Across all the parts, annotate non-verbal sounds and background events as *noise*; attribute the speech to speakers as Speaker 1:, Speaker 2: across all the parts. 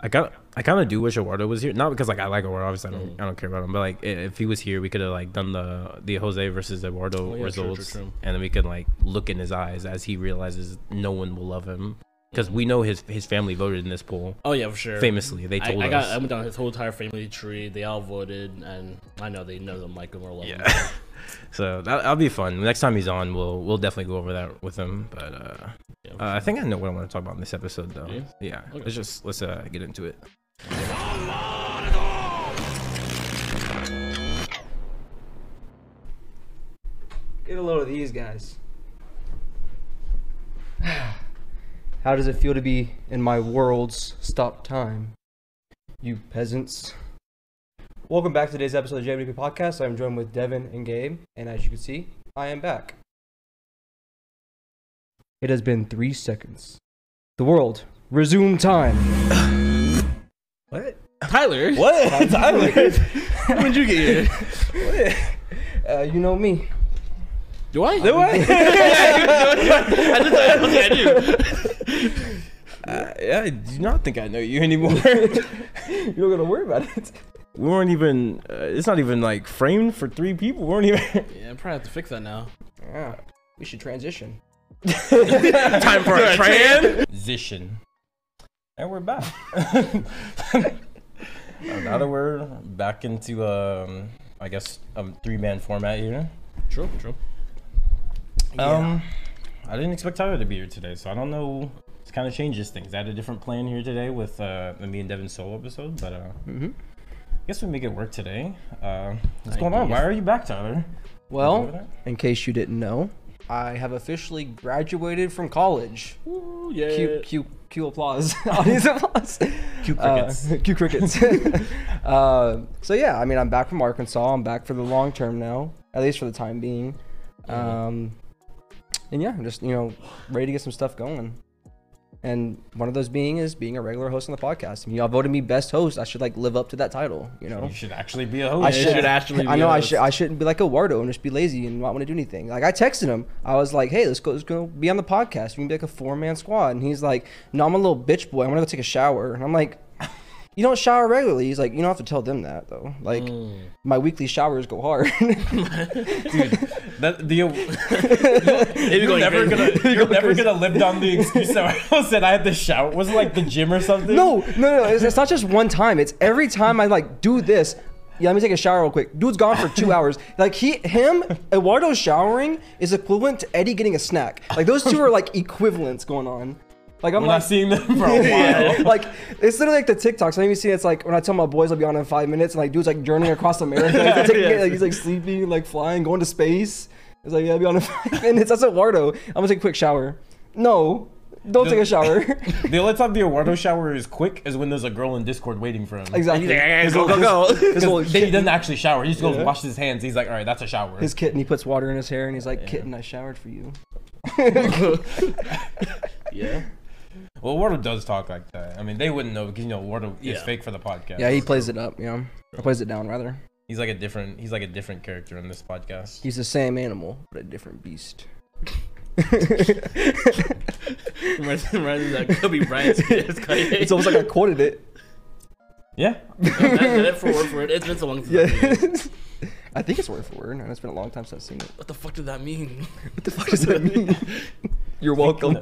Speaker 1: I got I kind of do wish Eduardo was here, not because like I like Eduardo, obviously I
Speaker 2: Mm.
Speaker 1: don't, I don't care about him, but like i- if he was here, we could have like done the the Jose versus Eduardo
Speaker 2: Oh, yeah, true, true,
Speaker 1: results,
Speaker 2: true.
Speaker 1: and then we could like look in his eyes as he realizes no one will love him because we know his his family voted in this poll
Speaker 2: Oh yeah, for sure.
Speaker 1: famously. They
Speaker 2: I,
Speaker 1: told
Speaker 2: I
Speaker 1: us.
Speaker 2: got.
Speaker 1: *laughs*
Speaker 2: I went down his whole entire family tree. They all voted, and I know they know them like him or love him.
Speaker 1: Yeah. so that, that'll be fun. Next time he's on, we'll we'll definitely go over that with him. But uh,
Speaker 2: Yeah,
Speaker 1: uh,
Speaker 2: for
Speaker 1: I think I know what I want to talk about in this episode, though.
Speaker 2: Do you?
Speaker 1: Yeah,
Speaker 2: Okay.
Speaker 1: let's just let's uh, get into it.
Speaker 3: Get a load of these guys. *sighs* How does it feel to be in my world's stop time? You peasants. Welcome back to today's episode of the JWP Podcast. I'm joined with Devin and Gabe, and as you can see, I am back. It has been three seconds. The world, resume time.
Speaker 1: What?
Speaker 2: *laughs* Tyler, *laughs*
Speaker 1: What?
Speaker 2: When'd you get here? *laughs*
Speaker 3: Uh, you know me.
Speaker 2: Do I? Do I?
Speaker 1: *laughs* Uh, I do not think I know you *laughs* anymore.
Speaker 2: *laughs*
Speaker 3: *laughs* You're not gonna worry about it.
Speaker 1: we weren't even. Uh, it's not even like framed for three people. We weren't even.
Speaker 2: Yeah, I probably have to fix that now.
Speaker 3: Yeah, we should transition.
Speaker 1: *laughs* Time for *laughs* a transition. And we're back. *laughs* now that we're back into, um, I guess, a three-man format here.
Speaker 2: True, true.
Speaker 1: Um, I didn't expect Tyler to be here today, so I don't know. It's kind of changes things. I had a different plan here today with uh, the me and Devin solo episode, but uh,
Speaker 3: Mhm.
Speaker 1: I guess we make it work today. Uh, what's
Speaker 2: I
Speaker 1: going on?
Speaker 2: guess.
Speaker 1: Why are you back, Tyler?
Speaker 3: Well, In case you didn't know, I have officially graduated from college.
Speaker 2: Ooh, yeah.
Speaker 3: Cue, cue, cue applause. *laughs* Audience applause.
Speaker 1: Cue
Speaker 3: Uh, *laughs*
Speaker 1: crickets.
Speaker 3: cue crickets. *laughs* uh, so, yeah, I mean, I'm back from Arkansas. I'm back for the long term now, at least for the time being.
Speaker 1: Mm-hmm.
Speaker 3: Um, and yeah, I'm just, you know, ready to get some stuff going. And one of those being is being a regular host on the podcast. And y'all voted me best host. I should, like, live up to that title, you know?
Speaker 1: you should actually be a host.
Speaker 3: I
Speaker 2: Oh, Yeah, you
Speaker 3: should,
Speaker 2: should actually
Speaker 3: I
Speaker 2: be
Speaker 3: know I
Speaker 2: honest.
Speaker 3: should. I shouldn't be like Eduardo and just be lazy and not want to do anything. Like I texted him. I was like, "Hey, let's go. Let's go be on the podcast. We can be like a four man squad." And he's like, "No, I'm a little bitch boy. I'm gonna go take a shower." And I'm like, "You don't shower regularly." He's like, "You don't have to tell them that though. Like
Speaker 2: Mm.
Speaker 3: my weekly showers go hard."
Speaker 1: That, the,
Speaker 3: *laughs*
Speaker 1: you're
Speaker 2: Maybe going
Speaker 1: never gonna,
Speaker 2: *laughs* crazy.
Speaker 1: you're never gonna live down the excuse that I said I had to shout. Was it like the gym or something?
Speaker 3: no, no, no. It's, it's not just one time. It's every time I like do this. Yeah, let me take a shower real quick. Dude's gone for two hours. Like he, him, Eduardo showering is equivalent to Eddie getting a snack. Like those two are like equivalents going on. Like I'm
Speaker 1: we're
Speaker 3: like,
Speaker 1: not seeing them for a
Speaker 3: *laughs*
Speaker 1: while.
Speaker 3: like it's literally like the TikToks. I even see it's like when I tell my boys I'll be on in five minutes, and like dudes like journeying
Speaker 1: *laughs*
Speaker 3: across America. He's, like, taking it, like, he's like sleeping, like flying, going to space. It's like yeah, I'll be on in five *laughs* minutes. That's Eduardo. I'm gonna take a quick shower. No, don't take a
Speaker 1: *laughs*
Speaker 3: shower. *laughs*
Speaker 1: The only time the Eduardo shower is quick is when there's a girl in Discord waiting for him.
Speaker 3: exactly. His
Speaker 1: go,
Speaker 3: little-
Speaker 1: go, go. *laughs*
Speaker 3: His, his little
Speaker 1: Then he
Speaker 3: kitten,
Speaker 1: doesn't actually shower. He just goes washes his hands. He's like, all right, that's a shower.
Speaker 3: his kitten. He puts water in his hair, and he's like, "Kitten, I showered for you."
Speaker 2: *laughs* Yeah.
Speaker 1: well, Eduardo does talk like that. I mean, they wouldn't know because you know Eduardo is
Speaker 2: Yeah.
Speaker 1: fake for the podcast.
Speaker 3: Yeah, he plays it up. You know, or plays it down rather.
Speaker 1: he's like a different. He's like a different character in this podcast.
Speaker 3: He's the same animal, but a different beast.
Speaker 2: Reminds reminds me of that Kobe
Speaker 1: *laughs*
Speaker 3: *laughs*
Speaker 2: Bryant.
Speaker 3: It's
Speaker 2: it's
Speaker 3: almost like I quoted it.
Speaker 1: Yeah,
Speaker 2: that, that for word for word. It's been so long since I've seen it.
Speaker 3: *laughs* I think it's word for word, and it's been a long time since I've seen it.
Speaker 2: What the fuck did that mean? *laughs*
Speaker 3: What the fuck does that mean? You're welcome.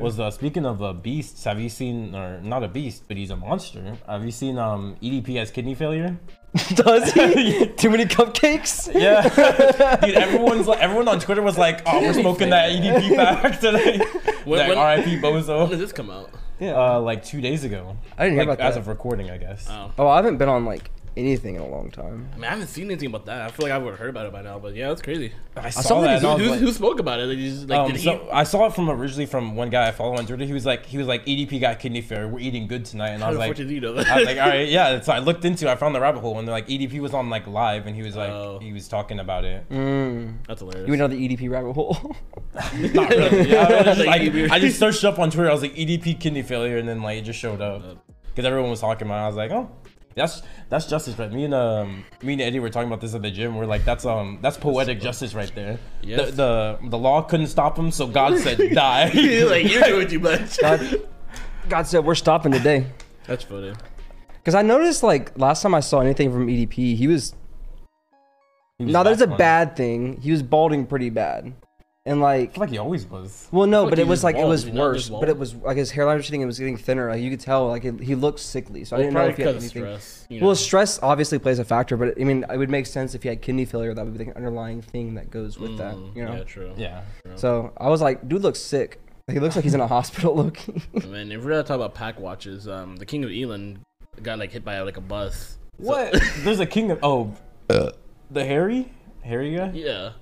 Speaker 1: was uh, speaking of uh, beasts. Have you seen or not a beast, but he's a monster? Have you seen um EDP has kidney failure?
Speaker 3: Does he? Too many cupcakes?
Speaker 1: Yeah, *laughs* dude. Everyone's like, everyone on Twitter was like, oh, we're smoking that EDP
Speaker 2: *laughs*
Speaker 1: back today. *laughs*
Speaker 2: When-
Speaker 1: like
Speaker 2: when-
Speaker 1: RIP
Speaker 2: When
Speaker 1: Bozo.
Speaker 2: did this come out?
Speaker 3: Yeah.
Speaker 1: Uh, like two days ago.
Speaker 3: I didn't hear
Speaker 1: Like,
Speaker 3: about
Speaker 1: as
Speaker 3: that.
Speaker 1: of recording, I guess.
Speaker 2: Oh.
Speaker 3: oh, I haven't been on like anything in a long time.
Speaker 2: I mean, I haven't seen anything about that. I feel like I would have heard about it by now, but yeah, that's crazy.
Speaker 1: I
Speaker 3: saw
Speaker 1: saw
Speaker 3: that
Speaker 1: that. and I
Speaker 2: Who,
Speaker 1: was
Speaker 2: who,
Speaker 1: like-
Speaker 2: who spoke about it? Like, he's just, like
Speaker 1: Um,
Speaker 2: did he?
Speaker 1: so I saw it from originally from one guy I follow on Twitter. He was like, he was like, E EDP got kidney failure. We're eating good tonight, and I
Speaker 2: how
Speaker 1: was
Speaker 2: the
Speaker 1: like,
Speaker 2: fuck did he know
Speaker 1: I
Speaker 2: that?
Speaker 1: was like, all right, yeah. So I looked into, it, I found the rabbit hole, and they're like, EDP was on like live, and he was like,
Speaker 2: Oh.
Speaker 1: he was talking about it.
Speaker 3: Mm.
Speaker 2: *laughs* that's hilarious.
Speaker 3: You
Speaker 2: *laughs*
Speaker 3: know the EDP rabbit hole. *laughs*
Speaker 1: Not really. Yeah, I, was just,
Speaker 2: Like,
Speaker 1: like,
Speaker 2: EDP. *laughs*
Speaker 1: I just searched up on Twitter. I was like, EDP kidney failure, and then like it just showed up because everyone was talking about. it. I was like, oh. That's that's justice, right? Me and um me and Eddie were talking about this at the gym. We're like, that's um that's poetic justice right there.
Speaker 2: Yes.
Speaker 1: *laughs* The, the the law couldn't stop him, so God said die. *laughs*
Speaker 2: like you're doing too much.
Speaker 3: God, God said we're stopping today.
Speaker 2: That's funny.
Speaker 3: Because I noticed like last time I saw anything from EDP, he was
Speaker 1: He was
Speaker 3: now that's a
Speaker 1: back on-
Speaker 3: bad thing. He was balding pretty bad, and
Speaker 1: I
Speaker 3: like
Speaker 1: feel like he always was.
Speaker 3: well no,
Speaker 2: like
Speaker 3: but
Speaker 2: he
Speaker 3: it was
Speaker 2: just
Speaker 3: like it
Speaker 2: bald,
Speaker 3: was
Speaker 2: you know,
Speaker 3: worse.
Speaker 2: just
Speaker 3: But it
Speaker 2: bald.
Speaker 3: was like his hairline was getting it was getting thinner. Like you could tell like it, he looked sickly. So I
Speaker 2: Well,
Speaker 3: didn't know
Speaker 2: probably
Speaker 3: if he had
Speaker 2: because of
Speaker 3: anything.
Speaker 2: stress. You know.
Speaker 3: Well, stress obviously plays a factor, but I mean, it would make sense if he had kidney failure. That would be the underlying thing that goes with that,
Speaker 2: Mm,
Speaker 3: you know.
Speaker 2: Yeah, true.
Speaker 1: Yeah.
Speaker 3: So I was like, dude looks sick. He looks like he's in a hospital *laughs* looking.
Speaker 2: I mean, if we're gonna talk about pack watches, um, the King of Elon got like hit by like a bus. So-
Speaker 1: What? *laughs* There's a king of oh, the Harry, Harry guy.
Speaker 2: yeah.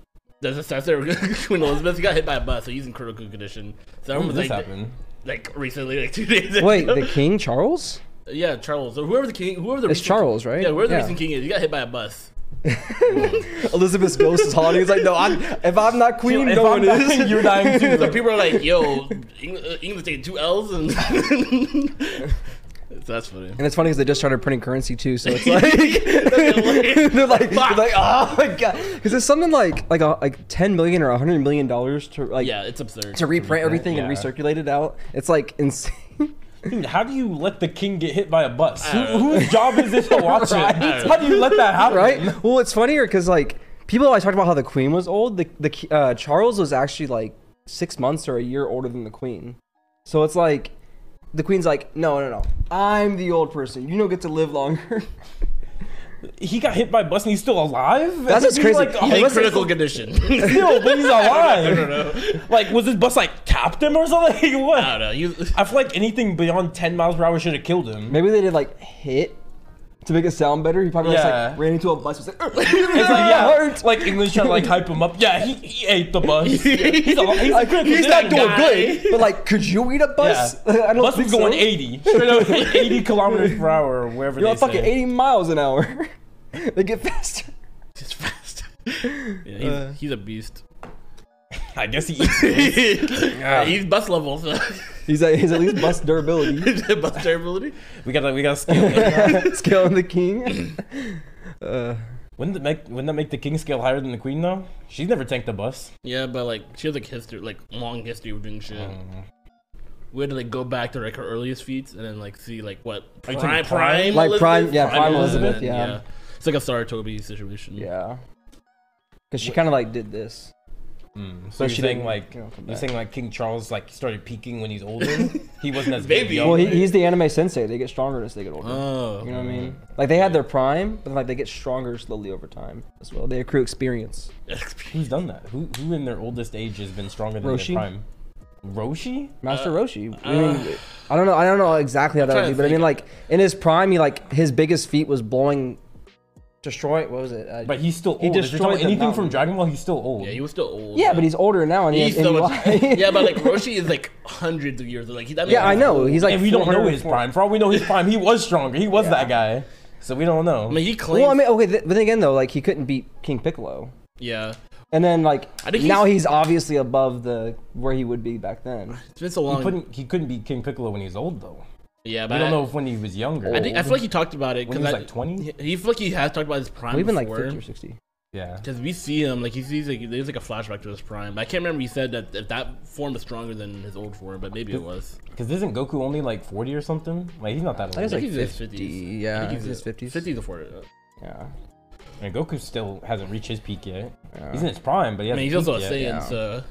Speaker 2: That's that's, that's their, *laughs* Queen Elizabeth got hit by a bus, so he's in critical condition. So that
Speaker 1: When
Speaker 2: was
Speaker 1: did this
Speaker 2: like,
Speaker 1: happen?
Speaker 2: like recently, like *laughs* two days. ago.
Speaker 3: Wait, the
Speaker 2: *laughs*
Speaker 3: king Charles?
Speaker 2: yeah, Charles or whoever the king, whoever the
Speaker 3: It's
Speaker 2: recent-
Speaker 3: Charles, right?
Speaker 2: Yeah, whoever the recent king is, he got hit by a bus.
Speaker 3: Elizabeth's ghost is haunting. He's like, no, I'm, if I'm not queen,
Speaker 1: If
Speaker 3: no
Speaker 1: I'm
Speaker 3: one
Speaker 1: dying,
Speaker 3: is.
Speaker 1: you're
Speaker 3: *laughs*
Speaker 1: dying too.
Speaker 2: So people are like, "Yo, Eng- uh, England's taking two L's," and *laughs* so that's funny.
Speaker 3: And it's funny because they just started printing currency too, so it's like *laughs* they're like, they're
Speaker 2: Fuck.
Speaker 3: like, oh my god, because it's something like like a, like ten million or hundred million dollars to like
Speaker 2: Yeah, it's absurd.
Speaker 3: to reprint everything and
Speaker 1: yeah.
Speaker 3: recirculate it out. It's like insane. *laughs*
Speaker 1: Dude, how do you let the king get hit by a bus? Who,
Speaker 2: I don't know.
Speaker 1: whose job is
Speaker 2: *laughs*
Speaker 1: this to watch
Speaker 2: Right.
Speaker 1: it? How do you let that happen?
Speaker 3: right? Well, it's funnier because like people always talked about how the queen was old. The the uh, Charles was actually like six months or a year older than the queen. So it's like the queen's like, no, no, no, I'm the old person. You don't get to live longer. *laughs*
Speaker 1: He got hit by a bus and he's still alive.
Speaker 3: That's what's
Speaker 1: He's
Speaker 3: crazy.
Speaker 1: Like,
Speaker 3: He
Speaker 1: oh,
Speaker 2: He's in
Speaker 1: what's-
Speaker 2: critical
Speaker 3: *laughs*
Speaker 1: *laughs*
Speaker 2: condition.
Speaker 1: still, but he's alive. Like, was this bus like tapped him or something? *laughs* Like,
Speaker 2: *laughs* I
Speaker 1: what?
Speaker 2: don't know. You, *laughs*
Speaker 1: I feel like anything beyond 10 miles per hour should have killed him.
Speaker 3: Maybe they did like hit to make it sound better. He probably just
Speaker 1: Yeah.
Speaker 3: like ran into a bus. Was like, *laughs*
Speaker 1: It's like, yeah,
Speaker 3: hurt.
Speaker 1: like English trying to like hype him up. Yeah, he, he ate the
Speaker 3: *laughs*
Speaker 1: bus. He's, a, he's, a critical
Speaker 3: he's not
Speaker 1: condition
Speaker 3: doing
Speaker 1: guy.
Speaker 3: good, but like, could you
Speaker 1: *laughs*
Speaker 3: eat a
Speaker 1: Yeah.
Speaker 3: bus? *laughs* I don't
Speaker 1: bus
Speaker 3: think
Speaker 1: is going
Speaker 3: so.
Speaker 1: 80, straight *laughs* up 80 kilometers per hour or wherever
Speaker 3: You're
Speaker 1: they
Speaker 3: on fucking
Speaker 1: say.
Speaker 3: 80 miles an hour. *laughs* they get faster.
Speaker 2: He's fast. Yeah, he's,
Speaker 3: Uh.
Speaker 2: he's a beast.
Speaker 3: *laughs*
Speaker 1: I guess he eats.
Speaker 2: yeah. He's bus level. So *laughs*
Speaker 3: He's like, he's at least
Speaker 1: *laughs*
Speaker 3: bus durability. *laughs*
Speaker 2: bus durability.
Speaker 1: We gotta, we gotta scale. it.
Speaker 3: Scaling the king. *laughs* Uh,
Speaker 1: Wouldn't that make wouldn't that make the king scale higher than the queen though? She's never tanked a bus.
Speaker 2: Yeah, but like she has like history, like long history of doing shit.
Speaker 3: Mm.
Speaker 2: We had to like go back to like her earliest feats and then like see like what
Speaker 1: you talking
Speaker 2: prime,
Speaker 1: prime?
Speaker 2: prime,
Speaker 3: Like prime-
Speaker 2: Elizabeth?
Speaker 3: yeah, prime Elizabeth,
Speaker 2: and
Speaker 3: yeah.
Speaker 2: It's like a Saratobi situation.
Speaker 3: yeah. Because she kind of like did this.
Speaker 1: Mm. So
Speaker 3: But
Speaker 1: you're
Speaker 3: she
Speaker 1: saying
Speaker 3: didn't,
Speaker 1: like
Speaker 3: you know,
Speaker 1: you're
Speaker 3: come back.
Speaker 1: saying like King Charles like started peaking when he's older.
Speaker 3: *laughs*
Speaker 1: he wasn't as
Speaker 2: Baby.
Speaker 1: big young.
Speaker 3: Well, he, he's the anime sensei. They get stronger as they get older.
Speaker 2: Oh. *laughs*
Speaker 3: you know what I mean? Like they had their prime, but like they get stronger slowly over time as well. They accrue experience.
Speaker 1: Who's done that? Who who in their oldest age has been stronger than
Speaker 3: Roshi?
Speaker 1: their prime? Roshi?
Speaker 3: Master
Speaker 2: Uh,
Speaker 3: Roshi. I mean, I don't know. I don't know exactly how that
Speaker 2: trying
Speaker 3: would be,
Speaker 2: to
Speaker 3: but I
Speaker 2: think.
Speaker 3: mean, like in his prime, he like his biggest feat was blowing, destroying. What was it? Uh,
Speaker 1: But he's still
Speaker 3: He
Speaker 1: old. If you're
Speaker 3: destroyed
Speaker 1: talking
Speaker 3: the
Speaker 1: anything
Speaker 3: mountain.
Speaker 1: from Dragon Ball, he's still old.
Speaker 2: Yeah, he was still old.
Speaker 3: yeah, but he's older now, and he
Speaker 2: He's
Speaker 3: has
Speaker 2: so
Speaker 3: MUI.
Speaker 2: much. *laughs* yeah, but
Speaker 3: *laughs*
Speaker 2: like Roshi is like hundreds of years. Like he, that
Speaker 3: yeah,
Speaker 2: man-
Speaker 3: I know. He's like
Speaker 1: and we don't know his
Speaker 3: 404.
Speaker 1: prime. For all we know, his prime, he was stronger. He was
Speaker 3: Yeah.
Speaker 1: that guy. So we don't know.
Speaker 2: I mean, he claims.
Speaker 3: Well, I mean, okay, th- but then again, though, like he couldn't beat King Piccolo,
Speaker 2: yeah,
Speaker 3: and then like
Speaker 2: I think
Speaker 3: now
Speaker 2: he's-
Speaker 3: he's obviously above the where he would be back then.
Speaker 2: it's been so
Speaker 1: he
Speaker 2: long.
Speaker 1: couldn't. He couldn't be King Piccolo when he's old though.
Speaker 2: yeah, but
Speaker 1: We don't know if when he was younger.
Speaker 2: I, think, I feel like he talked about it
Speaker 1: When he
Speaker 2: because
Speaker 1: was, like, 20?
Speaker 2: He, he feel like he has talked about his prime.
Speaker 3: Well, even like
Speaker 2: before.
Speaker 3: fifty or sixty.
Speaker 1: yeah.
Speaker 2: Because we see him, like he sees, like there's like a flashback to his prime. I can't remember. He said that if that form was stronger than his old form, but maybe it was.
Speaker 1: Because isn't Goku only like 40 or something? Like he's not that
Speaker 3: I
Speaker 1: old.
Speaker 3: think it's
Speaker 2: I
Speaker 3: like
Speaker 2: think he's in his
Speaker 3: 50.
Speaker 2: 50s.
Speaker 3: Yeah,
Speaker 2: I think
Speaker 3: he's in his
Speaker 2: 50s
Speaker 3: 50s.
Speaker 2: or 40s.
Speaker 3: Yeah.
Speaker 1: And Goku still hasn't reached his peak yet.
Speaker 3: Yeah.
Speaker 1: He's in his prime, but he
Speaker 2: I
Speaker 1: hasn't
Speaker 2: mean, he's
Speaker 1: peaked
Speaker 2: also a
Speaker 1: yet.
Speaker 2: Saiyan,
Speaker 3: yeah.
Speaker 2: so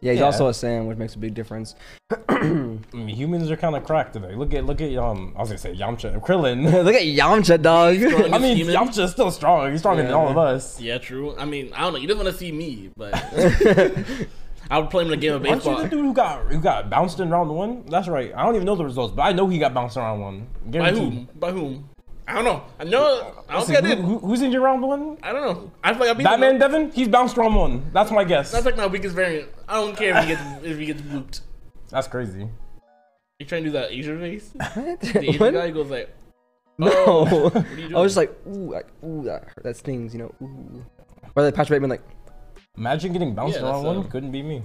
Speaker 3: Yeah, he's
Speaker 1: Yeah.
Speaker 3: also a Saiyan, which makes a big difference. *laughs*
Speaker 1: I mean, humans are kind of cracked today. Look at look at um. I was gonna say Yamcha, Krillin. *laughs*
Speaker 3: Look at Yamcha, dog. *laughs*
Speaker 2: strong.
Speaker 1: I mean,
Speaker 2: Human.
Speaker 1: Yamcha's still strong. He's stronger than all of us.
Speaker 2: yeah, true. I mean, I don't know. You didn't want to see me, but I would play him in a game of
Speaker 1: Aren't you
Speaker 2: baseball.
Speaker 1: the dude who got who got bounced in round one? That's right. I don't even know the results, but I know he got bounced in round one.
Speaker 2: By
Speaker 1: Guaranteed.
Speaker 2: whom? By whom? I don't know. I know. I don't
Speaker 1: Listen,
Speaker 2: think I
Speaker 1: who-
Speaker 2: did.
Speaker 1: who- who's in your round one?
Speaker 2: I don't know. I feel like I beat him.
Speaker 1: Batman Devin? He's bounced round one. That's my guess.
Speaker 2: That's like my weakest variant. I don't care if he gets if he gets booped.
Speaker 1: That's crazy.
Speaker 2: You trying to do that Asian face?
Speaker 3: What?
Speaker 2: The Asian
Speaker 3: What?
Speaker 2: guy goes like, *laughs*
Speaker 3: No.
Speaker 2: are you
Speaker 3: Oh. I
Speaker 2: doing?
Speaker 3: was just like, ooh, like, ooh, that, hurt. that stings, you know, ooh. Or like Patrick Bateman, like,
Speaker 1: Imagine getting bounced
Speaker 2: Yeah,
Speaker 1: in round
Speaker 2: that's,
Speaker 1: one.
Speaker 2: um,
Speaker 1: Couldn't be me.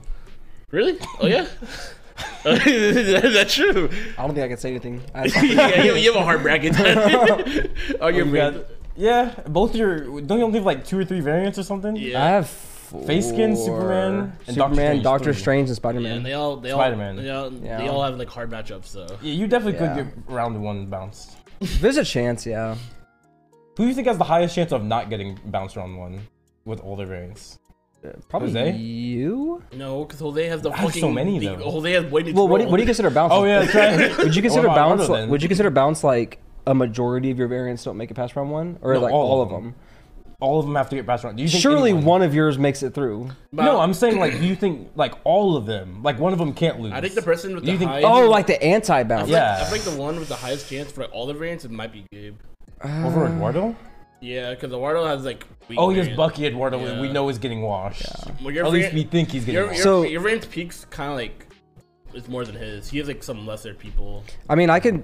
Speaker 2: Really? Oh yeah. *laughs* That's true. *laughs*
Speaker 3: I don't think I can say anything. I,
Speaker 2: yeah, you, you have a hard bracket. *laughs* oh, you're
Speaker 1: You got- yeah, both your don't you only have like two or three variants or something?
Speaker 3: I
Speaker 2: Yeah.
Speaker 3: have
Speaker 1: Face skin, Superman,
Speaker 3: for
Speaker 1: and Doctor
Speaker 3: Superman,
Speaker 1: Strange
Speaker 3: Doctor
Speaker 1: three.
Speaker 3: Strange, and Spider
Speaker 2: Yeah,
Speaker 3: Man.
Speaker 2: and they all they
Speaker 1: Spider-Man.
Speaker 2: all they all, they
Speaker 3: Yeah.
Speaker 2: all have like hard matchups. So
Speaker 1: Yeah, you definitely
Speaker 3: Yeah.
Speaker 1: could get round one bounced.
Speaker 3: There's a chance, yeah.
Speaker 1: Who do you think has the highest chance of not getting bounced round one with older variants?
Speaker 3: Uh, Probably
Speaker 1: Jose?
Speaker 3: you.
Speaker 2: no, because Jose has the
Speaker 1: I have
Speaker 2: fucking
Speaker 1: so many,
Speaker 2: the,
Speaker 1: though.
Speaker 2: Jose has way too
Speaker 3: Well, what do, you- what do you consider bounce?
Speaker 1: Oh yeah, that's right.
Speaker 3: Would you consider
Speaker 1: Well, I wonder
Speaker 3: bounce? Like,
Speaker 1: then.
Speaker 3: would you consider bounce like a majority of your variants don't make it past round one, or
Speaker 1: No,
Speaker 3: like
Speaker 1: all
Speaker 3: all,
Speaker 1: of
Speaker 3: of them?
Speaker 1: *laughs* all of them have to get bounced round? Do you think
Speaker 3: Surely
Speaker 1: anyone-
Speaker 3: one of yours makes it through.
Speaker 1: No, I'm saying like you think like all of them, like one of them can't lose.
Speaker 2: I think the person with
Speaker 1: You
Speaker 2: the
Speaker 1: think-
Speaker 2: highest.
Speaker 3: Oh, like the anti-bounce.
Speaker 1: Yeah.
Speaker 2: I think the one with the highest chance for like, all the variants it might be Gabe.
Speaker 1: over
Speaker 3: Um,
Speaker 1: Eduardo.
Speaker 2: Yeah, because Eduardo has like. Weak
Speaker 1: Oh, yes,
Speaker 2: variants.
Speaker 1: Bucky Eduardo. we- We
Speaker 2: Yeah.
Speaker 1: know is getting washed.
Speaker 2: Well,
Speaker 1: Or
Speaker 2: your
Speaker 1: at least
Speaker 2: variant-
Speaker 1: we think he's getting
Speaker 2: Your, your,
Speaker 1: washed.
Speaker 3: So-
Speaker 2: your variant's peaks kind of like it's more than his. He has like some lesser people.
Speaker 3: I mean, I can.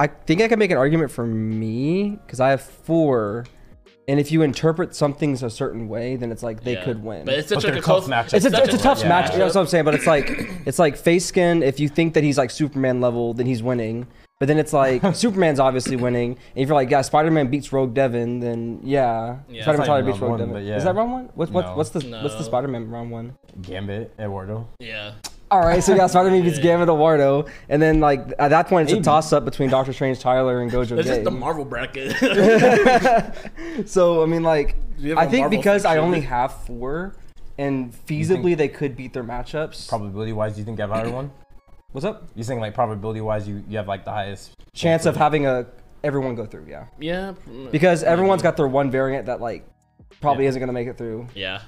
Speaker 3: I think I can make an argument for me because I have four, and if you interpret something's a certain way, then it's like they
Speaker 2: Yeah.
Speaker 3: could win.
Speaker 2: But it's
Speaker 1: But
Speaker 2: such like,
Speaker 1: they're
Speaker 2: a
Speaker 1: tough
Speaker 2: close
Speaker 1: matchups.
Speaker 3: it's a,
Speaker 2: such
Speaker 3: it's a tough
Speaker 1: Yeah.
Speaker 3: match. You know what I'm saying? But it's like
Speaker 2: *clears throat*
Speaker 3: it's like face skin. If you think that he's like Superman level, then he's winning. But then
Speaker 1: *laughs*
Speaker 3: it's like Superman's obviously winning. And if you're like, yeah, Spider-Man beats Rogue Devin, then yeah,
Speaker 2: Yeah, it's
Speaker 3: Spider-Man
Speaker 1: not
Speaker 3: probably
Speaker 1: even
Speaker 3: beats Rogue
Speaker 1: round one,
Speaker 3: Devin.
Speaker 1: but yeah.
Speaker 3: Is that round one? What's what's
Speaker 1: No.
Speaker 3: what's the what's
Speaker 2: No.
Speaker 3: the Spider-Man round one?
Speaker 1: Gambit Eduardo.
Speaker 2: Yeah.
Speaker 3: All right, so yeah, Spider-Man
Speaker 2: *laughs*
Speaker 3: beats Gamma Eduardo, and then like at that point it's
Speaker 1: Maybe.
Speaker 3: a toss-up between Doctor Strange, Tyler, and Gojo.
Speaker 2: That's just
Speaker 3: Gabe.
Speaker 2: the Marvel bracket. *laughs*
Speaker 3: So I mean, like,
Speaker 2: you have
Speaker 3: I
Speaker 2: a
Speaker 3: think
Speaker 2: Marvel
Speaker 3: because I
Speaker 2: section?
Speaker 3: only have four, and feasibly they could beat their matchups.
Speaker 1: Probability wise, you think I've higher one?
Speaker 3: What's up?
Speaker 1: You're saying like probability wise, you, you have like the highest
Speaker 3: Chance of having a everyone go through, yeah,
Speaker 2: yeah. *laughs*
Speaker 3: because everyone's got their one variant that like probably isn't gonna make it through.
Speaker 2: Yeah.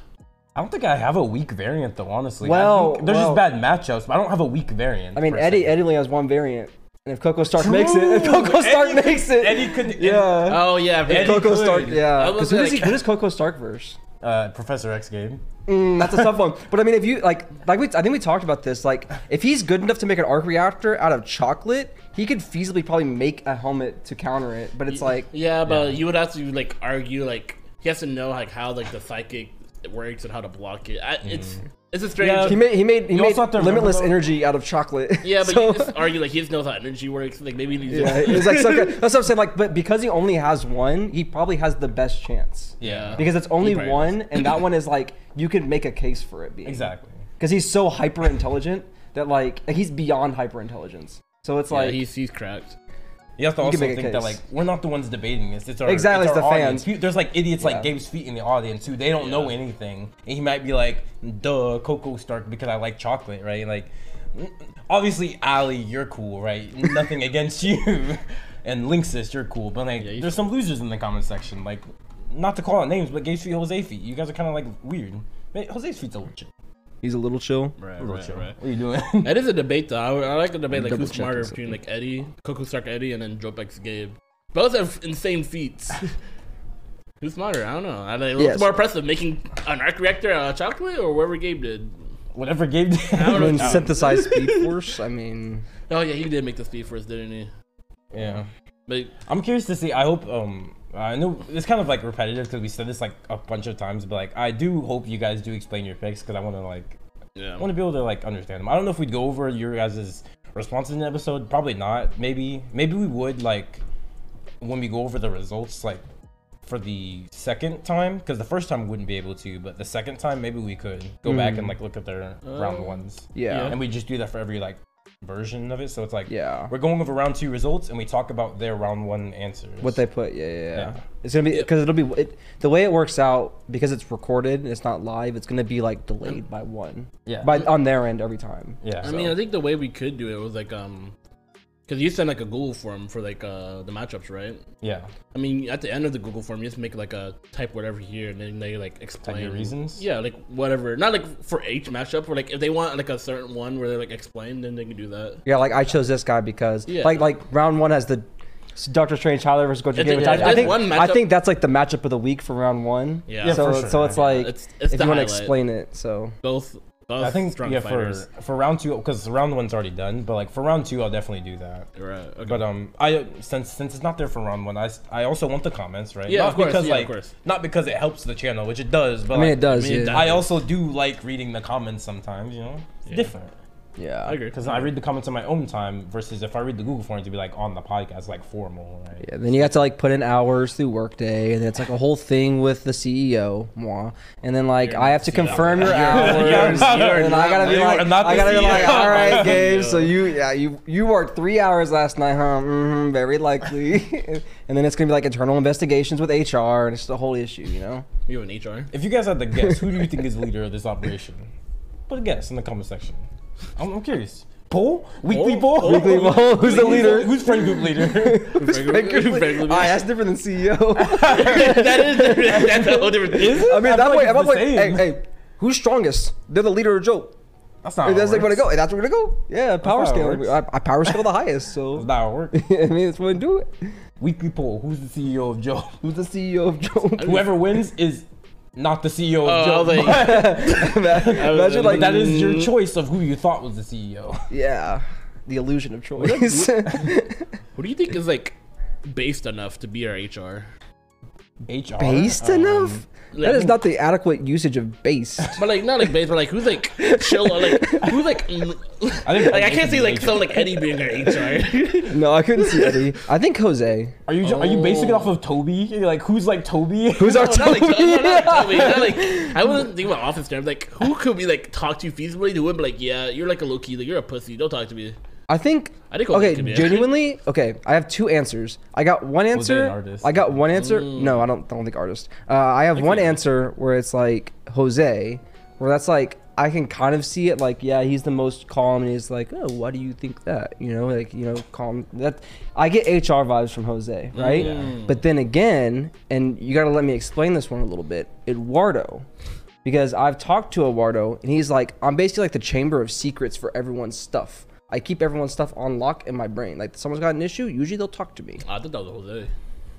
Speaker 1: I don't think I have a weak variant though, honestly. I
Speaker 3: Well,
Speaker 1: think they're just
Speaker 3: well-
Speaker 1: bad matchups, but I don't have a weak variant.
Speaker 3: I mean,
Speaker 1: per
Speaker 3: Eddie
Speaker 1: se.
Speaker 3: Eddie only has one variant, and if Coco Stark makes it, *laughs* if Coco Stark
Speaker 1: Eddie could-
Speaker 3: makes it,
Speaker 1: Eddie could-
Speaker 3: yeah.
Speaker 2: Oh yeah.
Speaker 1: Eddie
Speaker 2: Eddie,
Speaker 3: Coco
Speaker 1: could.
Speaker 3: Stark,
Speaker 2: I
Speaker 3: yeah.
Speaker 2: was
Speaker 3: 'Cause Who
Speaker 2: gonna
Speaker 3: does,
Speaker 2: say,
Speaker 3: he, who does Coco Stark verse?
Speaker 1: uh, Professor X game.
Speaker 3: Mm, that's a tough one. But I mean, if you like, like we, I think we talked about this. Like, if he's good enough to make an arc reactor out of chocolate, he could feasibly probably make a helmet to counter it. But it's like,
Speaker 2: yeah, but you would have to like argue like he has to know like how like the psychic works and how to block it. I, It's it's a strange.
Speaker 1: Yeah.
Speaker 3: he made he made he
Speaker 1: You
Speaker 3: made
Speaker 1: also have to remember,
Speaker 3: limitless
Speaker 1: though-
Speaker 3: energy out of chocolate.
Speaker 2: Yeah,
Speaker 3: *laughs*
Speaker 2: but *laughs*
Speaker 3: So-
Speaker 2: you just argue like he just knows how energy works. Like maybe he's
Speaker 3: yeah, it's like some, kind- that's what I'm saying. Like, but because he only has one, he probably has the best chance
Speaker 1: Yeah.
Speaker 3: because it's only
Speaker 2: He probably
Speaker 3: one, and that one is like you can make a case for it being
Speaker 1: Exactly.
Speaker 3: because he's so hyper intelligent that like, like he's beyond hyper intelligence. So
Speaker 2: *laughs*
Speaker 3: it's
Speaker 2: like
Speaker 3: like
Speaker 2: he's he's cracked.
Speaker 1: You have to
Speaker 3: You
Speaker 1: also
Speaker 3: can make a
Speaker 1: think that like
Speaker 3: case.
Speaker 1: we're not the ones debating this. It's our
Speaker 3: Exactly,
Speaker 1: it's
Speaker 3: it's
Speaker 1: our
Speaker 3: the
Speaker 1: audience.
Speaker 3: fans.
Speaker 1: Pe- There's like idiots
Speaker 3: Yeah.
Speaker 1: like Gabe's feet in the audience who they don't know
Speaker 2: Yeah.
Speaker 1: anything, and he might be like, "Duh, Coco Stark because I like chocolate, right?" Like, n- obviously, Ali, you're cool, right?
Speaker 2: *laughs*
Speaker 1: Nothing against you, and Linksys, you're cool, but like,
Speaker 2: Yeah, you-
Speaker 1: there's some losers in the comment section. Like, not to call out names, but Gabe's feet, Jose feet, you guys are kind of like weird. Man, Jose's feet's a little chill.
Speaker 3: he's a little chill.
Speaker 2: Right,
Speaker 1: A little chill. What are you
Speaker 3: *laughs*
Speaker 1: doing?
Speaker 2: That is a debate though. I, would- I like the debate like
Speaker 3: Double
Speaker 2: who's
Speaker 3: check
Speaker 2: smarter
Speaker 3: this.
Speaker 2: between like Eddie, Coco Stark Eddie, and then Dropex Gabe. Both have insane *laughs* feats. who's smarter? I don't know. I like, what's
Speaker 3: Yes.
Speaker 2: more impressive, making an arc reactor out of chocolate or whatever Gabe did?
Speaker 1: Whatever Gabe did.
Speaker 2: don't
Speaker 3: I
Speaker 2: know.
Speaker 3: mean, synthesized
Speaker 2: *laughs*
Speaker 3: speed force. I mean,
Speaker 2: Oh yeah, he did make the speed first, didn't he?
Speaker 1: *laughs* yeah.
Speaker 2: But
Speaker 1: I'm curious to see. I hope. Um, I know it's kind of like repetitive because we said this like a bunch of times, but like I do hope you guys do explain your picks because I want to like
Speaker 2: yeah,
Speaker 1: I want to be able to like understand them. I don't know if we'd go over your guys' responses in the episode. Probably not. Maybe maybe we would like when we go over the results like for the second time because the first time we wouldn't be able to, but the second time maybe we could go back and like look at their round ones.
Speaker 3: yeah.
Speaker 1: And we just do that for every like version of it. So it's like
Speaker 3: Yeah.
Speaker 1: we're going over round two results and we talk about their round one answers.
Speaker 3: What they put, yeah, yeah, yeah.
Speaker 1: Yeah.
Speaker 3: It's gonna be because it'll be it, the way it works out because it's recorded and it's not live. It's gonna be like delayed by one,
Speaker 1: Yeah.
Speaker 3: by on their end every time.
Speaker 1: yeah.
Speaker 2: I mean, I think the way we could do it was like um, because you send like a Google form for like uh the matchups, right?
Speaker 1: yeah.
Speaker 2: I mean, at the end of the Google form, you just make like a type whatever here, and then they like explain
Speaker 1: your reasons?
Speaker 2: Yeah, like whatever. Not like for each matchup, or like if they want like a certain one where they like explain, then they can do that.
Speaker 3: Yeah, like I chose this guy because
Speaker 2: Yeah.
Speaker 3: like like round one has the Doctor Strange Tyler versus Gojo
Speaker 2: If
Speaker 3: game.
Speaker 2: it-
Speaker 3: which I,
Speaker 2: if
Speaker 3: I
Speaker 2: there's
Speaker 3: think
Speaker 2: one
Speaker 3: I
Speaker 2: matchup-
Speaker 3: think that's like the matchup of the week for round one.
Speaker 2: Yeah. Yeah,
Speaker 3: so
Speaker 1: for sure.
Speaker 3: so it's like
Speaker 2: It's- it's
Speaker 3: if
Speaker 2: the
Speaker 3: you want to
Speaker 2: highlight.
Speaker 3: explain it, so
Speaker 2: Both, both
Speaker 1: I think
Speaker 2: strong
Speaker 1: yeah
Speaker 2: fighters.
Speaker 1: for for round two because round one's already done, but like for round two, I'll definitely do that.
Speaker 2: Right. Okay.
Speaker 1: But um, I since since it's not there for round one, I, s- I also want the comments, right?
Speaker 2: Yeah,
Speaker 1: not
Speaker 2: of course,
Speaker 1: because
Speaker 2: yeah, of
Speaker 1: like
Speaker 2: course.
Speaker 1: not because it helps the channel, which it does, but
Speaker 3: I mean
Speaker 1: like,
Speaker 3: it does.
Speaker 2: I mean, it
Speaker 3: yeah.
Speaker 2: does.
Speaker 1: I also do like reading the comments sometimes, you know. It's different.
Speaker 3: Yeah.
Speaker 2: I agree.
Speaker 1: Because I read the comments on my own time versus if I read the Google form to be like on the podcast, like formal, right?
Speaker 3: Yeah, then you have to like put in hours through workday, and it's like a whole thing with the CEO, moi. And then like I have to
Speaker 1: *laughs*
Speaker 3: confirm your hours,
Speaker 1: E not- you're
Speaker 3: and then I gotta be
Speaker 1: you
Speaker 3: like,
Speaker 1: are not the
Speaker 3: I
Speaker 1: E
Speaker 3: gotta be like,
Speaker 1: CEO. *laughs*
Speaker 3: all right, Gabe.
Speaker 2: Yeah.
Speaker 3: So you, yeah, you you worked three hours last night, huh? hmm very likely. *laughs* and then it's gonna be like internal investigations with HR, and it's the whole issue,
Speaker 1: *laughs*
Speaker 3: you know.
Speaker 2: You have an HR.
Speaker 1: If you guys had to guess, who do you think is leader of this operation? Put a guess in the comment section. I'm, I'm curious. Poll? Weekly
Speaker 2: Poll?
Speaker 1: poll?
Speaker 3: Weekly poll. Who's the leader?
Speaker 1: Who's friend group
Speaker 3: *laughs*
Speaker 1: leader?
Speaker 3: All right, that's different than E *laughs* CEO.
Speaker 2: *laughs* that is *laughs* different. That's a whole different thing.
Speaker 1: Is it?
Speaker 3: I mean,
Speaker 1: feel
Speaker 3: that
Speaker 1: like
Speaker 3: way,
Speaker 1: it's
Speaker 3: I'm
Speaker 1: the
Speaker 3: like, hey,
Speaker 1: same.
Speaker 3: hey, who's strongest? They're the leader of Joe.
Speaker 1: That's not how
Speaker 3: That's
Speaker 1: it
Speaker 3: like where
Speaker 1: works.
Speaker 3: to go. and That's where to go. Yeah, power
Speaker 1: how it
Speaker 3: scale.
Speaker 1: works.
Speaker 3: I, I power scale the highest. So
Speaker 1: That's not how it works.
Speaker 3: *laughs* I mean, that's what we do it.
Speaker 1: Weekly poll. Who's the
Speaker 3: E
Speaker 1: CEO of Joe?
Speaker 3: Who's the CEO
Speaker 2: *laughs*
Speaker 3: of Joe? *laughs*
Speaker 1: Whoever wins is not the CEO of
Speaker 2: Oh, I
Speaker 1: Joe.
Speaker 2: was like-
Speaker 1: but- *laughs*
Speaker 3: Imagine
Speaker 1: but
Speaker 3: like
Speaker 1: that is your choice of who you thought was the E CEO.
Speaker 3: Yeah, the illusion of *laughs* choice.
Speaker 2: What do you think is like based enough to be our HR?
Speaker 1: HR.
Speaker 3: based
Speaker 1: Um,
Speaker 3: enough?
Speaker 2: yeah, I
Speaker 3: That is
Speaker 2: think-
Speaker 3: not the adequate usage
Speaker 2: *laughs*
Speaker 3: of based.
Speaker 2: But like not like based, but like who's like chill or like who's like mm,
Speaker 1: think
Speaker 2: like I
Speaker 1: Eddie could
Speaker 2: can't see
Speaker 1: be
Speaker 2: like
Speaker 1: HR.
Speaker 2: someone like Eddie being
Speaker 1: *laughs*
Speaker 2: our HR.
Speaker 3: No, I couldn't see Eddie. I think Jose.
Speaker 1: Are you are you basing it
Speaker 2: Oh.
Speaker 1: off of Toby? You're like who's like Toby? *laughs*
Speaker 3: Who's
Speaker 2: *laughs*
Speaker 3: our
Speaker 2: No, not like,
Speaker 3: Toby?
Speaker 2: no, not like Toby. Not like I wasn't thinking about office terms. Like who could we like talk to feasibly who would be like, yeah, you're like a low key, like you're a pussy. Don't talk to me.
Speaker 3: I think.
Speaker 2: I think Jose
Speaker 3: Okay,
Speaker 2: could be.
Speaker 3: genuinely. Okay, I have two answers. I got one
Speaker 1: an
Speaker 3: answer.
Speaker 1: artist.
Speaker 3: I got one answer. No, I don't. I don't think artist. Uh, I have one
Speaker 2: yeah.
Speaker 3: answer where it's like Jose, where that's like I can kind of see it. Like, yeah, he's the most calm, and he's like, oh, why do you think that? You know, like you know, calm. That I get HR vibes from Jose, right? But then again, and you got to let me explain this one a little bit, Eduardo. Because I've talked to Eduardo and he's like, I'm basically like the chamber of secrets for everyone's stuff. I keep everyone's stuff on lock in my brain. Like, someone's got an issue, usually they'll talk to me.
Speaker 2: I thought Ah, that was Jose.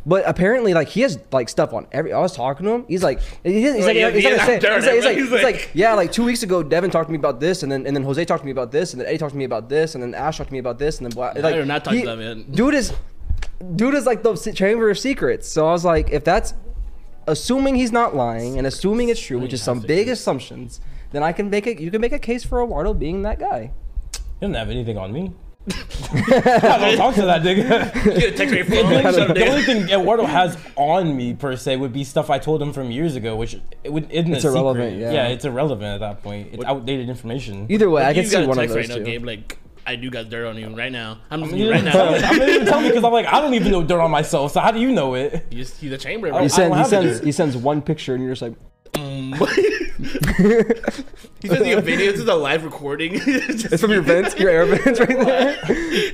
Speaker 3: But apparently, like he has like stuff on every. I was talking to him. He's like, he- he's
Speaker 2: Well,
Speaker 3: like,
Speaker 2: yeah,
Speaker 3: he's
Speaker 2: yeah,
Speaker 3: like,
Speaker 2: I'm
Speaker 3: saying-
Speaker 2: done
Speaker 3: he's
Speaker 2: it,
Speaker 3: like, he's
Speaker 2: but
Speaker 3: like,
Speaker 2: he's
Speaker 3: he's
Speaker 2: like-
Speaker 3: like, yeah, like two weeks ago, Devin talked to me about this, and then and then Jose talked to me about this, and then Eddie talked to me about this, and then Ash talked to me about this, and then blah. Like,
Speaker 2: you're not talking
Speaker 3: he-
Speaker 2: to that man.
Speaker 3: Dude is, dude is like the se- chamber of secrets. So I was like, if that's, assuming he's not lying and assuming it's true, which is some big assumptions, then I can make it. You can make a case for Eduardo being that guy.
Speaker 1: He doesn't have anything on
Speaker 3: *laughs*
Speaker 1: me. *laughs* I don't talk to that nigga.
Speaker 2: You gotta text me
Speaker 1: *laughs*
Speaker 2: your phone.
Speaker 3: *laughs*
Speaker 2: Like, shut up,
Speaker 1: the only
Speaker 2: dude.
Speaker 1: thing Eduardo has on me per se would be stuff I told him from years ago, which it would isn't
Speaker 3: It's
Speaker 1: a secret.
Speaker 3: irrelevant, yeah.
Speaker 1: it's irrelevant at that point. It's outdated information.
Speaker 3: Either way, I
Speaker 2: You
Speaker 3: can see
Speaker 2: got a
Speaker 3: one of
Speaker 2: text
Speaker 3: those
Speaker 2: right now,
Speaker 3: two.
Speaker 2: Gabe. Like I do got dirt on you right now. I'm
Speaker 1: *laughs*
Speaker 2: just
Speaker 1: You
Speaker 2: right
Speaker 1: didn't tell me- *laughs*
Speaker 2: now. *laughs*
Speaker 1: I mean, you didn't tell me because I'm like I don't even know dirt on myself. So how do you know it?
Speaker 2: You just see the chamber.
Speaker 1: Oh,
Speaker 3: He
Speaker 2: Right?
Speaker 1: I don't
Speaker 3: sends, he
Speaker 1: have it.
Speaker 3: sends, he sends one picture, and you're just like,
Speaker 2: he says your videos is a live recording. *laughs*
Speaker 3: It's from your vents, your air vents right there. *laughs*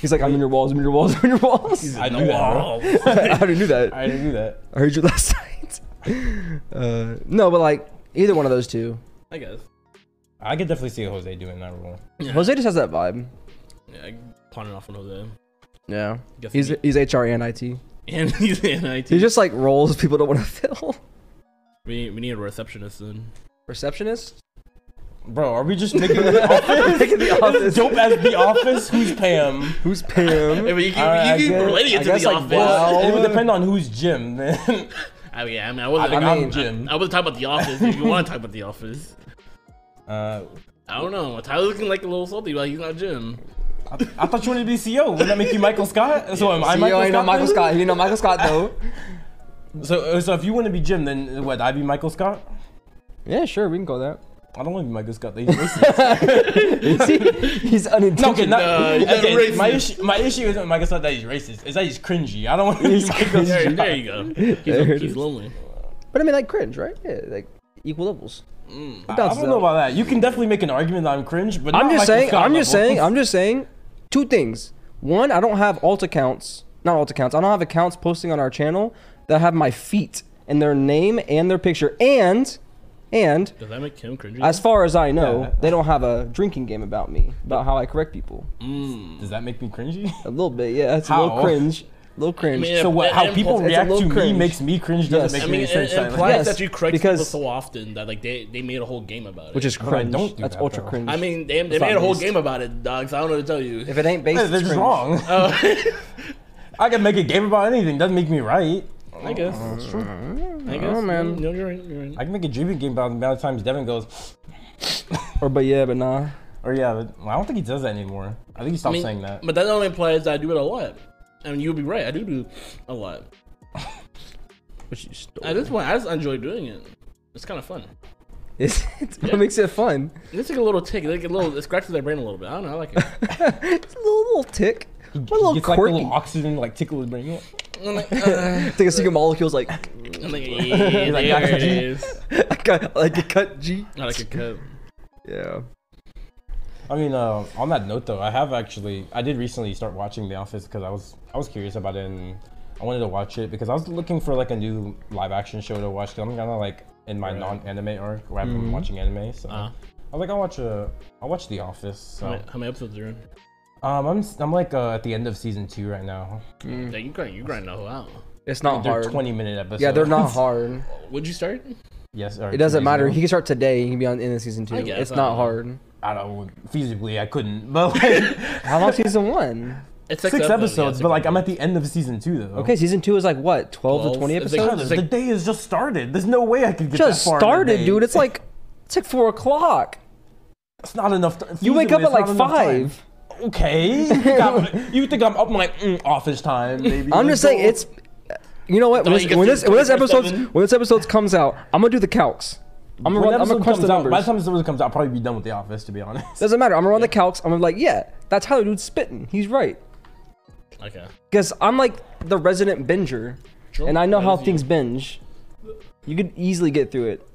Speaker 3: He's like, I'm in your walls, I'm in your walls, I'm in your walls. *laughs*
Speaker 1: I knew that. Bro.
Speaker 3: How do you do that?
Speaker 1: *laughs* I knew that.
Speaker 3: I heard you last *laughs* night. Uh, no, but like either one of those two.
Speaker 2: I guess.
Speaker 1: I could definitely see Jose doing that role.
Speaker 3: Jose just has that vibe.
Speaker 2: Yeah, I pawned it off on Jose.
Speaker 3: Yeah.
Speaker 2: Guess
Speaker 3: He's
Speaker 2: me.
Speaker 3: he's HR and IT.
Speaker 2: and *laughs* he's in IT.
Speaker 3: He just like roles people don't want to *laughs* fill.
Speaker 2: we, need, we need a receptionist soon.
Speaker 1: *laughs*
Speaker 3: Receptionist? *laughs*
Speaker 1: Bro, are we just *laughs* making the office?
Speaker 3: Making The
Speaker 1: *laughs*
Speaker 3: Office.
Speaker 1: Dope as the office. Who's Pam?
Speaker 3: Who's Pam?
Speaker 2: I mean, you can,
Speaker 1: Alright, I
Speaker 2: you can
Speaker 1: guess-
Speaker 2: relate it
Speaker 3: Uh, I
Speaker 2: to
Speaker 3: guess,
Speaker 2: the
Speaker 3: like,
Speaker 2: office.
Speaker 3: wow.
Speaker 1: Well, *laughs* it would depend on who's Jim. Then
Speaker 2: I mean, Oh, yeah, I mean,
Speaker 1: *laughs*
Speaker 2: I wasn't.
Speaker 1: I
Speaker 2: I,
Speaker 1: think
Speaker 3: I mean-
Speaker 1: I'm Jim.
Speaker 2: wasn't talking about the office. if you want to talk about the office,
Speaker 1: Uh,
Speaker 2: I don't know. Tyler's looking like a little salty. Like he's not
Speaker 3: *laughs*
Speaker 2: Jim.
Speaker 1: I, I thought you wanted to be CEO. Wouldn't that make you Michael Scott? So am I
Speaker 3: CEO
Speaker 1: Michael
Speaker 3: E ain't
Speaker 1: Scott?
Speaker 3: no Michael
Speaker 1: then?
Speaker 3: Scott. He ain't no Michael Scott
Speaker 1: *laughs*
Speaker 3: though.
Speaker 1: So, so if you want to be Jim, then what? I be Michael Scott?
Speaker 3: yeah, sure, we can call that.
Speaker 1: I don't want to be Michael Scott. He's
Speaker 3: *laughs*
Speaker 1: racist. *laughs*
Speaker 3: he's
Speaker 1: no, okay,
Speaker 3: unintentional.
Speaker 1: not,
Speaker 2: No, he's not
Speaker 1: okay, My
Speaker 2: racist.
Speaker 1: issue, my issue isn't Michael Scott that he's racist. It's that he's cringy. I don't want to be
Speaker 3: He's
Speaker 1: Michael
Speaker 3: cringy.
Speaker 2: There,
Speaker 1: Scott.
Speaker 2: there you go. He's,
Speaker 3: There it
Speaker 2: he's
Speaker 3: is.
Speaker 2: lonely.
Speaker 3: But I mean, like cringe, right? Yeah, like equal levels. It
Speaker 1: Mm. I
Speaker 3: bounces
Speaker 1: don't know
Speaker 3: out.
Speaker 1: about that. You can definitely make an argument that I'm cringe, but
Speaker 3: I'm
Speaker 1: not
Speaker 3: just
Speaker 1: Michael
Speaker 3: saying.
Speaker 1: Scott
Speaker 3: I'm just
Speaker 1: level.
Speaker 3: saying. I'm just saying. Two things. One, I don't have alt accounts. Not alt accounts. I don't have accounts posting on our channel that have my feet and their name and their picture. And, and
Speaker 2: Does that make him cringy?
Speaker 3: as far as I know,
Speaker 1: Yeah.
Speaker 3: they don't have a drinking game about me about how I correct people.
Speaker 1: Does that make me cringy?
Speaker 3: A little bit, yeah. It's a little
Speaker 1: How?
Speaker 3: cringe. A little cringe.
Speaker 2: mean,
Speaker 1: *laughs* so what?
Speaker 2: it-
Speaker 1: How
Speaker 2: it
Speaker 1: people
Speaker 2: impl- it's a
Speaker 1: react
Speaker 3: little
Speaker 1: to me
Speaker 3: cringe.
Speaker 1: makes me cringe.
Speaker 3: Yes.
Speaker 1: Doesn't
Speaker 2: I
Speaker 1: make
Speaker 2: mean,
Speaker 1: any
Speaker 2: it,
Speaker 1: sense.
Speaker 2: it
Speaker 1: Like,
Speaker 2: implies
Speaker 3: Yes,
Speaker 2: that you correct people
Speaker 3: because-
Speaker 2: so often that like they, they made a whole game about it.
Speaker 3: which is
Speaker 1: But I
Speaker 3: cringe.
Speaker 1: don't do
Speaker 3: That's
Speaker 1: that,
Speaker 3: ultra
Speaker 1: though.
Speaker 3: cringe.
Speaker 2: I mean, they, they
Speaker 3: It's not
Speaker 2: made a whole
Speaker 3: based.
Speaker 2: game about it, dogs. I don't know what to tell you. *laughs*
Speaker 3: if it ain't based,
Speaker 1: Hey, they're
Speaker 3: it's
Speaker 1: just wrong.
Speaker 3: cringe.
Speaker 1: I can make a game about anything. Doesn't make me right.
Speaker 2: I guess. That's true. I guess.
Speaker 3: Oh, man.
Speaker 2: No, you're right. You're right.
Speaker 1: I can make a dreaming game about the amount of times Devin goes,
Speaker 3: Or but yeah, but nah. *laughs*
Speaker 1: Or "Oh, yeah, but well, I don't think he does that anymore. I think he stopped
Speaker 2: mean,
Speaker 1: saying that.
Speaker 2: But that only implies I do it a lot. And you'll be right. I do do
Speaker 1: *laughs*
Speaker 2: a lot.
Speaker 3: Which you stole.
Speaker 2: At this point, I just enjoy doing it. It's kind of fun.
Speaker 3: Is it?
Speaker 2: Yeah.
Speaker 3: What makes it fun? *laughs*
Speaker 2: It's like a little tick. Like a little. It scratches their brain a little bit. I don't know. I like
Speaker 1: *laughs*
Speaker 2: it.
Speaker 3: it's a little, little tick. A
Speaker 1: He
Speaker 3: little
Speaker 1: gets, like, the
Speaker 3: quirky.
Speaker 1: little oxygen like tickle his brain.
Speaker 2: I'm like, uh,
Speaker 3: Take a secret molecule's like, *laughs*
Speaker 1: *laughs*
Speaker 2: I'm like, yeah,
Speaker 1: Like,
Speaker 2: there it
Speaker 1: Dr. G.
Speaker 2: is.
Speaker 3: I got, like a cut G.
Speaker 2: Not like a cup.
Speaker 3: Yeah.
Speaker 1: I mean, uh, on that note though, I have actually I did recently start watching The Office because I was I was curious about it and I wanted to watch it because I was looking for like a new live action show to watch because I'm kind of like in my non anime arc where I've
Speaker 3: Mm-hmm.
Speaker 1: been watching anime. So
Speaker 2: Uh,
Speaker 1: I was like, I'll watch a I'll watch The Office. So
Speaker 2: how, many, how many episodes are in?
Speaker 1: um, I'm s- I'm like uh, at the end of season two right now.
Speaker 2: Yeah, you grind, you grind the whole out.
Speaker 3: It's not
Speaker 1: They're
Speaker 3: hard.
Speaker 1: 20 minute episodes.
Speaker 3: yeah, they're not hard.
Speaker 2: Would you start?
Speaker 1: Yes, or
Speaker 3: It doesn't
Speaker 1: two days
Speaker 3: matter.
Speaker 1: ago.
Speaker 3: He can start today. He can be on in the season two.
Speaker 2: I guess,
Speaker 3: It's
Speaker 2: I
Speaker 3: not
Speaker 2: don't know.
Speaker 3: hard.
Speaker 1: I don't feasibly I couldn't, but like
Speaker 3: *laughs* How long season one?
Speaker 2: It's
Speaker 1: six episodes.
Speaker 2: yeah,
Speaker 1: But like I'm at the end of season two though.
Speaker 3: Okay, season two is like what, twelve,
Speaker 2: Twelve.
Speaker 3: to twenty
Speaker 2: It's like-
Speaker 3: episodes?
Speaker 1: Tyler, the day has just started. There's no way I could get
Speaker 3: Just
Speaker 1: that far in the
Speaker 3: started,
Speaker 1: day.
Speaker 3: dude. It's like it's like four o'clock.
Speaker 1: It's not enough. T-
Speaker 3: You wake up
Speaker 1: feasibly,
Speaker 3: at like
Speaker 1: it's not enough time.
Speaker 3: five.
Speaker 1: Okay. You
Speaker 3: *laughs*
Speaker 1: think I'm, you think I'm up my mm, office time? Maybe.
Speaker 3: I'm just saying it's. You know what? When
Speaker 2: Don't
Speaker 3: this,
Speaker 2: you get
Speaker 3: when
Speaker 2: to
Speaker 3: this when this episodes
Speaker 2: 27?
Speaker 3: when this episodes comes out, I'm gonna do the calcs. I'm gonna
Speaker 1: When
Speaker 3: run, I'm
Speaker 1: episode
Speaker 3: gonna crunch
Speaker 1: comes
Speaker 3: the
Speaker 1: out,
Speaker 3: numbers.
Speaker 1: by the time this episode comes out, I'll probably be done with The Office, to be honest. *laughs*
Speaker 3: Doesn't matter. I'm gonna run the calcs. I'm gonna be like, yeah, that's how the dude's spitting. He's right.
Speaker 2: Okay.
Speaker 3: Because I'm like the resident binger,
Speaker 2: Sure.
Speaker 3: and I know
Speaker 2: That
Speaker 3: how
Speaker 2: is you.
Speaker 3: things binge. You could easily get through it,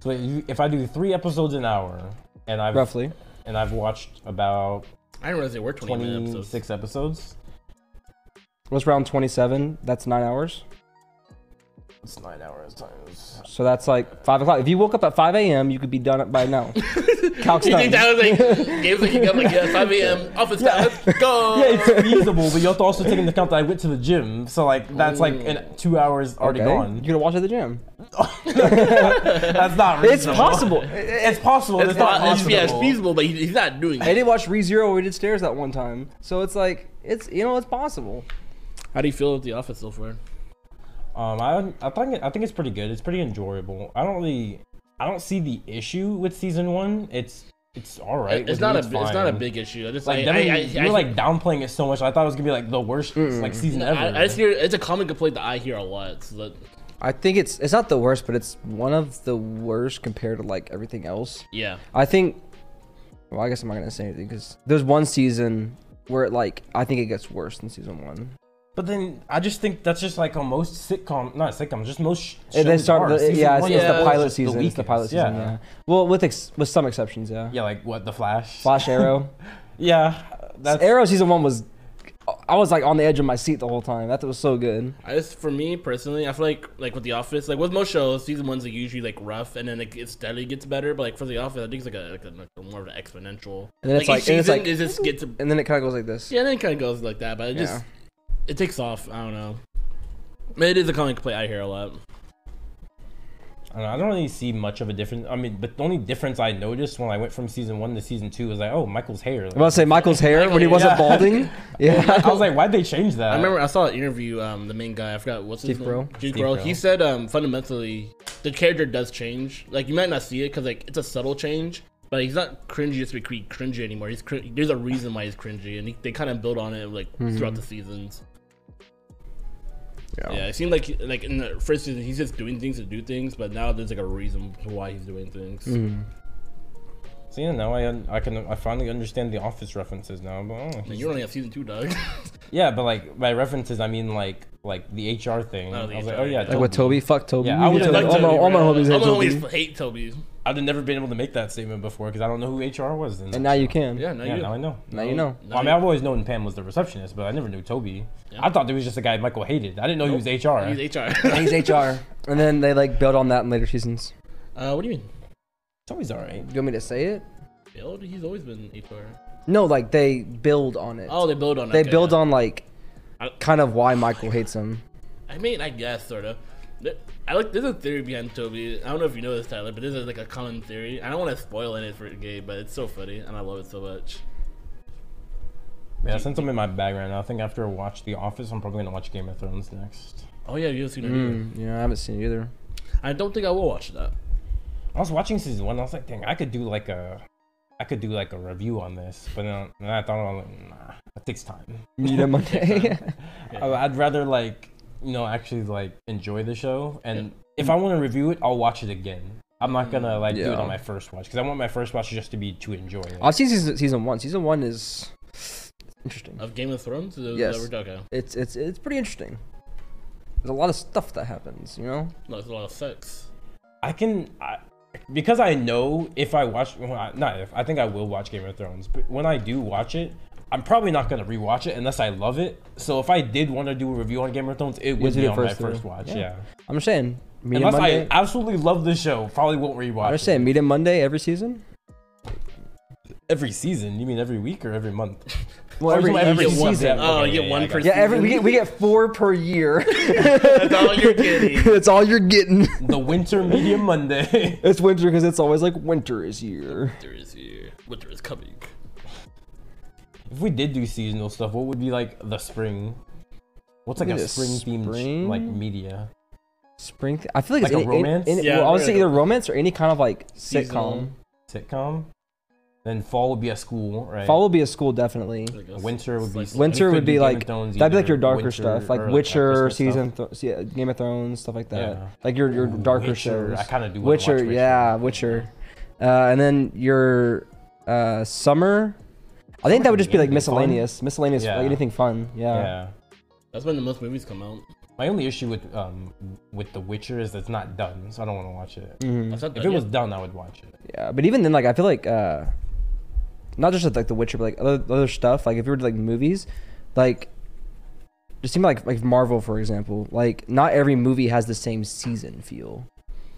Speaker 1: So you- if I do three episodes an hour, and I've
Speaker 3: roughly.
Speaker 1: and I've watched about
Speaker 2: I didn't realize they were 20 minute episodes.
Speaker 1: 26 episodes,
Speaker 3: What's round 27? That's nine hours.
Speaker 1: it's nine hours times.
Speaker 3: So that's like five o'clock. If you woke up at 5 a.m., you could be done by now.
Speaker 2: *laughs*
Speaker 3: Calc's
Speaker 2: You think
Speaker 3: done.
Speaker 2: *laughs* that was
Speaker 1: *laughs*
Speaker 2: like games like you got like yeah, 5 a.m. office time. Let's go.
Speaker 1: Yeah, *laughs* it's feasible, but you have to also take into account that I went to the gym, so like that's like an, two hours already
Speaker 3: Okay. You *laughs*
Speaker 1: gone.
Speaker 3: could watch at
Speaker 2: *laughs*
Speaker 3: the gym.
Speaker 1: That's not
Speaker 3: It's
Speaker 1: reasonable.
Speaker 3: possible.
Speaker 1: It's possible. It's,
Speaker 2: It's
Speaker 1: not
Speaker 2: not- it's-
Speaker 1: possible.
Speaker 2: yeah, it's feasible, but he, he's not doing
Speaker 3: I
Speaker 2: it.
Speaker 3: did watch ReZero. We did stairs that one time. So it's like it's you know it's possible.
Speaker 2: How do you feel with the office so far?
Speaker 1: Um, I I think it- I think it's pretty good. It's pretty enjoyable. I don't really I don't see the issue with season one. It's it's all right.
Speaker 2: It's
Speaker 1: with
Speaker 2: not
Speaker 1: me,
Speaker 2: a it's not a
Speaker 1: fine.
Speaker 2: big issue. I just
Speaker 1: Like
Speaker 2: like
Speaker 1: them-
Speaker 2: I, I, I,
Speaker 1: you're like downplaying it so much. I thought it was gonna be like the worst like season
Speaker 2: I,
Speaker 1: ever.
Speaker 2: I just hear it's a common complaint that I hear a lot. So that,
Speaker 3: I think it's it's not the worst, but it's one of the worst compared to like everything else.
Speaker 2: yeah,
Speaker 3: I think. Well, I guess I'm not gonna say anything because there's one season where it like I think it gets worse than season one.
Speaker 1: but then I just think that's just like on most sitcom, not sitcom, just most. Sh-
Speaker 3: And then
Speaker 1: shows
Speaker 3: start.
Speaker 1: are.
Speaker 3: the-
Speaker 1: Season
Speaker 3: yeah, it's,
Speaker 1: one
Speaker 3: it's
Speaker 1: is
Speaker 2: yeah,
Speaker 3: the
Speaker 1: just
Speaker 3: pilot season. it's the
Speaker 1: weakest,
Speaker 3: pilot season. Yeah. Well, with ex- with some exceptions, yeah.
Speaker 1: Yeah, like what the Flash. *laughs*
Speaker 3: Flash Arrow.
Speaker 1: Yeah, that's
Speaker 3: Arrow season one was. I was like on the edge of my seat the whole time. That was so good.
Speaker 2: I just for me personally, I feel like like with The Office, like with most shows, season one's like usually like rough, and then it, it steadily gets better. But like for The Office, I think it's like a, like a, like a more of an exponential.
Speaker 3: And then it's
Speaker 2: each
Speaker 3: like- and it's
Speaker 2: season,
Speaker 3: like-
Speaker 2: it just gets
Speaker 3: And then it kind of goes like this.
Speaker 2: yeah, and then it kind of goes like that. But it just it takes off. I don't know. But it is a common complaint I hear a lot.
Speaker 1: I don't, know, I don't really see much of a difference. I mean, but the only difference I noticed when I went from season one to season two was like, oh, Michael's hair.
Speaker 3: I'm about to say Michael's hair when he wasn't
Speaker 1: yeah. *laughs*
Speaker 3: balding.
Speaker 1: I
Speaker 3: Yeah.
Speaker 1: was like, why'd they change that?
Speaker 2: I remember I saw an interview. Um, the main guy, I forgot what's
Speaker 3: Steve
Speaker 2: his name.
Speaker 3: Carell?
Speaker 2: Steve
Speaker 1: Steve
Speaker 2: Carell. He
Speaker 1: Carell.
Speaker 2: said, um, fundamentally, the character does change. Like you might not see it because like it's a subtle change, but he's not cringy just to be cr- cringy anymore. He's cr- there's a reason why he's cringy, and he, they kind of build on it like
Speaker 3: Mm-hmm.
Speaker 2: throughout the seasons. Yeah, it seemed like like in the first season he's just doing things to do things, but now there's like a reason why he's doing things.
Speaker 3: Mm-hmm.
Speaker 1: So yeah, now I un- I can I finally understand the office references now. But oh,
Speaker 2: Like,
Speaker 1: he's-
Speaker 2: you only have season two, Doug.
Speaker 1: yeah, but like by references I mean like like the HR thing.
Speaker 2: Oh,
Speaker 1: I
Speaker 2: the
Speaker 1: was like,
Speaker 2: HR,
Speaker 1: oh yeah,
Speaker 2: yeah.
Speaker 3: *laughs* Like with Toby, fuck Toby.
Speaker 1: Yeah, I
Speaker 3: We
Speaker 1: would've
Speaker 3: Toby.
Speaker 1: liked
Speaker 3: *laughs* All my,
Speaker 1: Toby,
Speaker 3: all my
Speaker 2: bro.
Speaker 3: homies
Speaker 2: All
Speaker 3: hate
Speaker 2: my
Speaker 3: Toby.
Speaker 2: homies hate Toby.
Speaker 1: I'd have never been able to make that statement before because I don't know who HR was. Then.
Speaker 3: And now you can.
Speaker 2: Yeah, now
Speaker 1: yeah,
Speaker 2: you.
Speaker 1: now I know.
Speaker 3: Now you know.
Speaker 1: Well, I mean, I've always known Pam was the receptionist, but I never knew Toby. I thought there was just a guy Michael hated. I didn't know he was HR.
Speaker 2: He's HR.
Speaker 3: *laughs* He's HR. And then they like build on that in later seasons.
Speaker 2: uh, what do you mean?
Speaker 1: Toby's alright.
Speaker 3: You want me to say it?
Speaker 2: Build? He's always been E HR.
Speaker 3: No, like they build on it.
Speaker 2: Oh, they build on. it.
Speaker 3: they
Speaker 2: Okay,
Speaker 3: build
Speaker 2: yeah.
Speaker 3: on like
Speaker 2: I-
Speaker 3: kind of why Michael hates him.
Speaker 2: I mean, I guess sort of. There- I like. There's a theory behind Toby. I don't know if you know this, Tyler, but this is like a common theory. I don't want to spoil it for Gabe, but it's so funny and I love it so much.
Speaker 1: Yeah, since I'm in my bag right now, I think after I watch The Office, I'm probably gonna watch Game of Thrones next.
Speaker 2: Oh yeah, you've seen it. either.
Speaker 3: Mm, yeah, I haven't seen it either.
Speaker 2: I don't think I will watch that.
Speaker 1: I was watching season one. I was like, dang, I could do like a, I I could do like a review on this, but then, then I thought about like, nah, that takes time.
Speaker 3: *laughs* Meet on *laughs* Monday.
Speaker 2: Yeah.
Speaker 1: I- I'd rather like you know actually like enjoy the show, and if I want to review it, I'll watch it again. I'm not gonna like do it
Speaker 3: Yeah.
Speaker 1: on my first watch because I want my first watch just to be to enjoy it.
Speaker 3: I've seen season, season one. Season one is interesting.
Speaker 2: Of Game of Thrones? Is it-
Speaker 3: Yes.
Speaker 2: is that what we're- okay.
Speaker 3: It's it's it's pretty interesting. There's a lot of stuff that happens, you know.
Speaker 2: No, it's a lot of sex.
Speaker 1: I can I, because I know if I watch well, I- not if I think I will watch Game of Thrones, but when I do watch it, I'm probably not gonna rewatch it unless I love it. So if I did want to do a review on Game of Thrones, it would
Speaker 3: do
Speaker 1: be
Speaker 3: it
Speaker 1: on
Speaker 3: first,
Speaker 1: my
Speaker 3: yeah.
Speaker 1: first watch.
Speaker 3: Yeah.
Speaker 1: Yeah,
Speaker 3: I'm just saying. Meet on
Speaker 1: unless
Speaker 3: Monday.
Speaker 1: I absolutely love the show, probably won't rewatch.
Speaker 3: I'm
Speaker 1: it.
Speaker 3: just saying. Meet on Monday every season.
Speaker 1: every season. You mean every week or every month?
Speaker 3: Well, every,
Speaker 1: Every-
Speaker 3: every,
Speaker 1: every
Speaker 2: Get one-
Speaker 3: season.
Speaker 1: Yeah,
Speaker 2: Oh,
Speaker 1: okay,
Speaker 2: you
Speaker 1: yeah,
Speaker 2: get one
Speaker 1: I got
Speaker 2: per
Speaker 1: it.
Speaker 3: yeah, every we
Speaker 2: season?
Speaker 1: *laughs*
Speaker 3: get, we get four per year. *laughs*
Speaker 2: That's all you're getting. *laughs*
Speaker 3: That's all you're getting.
Speaker 1: The
Speaker 3: *laughs*
Speaker 1: Winter Media Monday. *laughs*
Speaker 3: It's winter because it's always like winter is here.
Speaker 2: Winter is here. Winter is coming.
Speaker 1: If we did do seasonal stuff, what would be like the spring? What's like
Speaker 3: Maybe
Speaker 1: a
Speaker 3: the
Speaker 1: spring themed
Speaker 3: spring?
Speaker 1: like media?
Speaker 3: Spring. I feel like,
Speaker 1: Like a
Speaker 3: it's any- any-
Speaker 1: romance?
Speaker 3: any-
Speaker 2: Yeah,
Speaker 3: well, I would
Speaker 2: we're
Speaker 3: say
Speaker 2: gonna-
Speaker 3: either romance or any kind of like
Speaker 2: Seasonal.
Speaker 3: sitcom.
Speaker 1: Sitcom? Then fall would be a school, right?
Speaker 3: Fall would be a school definitely.
Speaker 2: I guess.
Speaker 1: Winter would be
Speaker 2: It's
Speaker 1: Win-
Speaker 3: Winter
Speaker 1: could
Speaker 3: would
Speaker 1: do
Speaker 3: be
Speaker 1: Game of
Speaker 3: like
Speaker 1: Thrones
Speaker 3: that'd be like
Speaker 1: either
Speaker 3: your darker
Speaker 1: winter
Speaker 3: stuff, like
Speaker 1: or, like,
Speaker 3: Witcher
Speaker 1: Christmas stuff.
Speaker 3: season, th- yeah, Game of Thrones stuff like that.
Speaker 1: Yeah.
Speaker 3: Like your your
Speaker 1: Ooh,
Speaker 3: darker
Speaker 1: Witcher.
Speaker 3: shows.
Speaker 1: I kinda do wanna
Speaker 3: Witcher,
Speaker 1: watch Witcher.
Speaker 3: yeah, Witcher, uh, and then your uh, summer. I think that would just be like
Speaker 1: Anything fun?
Speaker 3: miscellaneous, miscellaneous,
Speaker 1: Yeah.
Speaker 3: like anything fun. Yeah.
Speaker 1: yeah.
Speaker 2: That's when the most movies come out.
Speaker 3: Mm.
Speaker 1: My only issue with um with The Witcher is that it's not done, so I don't want to watch it.
Speaker 3: Mhm.
Speaker 2: That's not
Speaker 1: If
Speaker 2: done
Speaker 1: it was
Speaker 2: yet.
Speaker 1: done, I would watch it.
Speaker 3: Yeah, but even then, like I feel like uh, not just with, like The Witcher, but like other other stuff. Like if you were to like movies, like just seem like like Marvel for example. Like not every movie has the same season feel,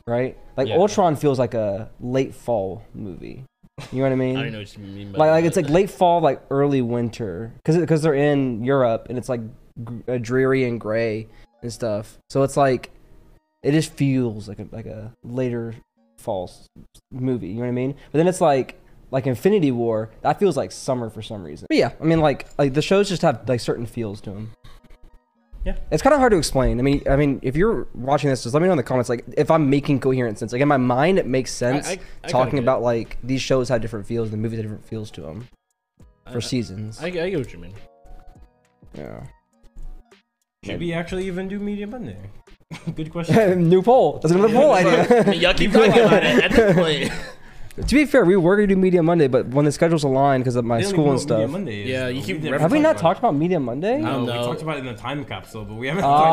Speaker 3: right? Like
Speaker 1: Yeah.
Speaker 3: Ultron feels like a late fall movie. You know what I
Speaker 2: *laughs*
Speaker 3: mean?
Speaker 2: I don't know what you mean by
Speaker 3: Like, like
Speaker 2: that. *laughs*
Speaker 3: it's like late fall, like early winter, because because they're in Europe and it's like gr- uh, dreary and gray and stuff. So it's like it just feels like a, like a later fall s- movie. You know what I mean? But then it's like like Infinity War that feels like summer for some reason. But yeah, I mean like like the shows just have like certain feels to them.
Speaker 1: Yeah.
Speaker 3: It's kind of hard to explain. I mean, I mean, if you're watching this, just let me know in the comments. Like, if I'm making coherent sense, like in my mind, it makes sense.
Speaker 2: I- I kinda
Speaker 3: talking
Speaker 2: get it.
Speaker 3: about like these shows have different feels, the movies have different feels to them for
Speaker 2: I-
Speaker 3: seasons.
Speaker 2: I, I get what you mean.
Speaker 3: yeah. *laughs*
Speaker 1: Should we actually even do Media Monday? *laughs* Good
Speaker 3: *laughs*
Speaker 1: question.
Speaker 3: New poll. That's
Speaker 2: *laughs*
Speaker 3: another poll idea. *laughs*
Speaker 2: Y'all keep talking about it at this point.
Speaker 3: to be fair, we were gonna do Media Monday, but when the schedule's aligned because of my
Speaker 1: I don't even
Speaker 3: school
Speaker 1: know
Speaker 3: and
Speaker 1: what Media
Speaker 3: stuff.
Speaker 1: Monday is,
Speaker 2: Yeah,
Speaker 1: though.
Speaker 2: you keep
Speaker 1: never
Speaker 2: referencing
Speaker 3: Have we not
Speaker 1: about it.
Speaker 3: talked about Media Monday?
Speaker 2: I
Speaker 1: No,
Speaker 2: don't
Speaker 1: we
Speaker 2: know.
Speaker 1: talked about it in the time capsule, but we haven't.
Speaker 3: Ah.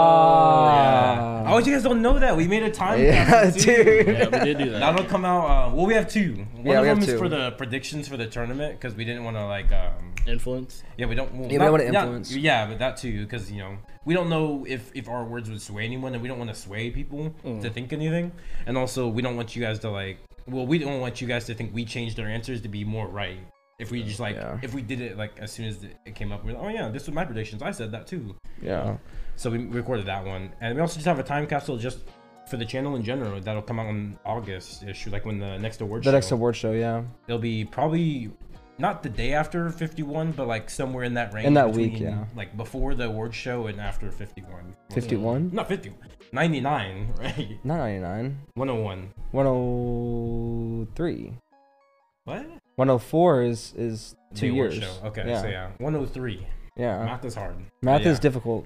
Speaker 1: talked, yeah. Oh, you guys don't know that we made a time
Speaker 3: *laughs* Yeah,
Speaker 1: capsule. too.
Speaker 2: *laughs*
Speaker 3: dude.
Speaker 2: Yeah, we did do that.
Speaker 1: That'll come out. Uh, well, we have two. One
Speaker 3: Yeah,
Speaker 1: of
Speaker 3: we
Speaker 1: them
Speaker 3: have
Speaker 1: is
Speaker 3: two.
Speaker 1: for the predictions for the tournament because we didn't want to like. Um,
Speaker 2: *laughs* Influence.
Speaker 1: yeah, we don't. Well,
Speaker 3: we
Speaker 1: not-
Speaker 3: don't wanna
Speaker 1: not-
Speaker 3: influence.
Speaker 1: yeah, but that too, because you know we don't know if if our words would sway anyone, and we don't want to sway people to
Speaker 3: Mm.
Speaker 1: think anything, and also we don't want you guys to like. Well, we don't want you guys to think we changed our answers to be more right. If we just like,
Speaker 3: Yeah.
Speaker 1: if we did it like as soon as it came up, we're like, oh yeah, this was my predictions. I said that too.
Speaker 3: Yeah.
Speaker 1: So we recorded that one, and we also just have a time capsule just for the channel in general that'll come out in August issue, like when the next award
Speaker 3: The
Speaker 1: show.
Speaker 3: next award show, yeah.
Speaker 1: it'll be probably not the day after 51, but like somewhere in that range.
Speaker 3: In that week, yeah.
Speaker 1: Like before the award show and after 51.
Speaker 3: Fifty-one.
Speaker 1: Not 51, 99, *laughs* right?
Speaker 3: Not ninety-nine.
Speaker 1: 101.
Speaker 3: One oh three.
Speaker 1: What?
Speaker 3: One oh four is is
Speaker 1: the
Speaker 3: two
Speaker 1: award
Speaker 3: years.
Speaker 1: show. Okay, so yeah, 103.
Speaker 3: Yeah.
Speaker 1: Math is hard.
Speaker 3: Math
Speaker 1: But yeah.
Speaker 3: is difficult.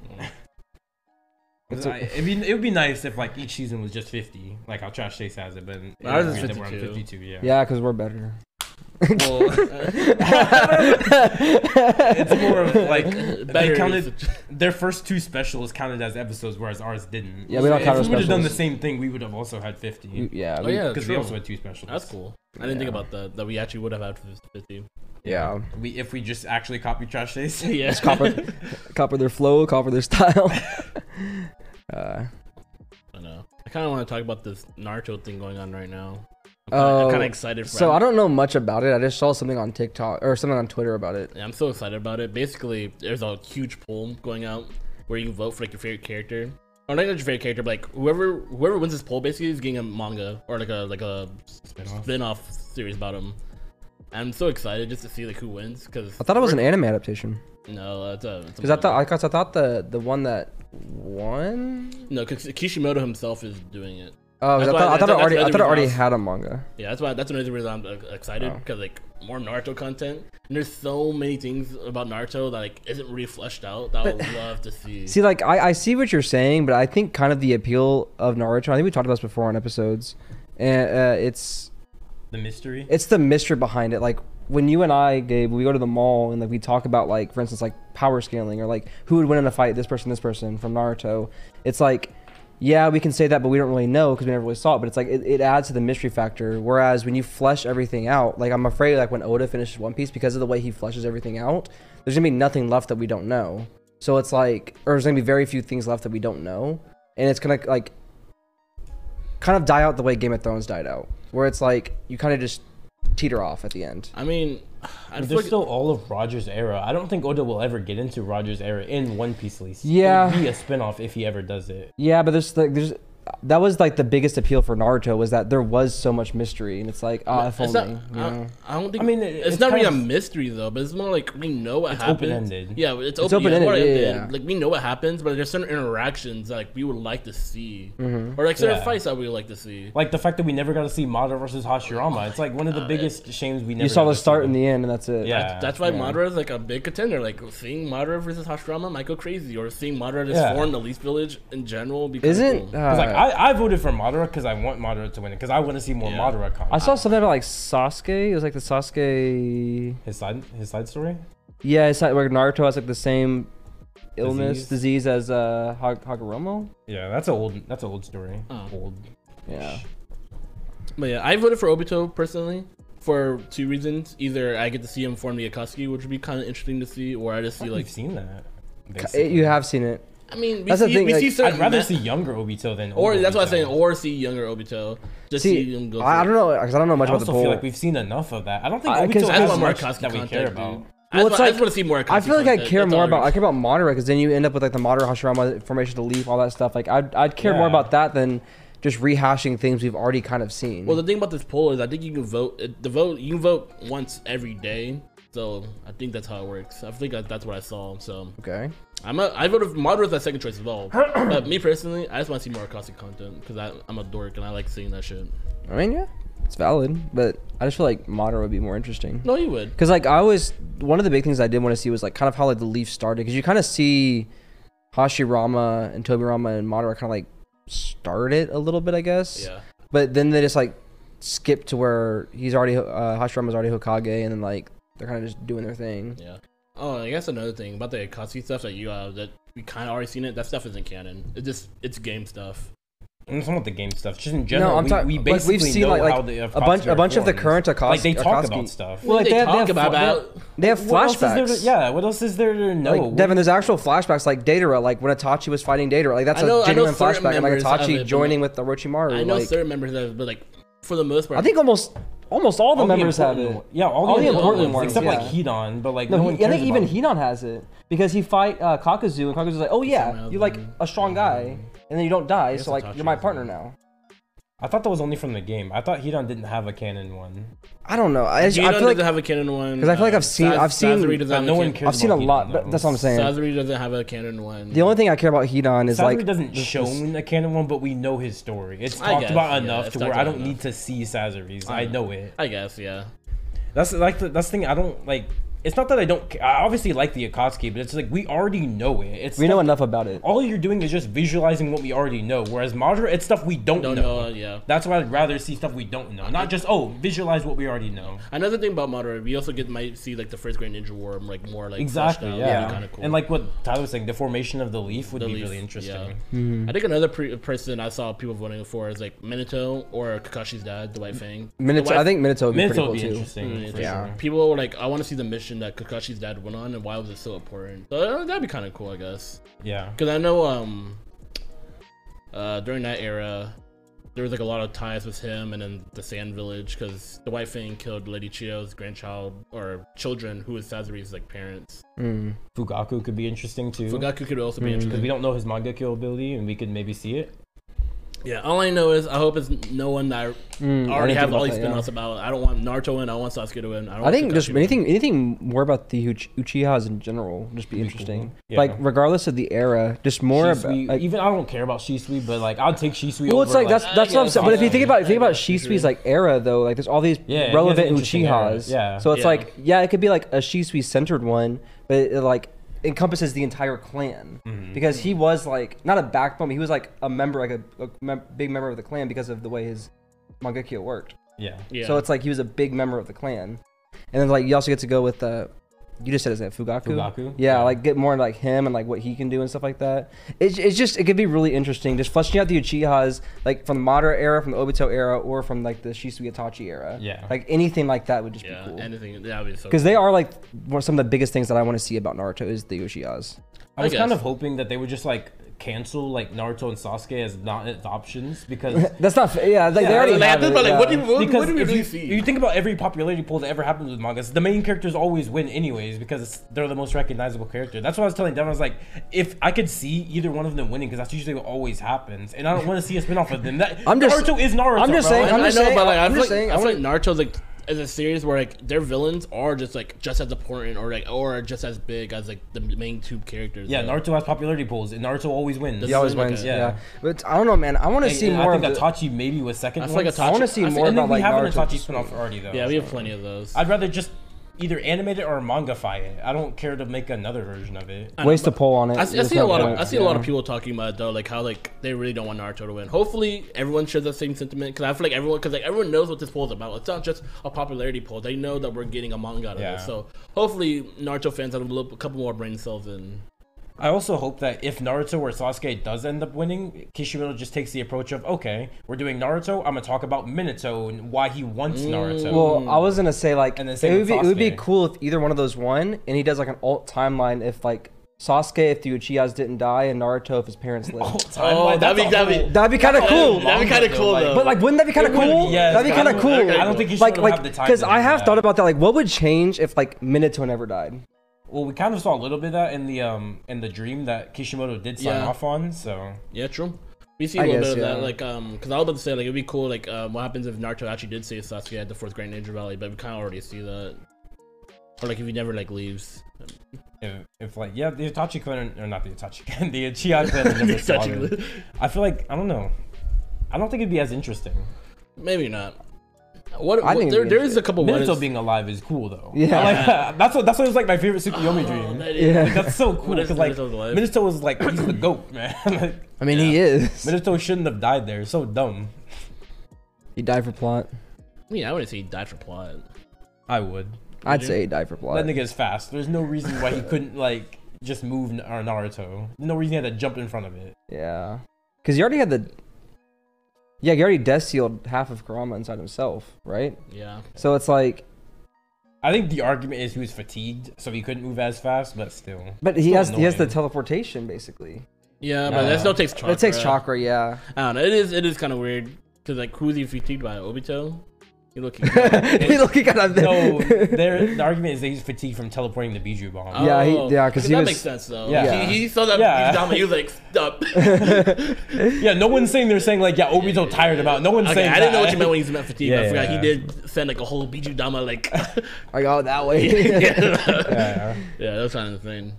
Speaker 3: It's a-
Speaker 1: I- I mean, it would be nice if like each season was just 50, like how Trash Chase has it, but it
Speaker 2: Ours
Speaker 1: would
Speaker 2: is
Speaker 1: be that we're on
Speaker 2: 52.
Speaker 1: 52, yeah.
Speaker 3: Yeah, because we're better.
Speaker 2: Well,
Speaker 1: *laughs* It's more of *laughs* like
Speaker 2: better
Speaker 1: they counted
Speaker 2: is-
Speaker 1: their first two specials counted as episodes, whereas ours didn't.
Speaker 3: Yeah, we don't count
Speaker 1: If we
Speaker 3: our
Speaker 1: would have done the
Speaker 3: specials.
Speaker 1: same thing, we would have also had fifty.
Speaker 3: yeah.
Speaker 2: oh
Speaker 3: we-
Speaker 2: yeah,
Speaker 1: Because we
Speaker 2: true.
Speaker 1: also had two specials.
Speaker 2: That's cool. I didn't think
Speaker 3: Yeah.
Speaker 2: about that. That we actually would have had fifty.
Speaker 3: Yeah.
Speaker 1: We if we just actually copy Trash Days.
Speaker 2: *laughs* yeah.
Speaker 3: Just copper, copper their flow, copper their style. uh,
Speaker 2: I know. I kind of want to talk about this Naruto thing going on right now. I'm
Speaker 3: Oh,
Speaker 2: kind of excited for.
Speaker 3: so
Speaker 2: it.
Speaker 3: I don't know much about it. I just saw something on TikTok or something on Twitter about it.
Speaker 2: Yeah, I'm so excited about it. Basically, there's a huge poll going out where you vote for like your favorite character, or not your favorite character, but like whoever whoever wins this poll basically is getting a manga or like a like a
Speaker 1: *laughs* Spin-off.
Speaker 2: spin-off series about him. I'm so excited just to see like who wins because
Speaker 3: I thought it was an anime adaptation
Speaker 2: no, that's a
Speaker 3: because I thought because I thought the the one that won.
Speaker 2: no, because Kishimoto himself is doing it.
Speaker 3: Oh, 'cause I
Speaker 2: That's why-
Speaker 3: thought, I
Speaker 2: that's-
Speaker 3: thought it
Speaker 2: that's
Speaker 3: already
Speaker 2: the
Speaker 3: I
Speaker 2: other
Speaker 3: thought it already
Speaker 2: reason I
Speaker 3: had a manga. Oh.
Speaker 2: Yeah, that's why that's another reason I'm uh, excited because like more Naruto content. And there's so many things about Naruto that like isn't really fleshed out that I would love to see.
Speaker 3: *sighs* See, like I, I see what you're saying, but I think kind of the appeal of Naruto. I think we talked about this before on episodes, and uh, it's
Speaker 1: The mystery.
Speaker 3: it's the mystery behind it. Like when you and I, Gabe, we go to the mall and like we talk about like, for instance, like power scaling or like who would win in a fight, this person, this person from Naruto. It's like, yeah, we can say that, but we don't really know because we never really saw it. But it's like it, it adds to the mystery factor. Whereas when you flesh everything out, like I'm afraid like when Oda finishes One Piece, because of the way he fleshes everything out, there's gonna be nothing left that we don't know. So it's like, or there's gonna be very few things left that we don't know, and it's gonna like kind of die out the way Game of Thrones died out, where it's like you kind of just teeter off at the end.
Speaker 2: I mean, *sighs* I
Speaker 1: But
Speaker 2: feel
Speaker 1: There's
Speaker 2: like
Speaker 1: still all of Roger's era. I don't think Oda will ever get into Roger's era in One Piece, at least.
Speaker 3: Yeah.
Speaker 1: It'd be a spinoff if he ever does it.
Speaker 3: Yeah, but there's like there's that was like the biggest appeal for Naruto was that there was so much mystery, and it's like ah, if
Speaker 2: it's
Speaker 3: only.
Speaker 2: not.
Speaker 3: you
Speaker 2: I,
Speaker 3: know?
Speaker 2: I don't think.
Speaker 1: I mean, it-
Speaker 2: it's,
Speaker 1: it's
Speaker 2: not really a
Speaker 1: kind of-
Speaker 2: mystery though, but it's more like we know what happens.
Speaker 1: open-ended.
Speaker 2: Yeah, it's,
Speaker 3: It's
Speaker 2: open. yeah,
Speaker 3: open-ended,
Speaker 2: more
Speaker 3: yeah,
Speaker 2: open-ended.
Speaker 3: yeah.
Speaker 2: Like we know what happens, but there's certain interactions that like we would like to see,
Speaker 3: Mm-hmm.
Speaker 2: or like certain
Speaker 1: Yeah.
Speaker 2: fights that we would like to see.
Speaker 1: Like the fact that we never got to see Madara versus Hashirama. It's like one of the biggest shames we never.
Speaker 3: Uh, You saw
Speaker 1: got
Speaker 3: the
Speaker 1: to see.
Speaker 3: start and the end, and that's it.
Speaker 1: Yeah.
Speaker 2: That's why Madara is like a big contender. Like seeing Madara versus Hashirama might go crazy, or seeing Madara just
Speaker 1: Yeah.
Speaker 2: form the Least Village in general. Because
Speaker 3: Isn't uh,
Speaker 1: 'Cause, like I, I voted for Madara because I want Madara to win it because I want to see more
Speaker 2: Yeah.
Speaker 1: Madara content.
Speaker 3: I saw something about like Sasuke. It was like the Sasuke.
Speaker 1: his side his side story.
Speaker 3: Yeah, it's like where Naruto has like the same illness
Speaker 1: Disease?
Speaker 3: disease, as uh Hag- Hagoromo.
Speaker 1: Yeah, that's an old that's an old story.
Speaker 2: Oh.
Speaker 1: Old.
Speaker 3: Yeah.
Speaker 2: But yeah, I voted for Obito personally for two reasons. Either I get to see him form the Akatsuki, which would be kind of interesting to see, or I just see
Speaker 1: Like
Speaker 2: like
Speaker 1: you've seen that.
Speaker 3: It-
Speaker 1: basically.
Speaker 3: you have seen it.
Speaker 2: I mean, we
Speaker 3: That's the
Speaker 2: see,
Speaker 3: thing,
Speaker 2: we
Speaker 3: like,
Speaker 2: see certain
Speaker 1: I'd rather
Speaker 2: ma-
Speaker 1: see younger Obito than
Speaker 2: or
Speaker 1: older
Speaker 2: that's what I'm
Speaker 1: Obito.
Speaker 2: saying, or see younger Obito. Just see, him
Speaker 3: See,
Speaker 2: go.
Speaker 3: I, I
Speaker 2: through.
Speaker 3: don't know, cause I don't know much
Speaker 1: I
Speaker 3: about the
Speaker 1: also feel
Speaker 3: poll.
Speaker 1: like we've seen enough of that. I don't think
Speaker 3: I- 'cause
Speaker 1: Obito
Speaker 2: I
Speaker 1: has
Speaker 2: want more
Speaker 1: much
Speaker 2: Akatsuki
Speaker 1: that we
Speaker 2: content,
Speaker 1: care
Speaker 2: dude.
Speaker 1: about.
Speaker 2: I,
Speaker 3: Well,
Speaker 2: just want,
Speaker 3: it's
Speaker 2: I
Speaker 3: like-
Speaker 2: just want to see more. Akatsuki
Speaker 3: I feel like
Speaker 2: content.
Speaker 3: I care
Speaker 2: That's
Speaker 3: more
Speaker 2: all
Speaker 3: about I
Speaker 2: it is.
Speaker 3: care about Madara because then you end up with like the Madara Hashirama formation to leaf, all that stuff. Like I'd, I'd care more
Speaker 1: Yeah.
Speaker 3: about that than just rehashing things we've already kind of seen.
Speaker 2: Well, the thing about this poll is, I think you can vote. it- The vote you can vote once every day. So I think that's how it works. I think that- that's what I saw. So
Speaker 3: okay.
Speaker 2: I'm a, I voted for Madara's my second choice as
Speaker 3: *coughs*
Speaker 2: well. but me personally, I just want to see more Akatsuki content because I'm a dork and I like seeing that shit.
Speaker 3: I mean, yeah, it's valid, but I just feel like Madara would be more interesting.
Speaker 2: No, you would.
Speaker 3: Because like I always one of the big things I did want to see was like kind of how like the Leaf started because you kind of see Hashirama and Tobirama and Madara kind of like start it a little bit, I guess.
Speaker 2: Yeah.
Speaker 3: But then they just like skip to where he's already uh, Hashirama's already Hokage, and then like they're kind of just doing their thing.
Speaker 2: Yeah. Oh, I guess another thing about the Akatsuki stuff that you uh, that we kind of already seen it. That stuff isn't canon. It just it's game stuff.
Speaker 1: And it's not the game stuff. Just in general, we,
Speaker 3: talk-
Speaker 1: we
Speaker 3: like,
Speaker 1: basically know how the
Speaker 3: a bunch,
Speaker 1: Akatsuki
Speaker 3: a bunch of the
Speaker 1: forms.
Speaker 3: current Akatsuki.
Speaker 1: like they talk
Speaker 3: Akatsuki-
Speaker 1: about stuff.
Speaker 3: Well, like,
Speaker 2: They
Speaker 3: they, have- they
Speaker 2: talk
Speaker 3: have
Speaker 2: about
Speaker 3: fla- they have-
Speaker 2: that.
Speaker 3: They have
Speaker 1: What else is there to-
Speaker 3: flashbacks.
Speaker 1: yeah, what else is there to know?
Speaker 3: Like Devin, there's actual flashbacks like Datara, like when Itachi was fighting Datara, like that's
Speaker 2: I know- I know
Speaker 3: a genuine
Speaker 2: certain
Speaker 3: flashback, and like
Speaker 2: members of it,
Speaker 3: Itachi
Speaker 2: but
Speaker 3: joining
Speaker 2: like-
Speaker 3: with Orochimaru.
Speaker 2: I know
Speaker 3: like,
Speaker 2: certain members have, it, but like for the most part,
Speaker 3: I think almost almost all the
Speaker 1: All
Speaker 3: members have
Speaker 1: important
Speaker 3: it.
Speaker 1: one- Yeah, all,
Speaker 3: All
Speaker 1: the,
Speaker 3: the
Speaker 1: important
Speaker 2: important
Speaker 1: ones, except
Speaker 3: ones,
Speaker 1: like Hedon, but like no,
Speaker 3: No,
Speaker 1: one
Speaker 3: he, I
Speaker 1: cares
Speaker 3: think even
Speaker 1: about him.
Speaker 3: Hinon has it because he fight uh, Kakuzu, and Kakuzu's like, "Oh yeah,
Speaker 2: somehow
Speaker 3: you like a strong guy, and then you don't die, so like
Speaker 2: Itachi
Speaker 3: you're my
Speaker 2: has
Speaker 3: partner
Speaker 2: it.
Speaker 3: now."
Speaker 1: I thought that was only from the game. I thought Hedon didn't have a canon one.
Speaker 3: I don't know. I, just,
Speaker 2: Gino
Speaker 3: I feel like
Speaker 2: doesn't have a canon one
Speaker 3: 'cause I feel like
Speaker 2: uh,
Speaker 3: I've seen-
Speaker 2: Saz-
Speaker 3: I've seen-
Speaker 2: Sazori doesn't
Speaker 1: But
Speaker 2: have
Speaker 1: no
Speaker 2: a
Speaker 1: one
Speaker 2: canon-
Speaker 1: cares.
Speaker 3: I've seen a
Speaker 1: about
Speaker 3: lot.
Speaker 1: Hedon,
Speaker 3: That,
Speaker 1: though.
Speaker 3: that's what I'm saying.
Speaker 2: Sazori doesn't have a canon one.
Speaker 3: the only thing I care about Hinon is
Speaker 1: Sasori
Speaker 3: like
Speaker 1: doesn't
Speaker 3: this-
Speaker 1: show
Speaker 3: this-
Speaker 1: a canon one, but we know his story. It's
Speaker 2: I
Speaker 1: talked
Speaker 2: guess,
Speaker 1: about
Speaker 2: yeah,
Speaker 1: enough
Speaker 2: it's
Speaker 1: to
Speaker 2: talked
Speaker 1: where I
Speaker 2: about
Speaker 1: don't
Speaker 2: enough.
Speaker 1: need to see Sazori's. I know it.
Speaker 2: I guess, yeah.
Speaker 1: That's like the, that's the thing. I don't like. It's not that I don't. ca- I obviously like the Akatsuki, but it's like we already know it. It's
Speaker 3: We know
Speaker 1: stuff-
Speaker 3: enough about it.
Speaker 1: All you're doing is just visualizing what we already know. Whereas Madara, it's stuff we don't,
Speaker 2: Don't
Speaker 1: know.
Speaker 2: know, uh, yeah.
Speaker 1: That's why I'd rather see stuff we don't know, not just oh, visualize what we already know.
Speaker 2: Another thing about Madara, we also get might see like the first Great Ninja War, like more like
Speaker 1: Exactly.
Speaker 2: fleshed out.
Speaker 1: Yeah.
Speaker 2: That'd be kinda cool.
Speaker 1: And like what Tyler was saying, the formation of the leaf would be
Speaker 2: Leaf,
Speaker 1: really interesting.
Speaker 2: yeah.
Speaker 3: Hmm.
Speaker 2: I think another pre- person I saw people voting for is like Minato or Kakashi's dad, the White Fang.
Speaker 3: Minato,
Speaker 2: The White-
Speaker 3: I think Minato would be
Speaker 1: Mental would
Speaker 3: pretty
Speaker 1: be
Speaker 3: cool too.
Speaker 1: interesting. for
Speaker 2: Mm, Yeah.
Speaker 1: sure.
Speaker 2: People were like, I want to see the mission that Kakashi's dad went on and why was it so important. So uh, that'd be kind of cool, I guess.
Speaker 1: Yeah.
Speaker 2: Because I know um, uh, during that era, there was like a lot of ties with him and then the Sand Village because the White Fang killed Lady Chio's grandchild or children who was Sazuri's like parents.
Speaker 3: Mm.
Speaker 1: Fugaku could be interesting too.
Speaker 2: Fugaku could also be
Speaker 3: Mhm.
Speaker 1: Because
Speaker 2: interesting.
Speaker 1: we don't know his manga kill ability, and we could maybe see it.
Speaker 2: Yeah, all I know is I hope it's no one that I
Speaker 3: Mm, I
Speaker 2: already
Speaker 3: didn't
Speaker 2: have
Speaker 3: think
Speaker 2: all these
Speaker 3: about that, yeah.
Speaker 2: spin-offs about. I don't want Naruto to win. I don't want Sasuke to win. I, don't
Speaker 3: I
Speaker 2: want
Speaker 3: think just
Speaker 2: Kakashi to win.
Speaker 3: anything, anything more about the Uch- Uchihas in general would just be interesting.
Speaker 1: Yeah.
Speaker 3: Like regardless of the era, just more about.
Speaker 1: Shisui,
Speaker 3: Like,
Speaker 1: even I don't care about Shisui, but like I'll take Shisui.
Speaker 3: well,
Speaker 1: over,
Speaker 3: it's like that's that's what I'm
Speaker 1: yeah,
Speaker 3: saying. But if you think
Speaker 1: yeah.
Speaker 3: about if you think
Speaker 2: I
Speaker 3: about
Speaker 2: guess, for
Speaker 3: Shisui's
Speaker 2: sure.
Speaker 3: like era though, like there's all these
Speaker 1: Yeah, he has
Speaker 3: relevant
Speaker 1: interesting eras.
Speaker 3: Uchihas.
Speaker 1: Yeah.
Speaker 3: So it's
Speaker 2: Yeah.
Speaker 3: like yeah, it could be like a Shisui centered one, but it, like encompasses the entire clan
Speaker 1: Mm-hmm.
Speaker 3: because he was like not a backbone, but he was like a member, like a, a mem- big member of the clan because of the way his mangekyo worked.
Speaker 1: yeah.
Speaker 2: Yeah.
Speaker 3: So it's like he was a big member of the clan, and then like you also get to go with uh, you just said his name, Fugaku.
Speaker 1: Fugaku?
Speaker 3: Yeah,
Speaker 1: Yeah.
Speaker 3: like get more into, like him and like what he can do and stuff like that. It's, it's just it could be really interesting, just fleshing out the Uchihas like from the Madara era, from the Obito era, or from like the Shisui Itachi era.
Speaker 1: Yeah.
Speaker 3: like anything like that would just
Speaker 2: yeah,
Speaker 3: be cool.
Speaker 2: anything that would be so.
Speaker 3: Because they are like one, some of the biggest things that I want to see about Naruto is the Uchihas.
Speaker 1: I
Speaker 2: I
Speaker 1: was kind
Speaker 2: guess.
Speaker 1: of hoping that they would just like cancel like Naruto and Sasuke as not as options
Speaker 3: *laughs*
Speaker 1: because
Speaker 3: That's not fa- yeah. Like, they already
Speaker 2: Like,
Speaker 3: have
Speaker 2: at this
Speaker 3: it,
Speaker 2: point, like, what do you,
Speaker 3: yeah.
Speaker 2: what,
Speaker 1: because
Speaker 2: what do we
Speaker 1: if
Speaker 2: really
Speaker 1: you,
Speaker 2: see?
Speaker 1: you think about every popularity poll that ever happens with mangas, the main characters always win anyways because it's, they're the most recognizable character. That's what I was telling them. I was like, if I could see either one of them winning, because that's usually what always happens, and I don't want to see a spinoff of them. That
Speaker 3: *laughs* I'm just-
Speaker 1: Naruto is Naruto.
Speaker 3: I'm just
Speaker 1: bro.
Speaker 3: saying-
Speaker 2: i
Speaker 3: I'm
Speaker 2: know,
Speaker 3: just saying-
Speaker 2: but like, i
Speaker 3: I'm
Speaker 2: feel
Speaker 3: just
Speaker 2: like,
Speaker 3: saying,
Speaker 2: I
Speaker 3: I
Speaker 2: feel like Naruto's like as a series where like their villains are just like just as important or like or just as big as like the main two characters.
Speaker 1: Yeah,
Speaker 2: like,
Speaker 1: Naruto has popularity polls, and Naruto always wins.
Speaker 2: Does
Speaker 3: He always
Speaker 2: like
Speaker 3: wins.
Speaker 2: a-
Speaker 3: yeah.
Speaker 1: yeah.
Speaker 3: but I don't know, man. I want to
Speaker 1: And-
Speaker 3: see
Speaker 1: and
Speaker 3: more.
Speaker 1: I
Speaker 3: of
Speaker 1: think
Speaker 3: the-
Speaker 1: Itachi maybe was second.
Speaker 2: I feel like
Speaker 1: once.
Speaker 2: Itachi-
Speaker 3: I want to see
Speaker 2: I think-
Speaker 3: more
Speaker 1: And then
Speaker 3: about
Speaker 1: we
Speaker 3: like
Speaker 1: have
Speaker 3: Naruto.
Speaker 1: an Itachi spinoff already though.
Speaker 2: Yeah, we have
Speaker 1: so.
Speaker 2: plenty of those.
Speaker 1: I'd rather just either animate it or mangify it. I don't care to make another version of it.
Speaker 3: waste a poll on it.
Speaker 2: I see, I
Speaker 3: There's
Speaker 2: see a
Speaker 3: no
Speaker 2: lot of
Speaker 3: point.
Speaker 2: I see a lot of
Speaker 3: Yeah.
Speaker 2: people talking about it, though, like how like they really don't want Naruto to win. Hopefully, everyone shares the same sentiment because I feel like everyone because like everyone knows what this poll is about. It's not just a popularity poll; they know that we're getting a manga out of
Speaker 1: Yeah.
Speaker 2: this. So hopefully, Naruto fans have a, little, a couple more brain cells and
Speaker 1: I also hope that if Naruto or Sasuke does end up winning, Kishimoto just takes the approach of okay, we're doing Naruto. I'm gonna talk about Minato and why he wants Naruto. *laughs*
Speaker 3: Well, I was gonna say like
Speaker 1: Mm. And then
Speaker 3: it
Speaker 1: same
Speaker 3: would
Speaker 1: with
Speaker 3: be it would be
Speaker 1: Sasuke.
Speaker 3: cool if either one of those won, and he does like an alt timeline if like Sasuke if the Uchihas didn't die and Naruto if
Speaker 1: *laughs*
Speaker 3: his parents lived.
Speaker 1: Whole timeline,
Speaker 2: that'd
Speaker 1: that's
Speaker 2: be-
Speaker 1: a
Speaker 2: that'd be-
Speaker 1: whole-
Speaker 3: That'd be kind of
Speaker 1: that's a
Speaker 3: cool.
Speaker 1: whole
Speaker 2: *laughs* That'd be
Speaker 1: manga,
Speaker 2: kinda cool,
Speaker 1: like-
Speaker 2: though.
Speaker 3: But like, wouldn't that be kind of
Speaker 1: It would,
Speaker 3: cool?
Speaker 1: yes,
Speaker 3: That'd be
Speaker 1: that
Speaker 3: kind of
Speaker 1: would-
Speaker 3: cool.
Speaker 1: I don't think he
Speaker 3: like
Speaker 1: should
Speaker 3: like
Speaker 1: have the time
Speaker 3: because
Speaker 1: to
Speaker 3: I
Speaker 1: do
Speaker 3: have
Speaker 1: that.
Speaker 3: thought about that. Like, what would change if like Minato never died?
Speaker 1: well, we kind of saw a little bit of that in the um in the dream that Kishimoto did sign
Speaker 2: Yeah.
Speaker 1: off on. So
Speaker 2: yeah, true. We see a
Speaker 3: I
Speaker 2: little
Speaker 3: guess,
Speaker 2: bit of
Speaker 3: yeah.
Speaker 2: that, like um, because I was about to say like it'd be cool like um, what happens if Naruto actually did save Sasuke at the fourth Great Ninja Valley, but we kind of already see that, or like if he never like leaves.
Speaker 1: if, if like yeah, the Itachi clan or not the Itachi *laughs* clan, the Uchiha
Speaker 2: *laughs*
Speaker 1: clan never
Speaker 2: Itachi
Speaker 1: slaughtered.
Speaker 2: clan.
Speaker 1: I feel like I don't know. I don't think it'd be as interesting.
Speaker 2: Maybe not. What,
Speaker 3: I
Speaker 2: what-
Speaker 3: think it'd
Speaker 2: there,
Speaker 3: be
Speaker 2: there is a couple
Speaker 1: Minato
Speaker 2: winners.
Speaker 1: being *laughs* alive is cool though.
Speaker 3: Yeah.
Speaker 1: I *laughs* like that. That's what that's what was like my favorite Tsukuyomi
Speaker 2: *laughs* Oh,
Speaker 1: dream.
Speaker 2: that
Speaker 3: Yeah.
Speaker 2: is-
Speaker 1: Like, that's *laughs* so cool
Speaker 2: *laughs* What is
Speaker 1: because like
Speaker 2: Minato alive?
Speaker 1: Minato was like he's the goat, *laughs* man. like,
Speaker 3: I mean, he is.
Speaker 1: Minato shouldn't have died there. So dumb.
Speaker 3: He died for plot.
Speaker 2: I mean, I wouldn't say he died for plot.
Speaker 1: I would.
Speaker 3: I'd say he died for plot.
Speaker 1: That nigga is fast. There's no reason why he couldn't like just move N- or Naruto. No reason he had to jump in front of it.
Speaker 3: Yeah, because he already had the. Yeah, he already death sealed half of Kurama inside himself, right?
Speaker 2: Yeah.
Speaker 3: So it's like
Speaker 1: I think the argument is he was fatigued, so he couldn't move as fast. But
Speaker 2: *laughs*
Speaker 1: still,
Speaker 3: But he
Speaker 1: Still
Speaker 3: has he has the
Speaker 1: annoying.
Speaker 3: teleportation basically.
Speaker 2: Yeah, but that still takes chakra.
Speaker 3: It takes chakra, yeah. *laughs*
Speaker 2: I don't know. It is. It is kind of weird because like who's he fatigued by? Obito. You look.
Speaker 3: *laughs* he looking kind of *laughs*
Speaker 1: no. their- the argument is that he's fatigued from teleporting the Biju bomb.
Speaker 3: Yeah, he- yeah, 'cause he
Speaker 2: Oh, that
Speaker 3: was-
Speaker 2: makes sense though.
Speaker 1: Yeah.
Speaker 2: He, he saw that.
Speaker 1: Yeah.
Speaker 2: Yeah. He was like,
Speaker 3: *laughs*
Speaker 2: stop.
Speaker 1: Yeah, no one's saying they're saying like yeah, Obito tired him out. Uh, No one's
Speaker 2: Oh. Okay,
Speaker 1: saying
Speaker 2: I didn't
Speaker 1: that.
Speaker 2: know what you meant when he's meant fatigued.
Speaker 1: Yeah,
Speaker 2: but I forgot
Speaker 1: yeah.
Speaker 2: he did send like a whole Biju Dama
Speaker 3: *laughs*
Speaker 2: like. *laughs*
Speaker 3: I go that way.
Speaker 2: yeah.
Speaker 1: *laughs* Yeah.
Speaker 2: Yeah, that's kind of the thing.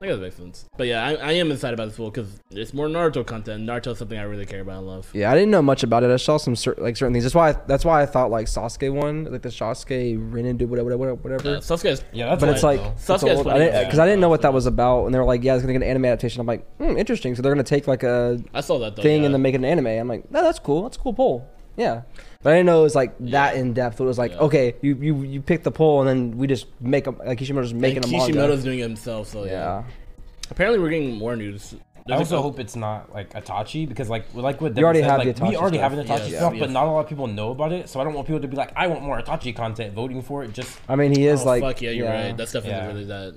Speaker 2: I guess that makes sense. But yeah, I, I am excited about this pool because it's more Naruto content. Naruto's something I really care about and love.
Speaker 3: Yeah, I didn't know much about it. I saw some cer- like certain things. That's why I, that's why I thought like Sasuke won, like the Sasuke Ren do whatever whatever whatever.
Speaker 2: Uh, Sasuke's
Speaker 1: Yeah, that's
Speaker 3: but
Speaker 1: why
Speaker 3: it's like
Speaker 1: though.
Speaker 3: it's
Speaker 2: Sasuke's
Speaker 3: old. I
Speaker 2: funny,
Speaker 3: didn't
Speaker 2: yeah.
Speaker 3: because I didn't know what that was about, and they were like, "Yeah, it's gonna get an anime adaptation." I'm like, hmm, "Interesting." So they're gonna take like a
Speaker 2: I saw that though,
Speaker 3: thing
Speaker 2: Oh, yeah.
Speaker 3: and then make it an anime. I'm like, "No, that's cool. That's a cool poll." Yeah, but I didn't know it was like that in depth. It was like, okay, you you you pick the poll, and then we just make a like Kishimoto's making
Speaker 2: And
Speaker 3: a manga.
Speaker 2: Kishimoto's doing it himself, so yeah.
Speaker 3: Yeah.
Speaker 2: Apparently, we're getting more news.
Speaker 1: I
Speaker 2: There's
Speaker 1: also
Speaker 2: a-
Speaker 1: hope it's not like Itachi because like like what Devin
Speaker 3: already
Speaker 1: said,
Speaker 3: have
Speaker 1: like,
Speaker 3: the
Speaker 1: we
Speaker 3: Itachi
Speaker 1: already
Speaker 3: stuff.
Speaker 1: have an Itachi
Speaker 2: Yes,
Speaker 1: stuff, but
Speaker 2: yes.
Speaker 1: not a lot of people know about it. So I don't want people to be like, I want more Itachi content, voting for it just
Speaker 3: I mean, he is
Speaker 2: oh,
Speaker 3: like.
Speaker 2: fuck yeah, you're right. That's definitely
Speaker 1: Yeah.
Speaker 2: really that.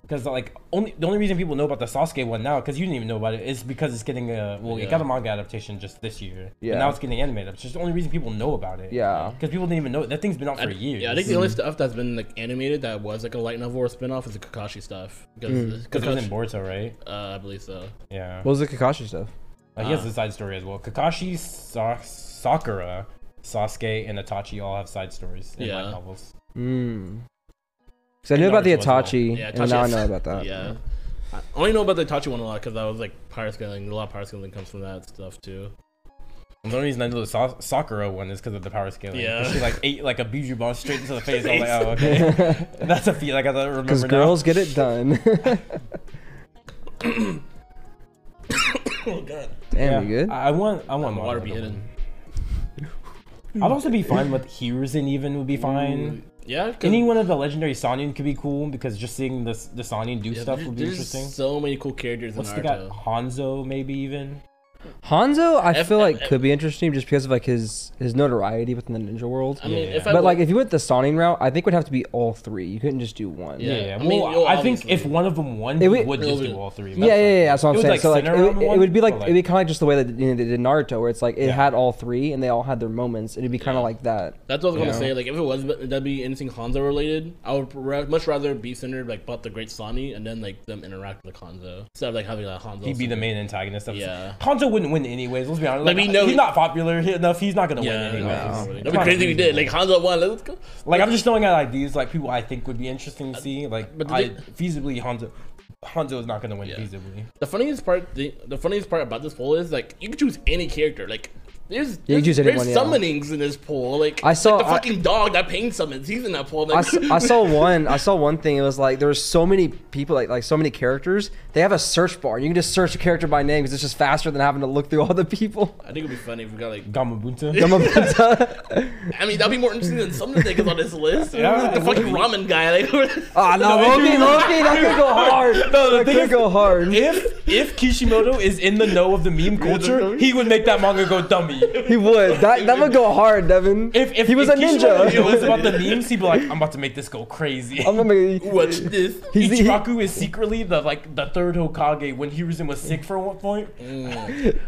Speaker 1: because like only the only reason people know about the Sasuke one now because you didn't even know about it is because it's getting a well it
Speaker 2: Yeah.
Speaker 1: got a manga adaptation just this year.
Speaker 3: Yeah.
Speaker 1: and now it's getting animated. It's just the only reason people know about it.
Speaker 3: Yeah.
Speaker 1: because people didn't even know that thing's been out for
Speaker 2: I,
Speaker 1: years.
Speaker 2: yeah, I think the only stuff that's been like animated that was like a light novel or spinoff is the Kakashi stuff because
Speaker 3: Mm.
Speaker 1: because it was in
Speaker 2: Kakashi,
Speaker 1: Boruto, right?
Speaker 2: uh, I believe so.
Speaker 1: Yeah.
Speaker 3: What was the Kakashi stuff?
Speaker 1: Uh, he has a side story as well. Kakashi, Sa- Sakura, Sasuke, and Itachi all have side stories in
Speaker 2: Yeah.
Speaker 1: light novels.
Speaker 3: Mm. Because I knew
Speaker 1: And
Speaker 3: about the
Speaker 1: Naruto as well.
Speaker 3: Itachi,
Speaker 2: Yeah,
Speaker 3: Mm. and now I
Speaker 2: Itachi- *laughs*
Speaker 3: know about that. *laughs*
Speaker 2: yeah. I only know about the Itachi one a lot because I was like pirate scaling. A lot of pirate scaling comes from that stuff too.
Speaker 1: And the only reason I know the Sa- Sakura one is because of the power scaling. 'Cause
Speaker 2: Yeah.
Speaker 1: She like ate like a Biju bomb straight
Speaker 2: *laughs*
Speaker 1: into the face. I was like, oh,
Speaker 3: *laughs*
Speaker 1: okay. *laughs* That's a feat like I don't remember
Speaker 3: Because
Speaker 1: now.
Speaker 3: girls get it
Speaker 2: *laughs*
Speaker 3: done. *coughs*
Speaker 2: Oh god.
Speaker 1: Yeah.
Speaker 3: Damn, you good?
Speaker 1: I, I want, I want
Speaker 2: Water be
Speaker 1: Madara to win.
Speaker 2: hidden.
Speaker 1: I'd also be fine
Speaker 2: *laughs*
Speaker 1: with Hiruzen even would be fine.
Speaker 2: Yeah. 'cause-
Speaker 1: Any one of the legendary Sanin could be cool because just seeing this the Sanin do
Speaker 2: yeah,
Speaker 1: stuff
Speaker 2: there-
Speaker 1: would be
Speaker 2: there's
Speaker 1: interesting.
Speaker 2: So many cool characters
Speaker 1: What's
Speaker 2: in
Speaker 1: the guy
Speaker 2: Naruto.
Speaker 1: Hanzo maybe even?
Speaker 3: Hanzo, I
Speaker 2: F-
Speaker 3: feel like
Speaker 2: F-
Speaker 3: could be interesting just because of like his his notoriety within the ninja world.
Speaker 2: I mean,
Speaker 1: Yeah.
Speaker 2: if I
Speaker 3: But
Speaker 2: look-
Speaker 3: like, if you went the Sanin route, I think it would have to be all three. You couldn't just do one.
Speaker 2: Yeah,
Speaker 1: Yeah,
Speaker 2: I
Speaker 1: I
Speaker 2: mean,
Speaker 1: well,
Speaker 2: well,
Speaker 1: I think
Speaker 2: obviously.
Speaker 1: if one of them won,
Speaker 3: It
Speaker 1: it
Speaker 3: would-
Speaker 1: would, just
Speaker 2: it
Speaker 1: do
Speaker 2: would-
Speaker 1: all three.
Speaker 3: Yeah, yeah, yeah, yeah, That's what I'm
Speaker 1: It was
Speaker 3: saying.
Speaker 1: like
Speaker 3: so like, it,
Speaker 1: Cinderella
Speaker 3: would- it
Speaker 1: one,
Speaker 3: would be
Speaker 1: but,
Speaker 3: like,
Speaker 1: like-
Speaker 3: it'd be kind of like just the way that you know, they did Naruto, where it's like it
Speaker 1: Yeah.
Speaker 3: had all three and they all had their moments. It'd be kind of like that.
Speaker 2: That's what I was gonna
Speaker 3: Yeah.
Speaker 2: say. Like, if it was but that'd be anything Hanzo related, I would ra- much rather be centered like about the Great Sani and then like them interact with Hanzo instead of like having like Hanzo.
Speaker 1: He'd be the
Speaker 2: solo.
Speaker 1: main antagonist of
Speaker 2: Yeah.
Speaker 1: Hanzo wouldn't win anyways, let's be honest.
Speaker 2: Like,
Speaker 1: Like,
Speaker 2: we know-
Speaker 1: he's not popular enough, he's not gonna
Speaker 2: Yeah,
Speaker 1: win
Speaker 2: no,
Speaker 1: anyways.
Speaker 2: that'd be crazy if he did. Like Hanzo won. Let's go.
Speaker 1: Like I'm just throwing out ideas like people I think would be interesting to see. Like
Speaker 2: but the
Speaker 1: I,
Speaker 2: thing-
Speaker 1: feasibly Hanzo Hanzo is not gonna win
Speaker 2: Yeah.
Speaker 1: feasibly.
Speaker 2: The funniest part, the, the funniest part about this poll is like you can choose any character. Like there's
Speaker 3: Yeah, you
Speaker 2: there's,
Speaker 3: choose anyone,
Speaker 2: there's
Speaker 3: yeah.
Speaker 2: summonings in this poll. Like
Speaker 3: I saw-
Speaker 2: like the
Speaker 3: I-
Speaker 2: fucking dog that pain summons. He's in that poll.
Speaker 3: I,
Speaker 2: Like,
Speaker 3: s- I saw one. I saw one thing. It was like there was so many people, like like so many characters. They have a search bar. You can just search a character by name because it's just faster than having to look through all
Speaker 1: *laughs*
Speaker 3: the people.
Speaker 2: *laughs*
Speaker 3: *laughs*
Speaker 2: I think it'd be funny if we got like.
Speaker 1: Gamabunta.
Speaker 2: I mean, that'd be more interesting than some of the niggas on this list.
Speaker 1: Yeah,
Speaker 2: Like, the
Speaker 1: it
Speaker 2: fucking ramen guy. Like, *laughs*
Speaker 3: Ah, no,
Speaker 1: No,
Speaker 3: Loki,
Speaker 1: if you-
Speaker 3: Loki, that could go hard.
Speaker 1: No, the
Speaker 3: that
Speaker 1: thing
Speaker 3: could
Speaker 1: is-
Speaker 3: go hard.
Speaker 1: if if Kishimoto is in the know of the meme culture, he would make that manga go dummy.
Speaker 3: He would. That that would go hard, Devin.
Speaker 1: If if
Speaker 3: he was
Speaker 1: if
Speaker 3: a
Speaker 1: Kishimoto
Speaker 3: ninja.
Speaker 1: knew it was about the memes, he'd be like, I'm about to make this go crazy.
Speaker 3: *laughs* I'm gonna-
Speaker 2: watch this.
Speaker 3: he's the- he-
Speaker 1: Ichiraku is secretly the like the third Hokage when Hiruzen was sick for one point.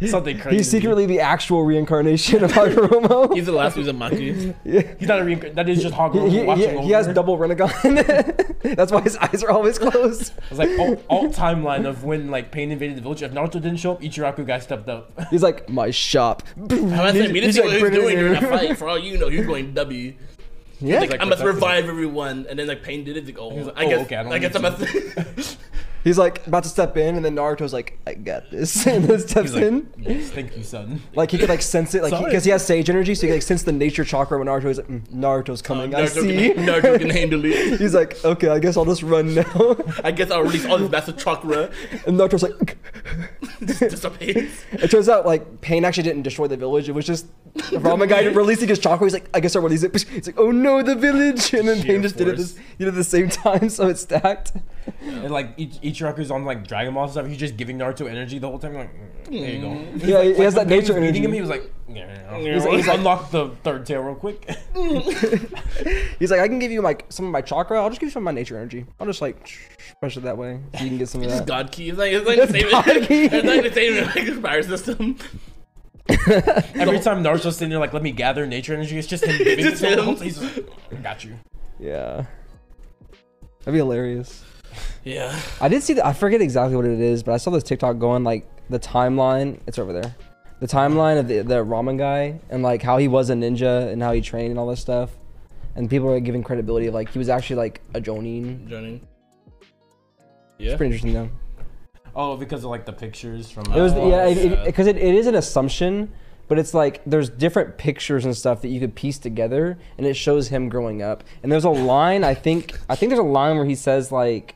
Speaker 1: Something crazy.
Speaker 3: he's secretly the actual reincarnation of Hagoromo.
Speaker 2: He's the last who's a Maki.
Speaker 1: He's not a reincarnation. That is just Hagoromo
Speaker 3: He, he,
Speaker 1: watching
Speaker 3: he-
Speaker 1: over.
Speaker 3: he has
Speaker 1: her.
Speaker 3: double Renegon. *laughs* That's why his eyes are always closed.
Speaker 1: It's like alt, alt timeline of when like Pain invaded the village. If Naruto didn't show up, Ichiraku guy stepped up. *laughs*
Speaker 3: He's like, my shop.
Speaker 2: I'm not saying we didn't
Speaker 3: He's
Speaker 2: see what he was
Speaker 3: Brennan
Speaker 2: doing during that
Speaker 3: *laughs* here.
Speaker 2: fight. For all you know, he was going W.
Speaker 3: Yeah.
Speaker 2: Like,
Speaker 1: like
Speaker 2: I must
Speaker 1: protecting
Speaker 2: revive everyone, and then like Pain did it. Like, oh,
Speaker 1: like,
Speaker 2: I
Speaker 1: oh,
Speaker 2: guess,
Speaker 1: okay, I
Speaker 2: I,
Speaker 1: don't
Speaker 2: guess I
Speaker 1: need
Speaker 2: must. *laughs*
Speaker 3: He's like about to step in, and then Naruto's like, I got this. *laughs* And then steps
Speaker 1: He's like,
Speaker 3: in.
Speaker 1: yes, thank you, son.
Speaker 3: Like he could like sense it, like
Speaker 1: Sorry.
Speaker 3: because he, has sage energy, so he could like sense the nature chakra when Naruto is like, "Mm, Naruto's coming. *laughs* I see.
Speaker 2: Uh, Naruto, can, Naruto
Speaker 3: *laughs*
Speaker 2: can handle it.
Speaker 3: He's like, okay, I guess I'll just run now. *laughs*
Speaker 2: I guess I'll release all this massive chakra. *laughs*
Speaker 3: and Naruto's like, *laughs*
Speaker 2: Just dissipates.
Speaker 3: it turns out like pain actually didn't destroy the village. It was just the ramen guy releasing his chakra. He's like, I guess I'll release it. *laughs* It's like, oh no, the village. And then
Speaker 1: Sheer
Speaker 3: pain just did it.
Speaker 1: force.
Speaker 3: This, you know, the same *laughs* time, so it's stacked.
Speaker 1: And like Ich- Ichiraku's on like Dragon Ball stuff. He's just giving Naruto energy the whole time. Like mm, there you go. He's
Speaker 3: Yeah,
Speaker 1: like,
Speaker 3: he
Speaker 1: like,
Speaker 3: has that
Speaker 1: when Pain was
Speaker 3: nature
Speaker 1: beating Him,
Speaker 3: energy.
Speaker 1: he was like, yeah, yeah.
Speaker 2: He's
Speaker 1: He's
Speaker 2: like-
Speaker 1: like,
Speaker 3: he's like-
Speaker 1: unlock the third tail real quick.
Speaker 3: *laughs* He's like, I can give you like some of my chakra. I'll just give you some of my nature energy. I'll just like push it that way. So you can get
Speaker 2: *laughs*
Speaker 3: some of that.
Speaker 2: God key. It's like it's like the same.
Speaker 3: God key.
Speaker 2: *laughs* It's like the same like the fire system.
Speaker 1: Every time Naruto's sitting there like, let me gather nature energy. It's just him giving
Speaker 2: Just
Speaker 1: it to him.
Speaker 2: him.
Speaker 1: He's just, I got you.
Speaker 3: Yeah. That'd be hilarious.
Speaker 2: Yeah.
Speaker 3: I did see that. I forget exactly what it is, but I saw this TikTok going like the timeline. It's over there. The timeline of the, the ramen guy and like how he was a ninja and how he trained and all this stuff. And people are giving credibility like he was actually like a Jonin.
Speaker 2: Joining. Yeah.
Speaker 3: Pretty interesting though.
Speaker 1: Oh, because of like the pictures from.
Speaker 3: It was
Speaker 1: uh,
Speaker 3: yeah, because
Speaker 2: yeah.
Speaker 3: it, because it, it is an assumption, but it's like there's different pictures and stuff that you could piece together, and it shows him growing up. And there's a line I think I think there's a line where he says like,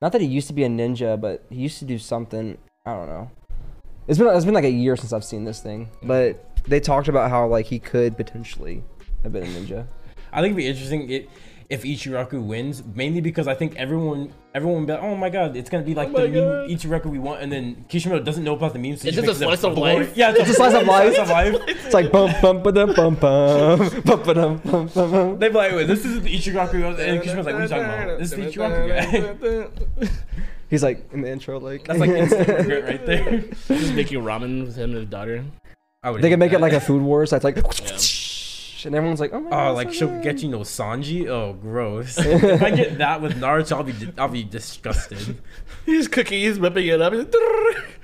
Speaker 3: not that he used to be a ninja, but he used to do something. I don't know. It's been it's been like a year since I've seen this thing, but they talked about how like he could potentially have been a ninja.
Speaker 1: I think it'd be interesting it, if Ichiraku wins, mainly because I think everyone everyone would be like, oh my god, it's gonna be like
Speaker 2: my
Speaker 1: the meme
Speaker 2: God."
Speaker 1: Ichiraku we want, and then Kishimoto doesn't know about the meme. So
Speaker 2: It's
Speaker 1: he
Speaker 2: just
Speaker 1: makes
Speaker 2: a
Speaker 1: it
Speaker 2: slice of
Speaker 1: blur- *laughs*
Speaker 2: life.
Speaker 1: Yeah, it's,
Speaker 3: It's a slice of life.
Speaker 1: Slice of life. *laughs*
Speaker 3: It's like bum bum ba dum bum bum *laughs* bum ba dum bum bum bum.
Speaker 1: They'd be like, wait, this is the Ichiraku, and Kishimoto's like, what are you talking about? This is the Ichiraku guy. *laughs*
Speaker 3: He's like in the intro like
Speaker 1: That's like
Speaker 3: *laughs*
Speaker 1: instant regret right *laughs* there.
Speaker 2: Just making ramen with him and his daughter.
Speaker 1: I would
Speaker 3: They
Speaker 1: hate
Speaker 3: can make it
Speaker 1: that.
Speaker 3: like a food war, so it's like, *laughs* and everyone's like, oh my god.
Speaker 1: Oh, like
Speaker 3: so good."
Speaker 1: Shokugechi no Sanji? Oh,
Speaker 3: *laughs*
Speaker 1: gross. if I get that with Naruto, I'll be, I'll be disgusted.
Speaker 2: He's cooking. He's whipping it up. He's like, *laughs*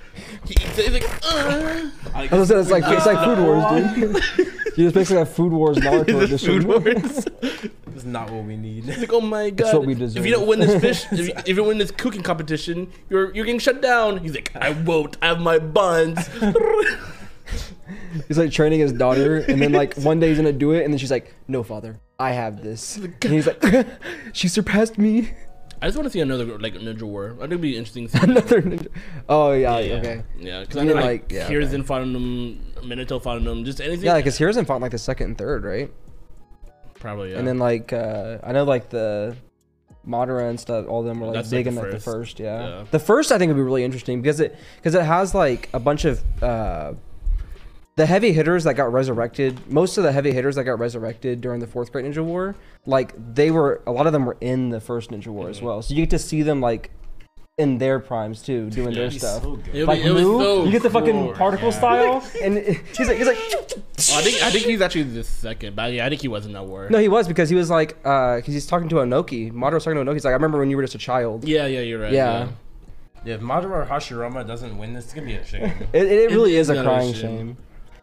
Speaker 2: He eats it. He's like, uh.
Speaker 1: Like,
Speaker 3: I was gonna say, it's like it's like Food Wars, dude. *laughs* you just basically have Food *laughs* Wars Naruto
Speaker 2: This
Speaker 3: edition.
Speaker 2: food wars.
Speaker 1: It's not what we need.
Speaker 2: He's like, oh my god.
Speaker 3: what we
Speaker 2: If
Speaker 3: deserve.
Speaker 2: you don't win this fish, if you, if you win this cooking competition, you're you're getting shut down. He's like, I won't. I have my buns. *laughs*
Speaker 3: He's like training his daughter, and then like one day he's gonna do it, and then she's like, "No, father, I have this." And he's like, *laughs* "She surpassed me." *laughs*
Speaker 2: I just want to see another like Ninja War. I think it'd be interesting. To see
Speaker 3: Another ninja. *laughs* Oh yeah,
Speaker 2: Yeah,
Speaker 3: okay.
Speaker 2: Yeah, because
Speaker 3: You
Speaker 2: I mean,
Speaker 3: mean,
Speaker 2: like,
Speaker 3: like, yeah,
Speaker 2: Here's in front of them, Minato finding them, just anything.
Speaker 3: Yeah, like his heroes in fought like the second and third, right?
Speaker 2: probably. Yeah.
Speaker 3: And then like uh I know like the Madara and stuff, all of them were like
Speaker 2: That's, like,
Speaker 3: big
Speaker 2: the
Speaker 3: in like the
Speaker 2: first.
Speaker 3: first, yeah.
Speaker 2: Yeah.
Speaker 3: The first I think would be really interesting because it because it has like a bunch of uh the heavy hitters that got resurrected. Most of the heavy hitters that got resurrected during the fourth Great Ninja War, like they were a lot of them were in the first Ninja War
Speaker 2: Mm-hmm.
Speaker 3: as well. So you get to see them like in their primes too, doing their stuff.
Speaker 2: It would
Speaker 3: like
Speaker 2: be- it was
Speaker 3: Lou,
Speaker 2: so
Speaker 3: you get the fucking
Speaker 2: cool.
Speaker 3: particle
Speaker 1: yeah.
Speaker 2: *laughs*
Speaker 3: style, and it- he's like, he's like,
Speaker 2: Well, I think I think
Speaker 3: *laughs*
Speaker 2: he's actually the second, but yeah, I think he was in that war.
Speaker 3: No, he was because he was like, because he's talking to Anoki. Madora's talking to Anoki. He's like, I remember when you were just a child.
Speaker 2: Yeah, yeah, you're right.
Speaker 3: Yeah.
Speaker 1: Yeah, if Madara Hashirama doesn't win this, it's gonna be a
Speaker 3: *laughs*
Speaker 1: shame.
Speaker 3: It, it really is a
Speaker 2: not a
Speaker 3: crying
Speaker 2: shame.
Speaker 3: shame.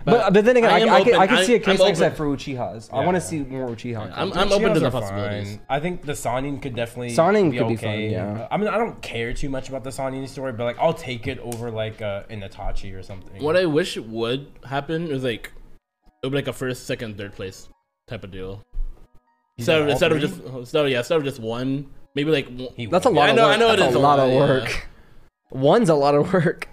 Speaker 2: But
Speaker 3: But, but then again,
Speaker 2: I
Speaker 3: I,
Speaker 2: am
Speaker 3: I, can, I
Speaker 2: open-
Speaker 3: can see a
Speaker 2: I- I'm
Speaker 3: case like that
Speaker 2: open.
Speaker 3: for Uchiha's. I
Speaker 1: Yeah.
Speaker 3: want to see more Uchiha.
Speaker 2: I'm,
Speaker 3: content.
Speaker 2: I'm open
Speaker 1: Shields
Speaker 2: to the
Speaker 1: are
Speaker 2: possibilities.
Speaker 1: fine. I think the Sanin could definitely
Speaker 3: Sanin
Speaker 1: be
Speaker 3: could be
Speaker 1: okay.
Speaker 3: fun, yeah.
Speaker 1: I mean, I don't care too much about the Sanin story, but like I'll take it over like uh, an Itachi or something.
Speaker 2: What I wish would happen is like it would be like a first, second, third place type of deal.
Speaker 1: He's
Speaker 2: Instead
Speaker 1: in
Speaker 2: of
Speaker 1: all
Speaker 2: instead of
Speaker 1: three?
Speaker 2: just instead of yeah, instead of just one, maybe like one- *laughs*
Speaker 1: He
Speaker 3: That's a
Speaker 1: will.
Speaker 3: lot
Speaker 2: I
Speaker 3: of
Speaker 2: know- I
Speaker 3: work.
Speaker 2: know it
Speaker 3: That's
Speaker 2: is
Speaker 3: a
Speaker 2: a
Speaker 3: lot of
Speaker 2: lot,
Speaker 3: work. One's a lot of work.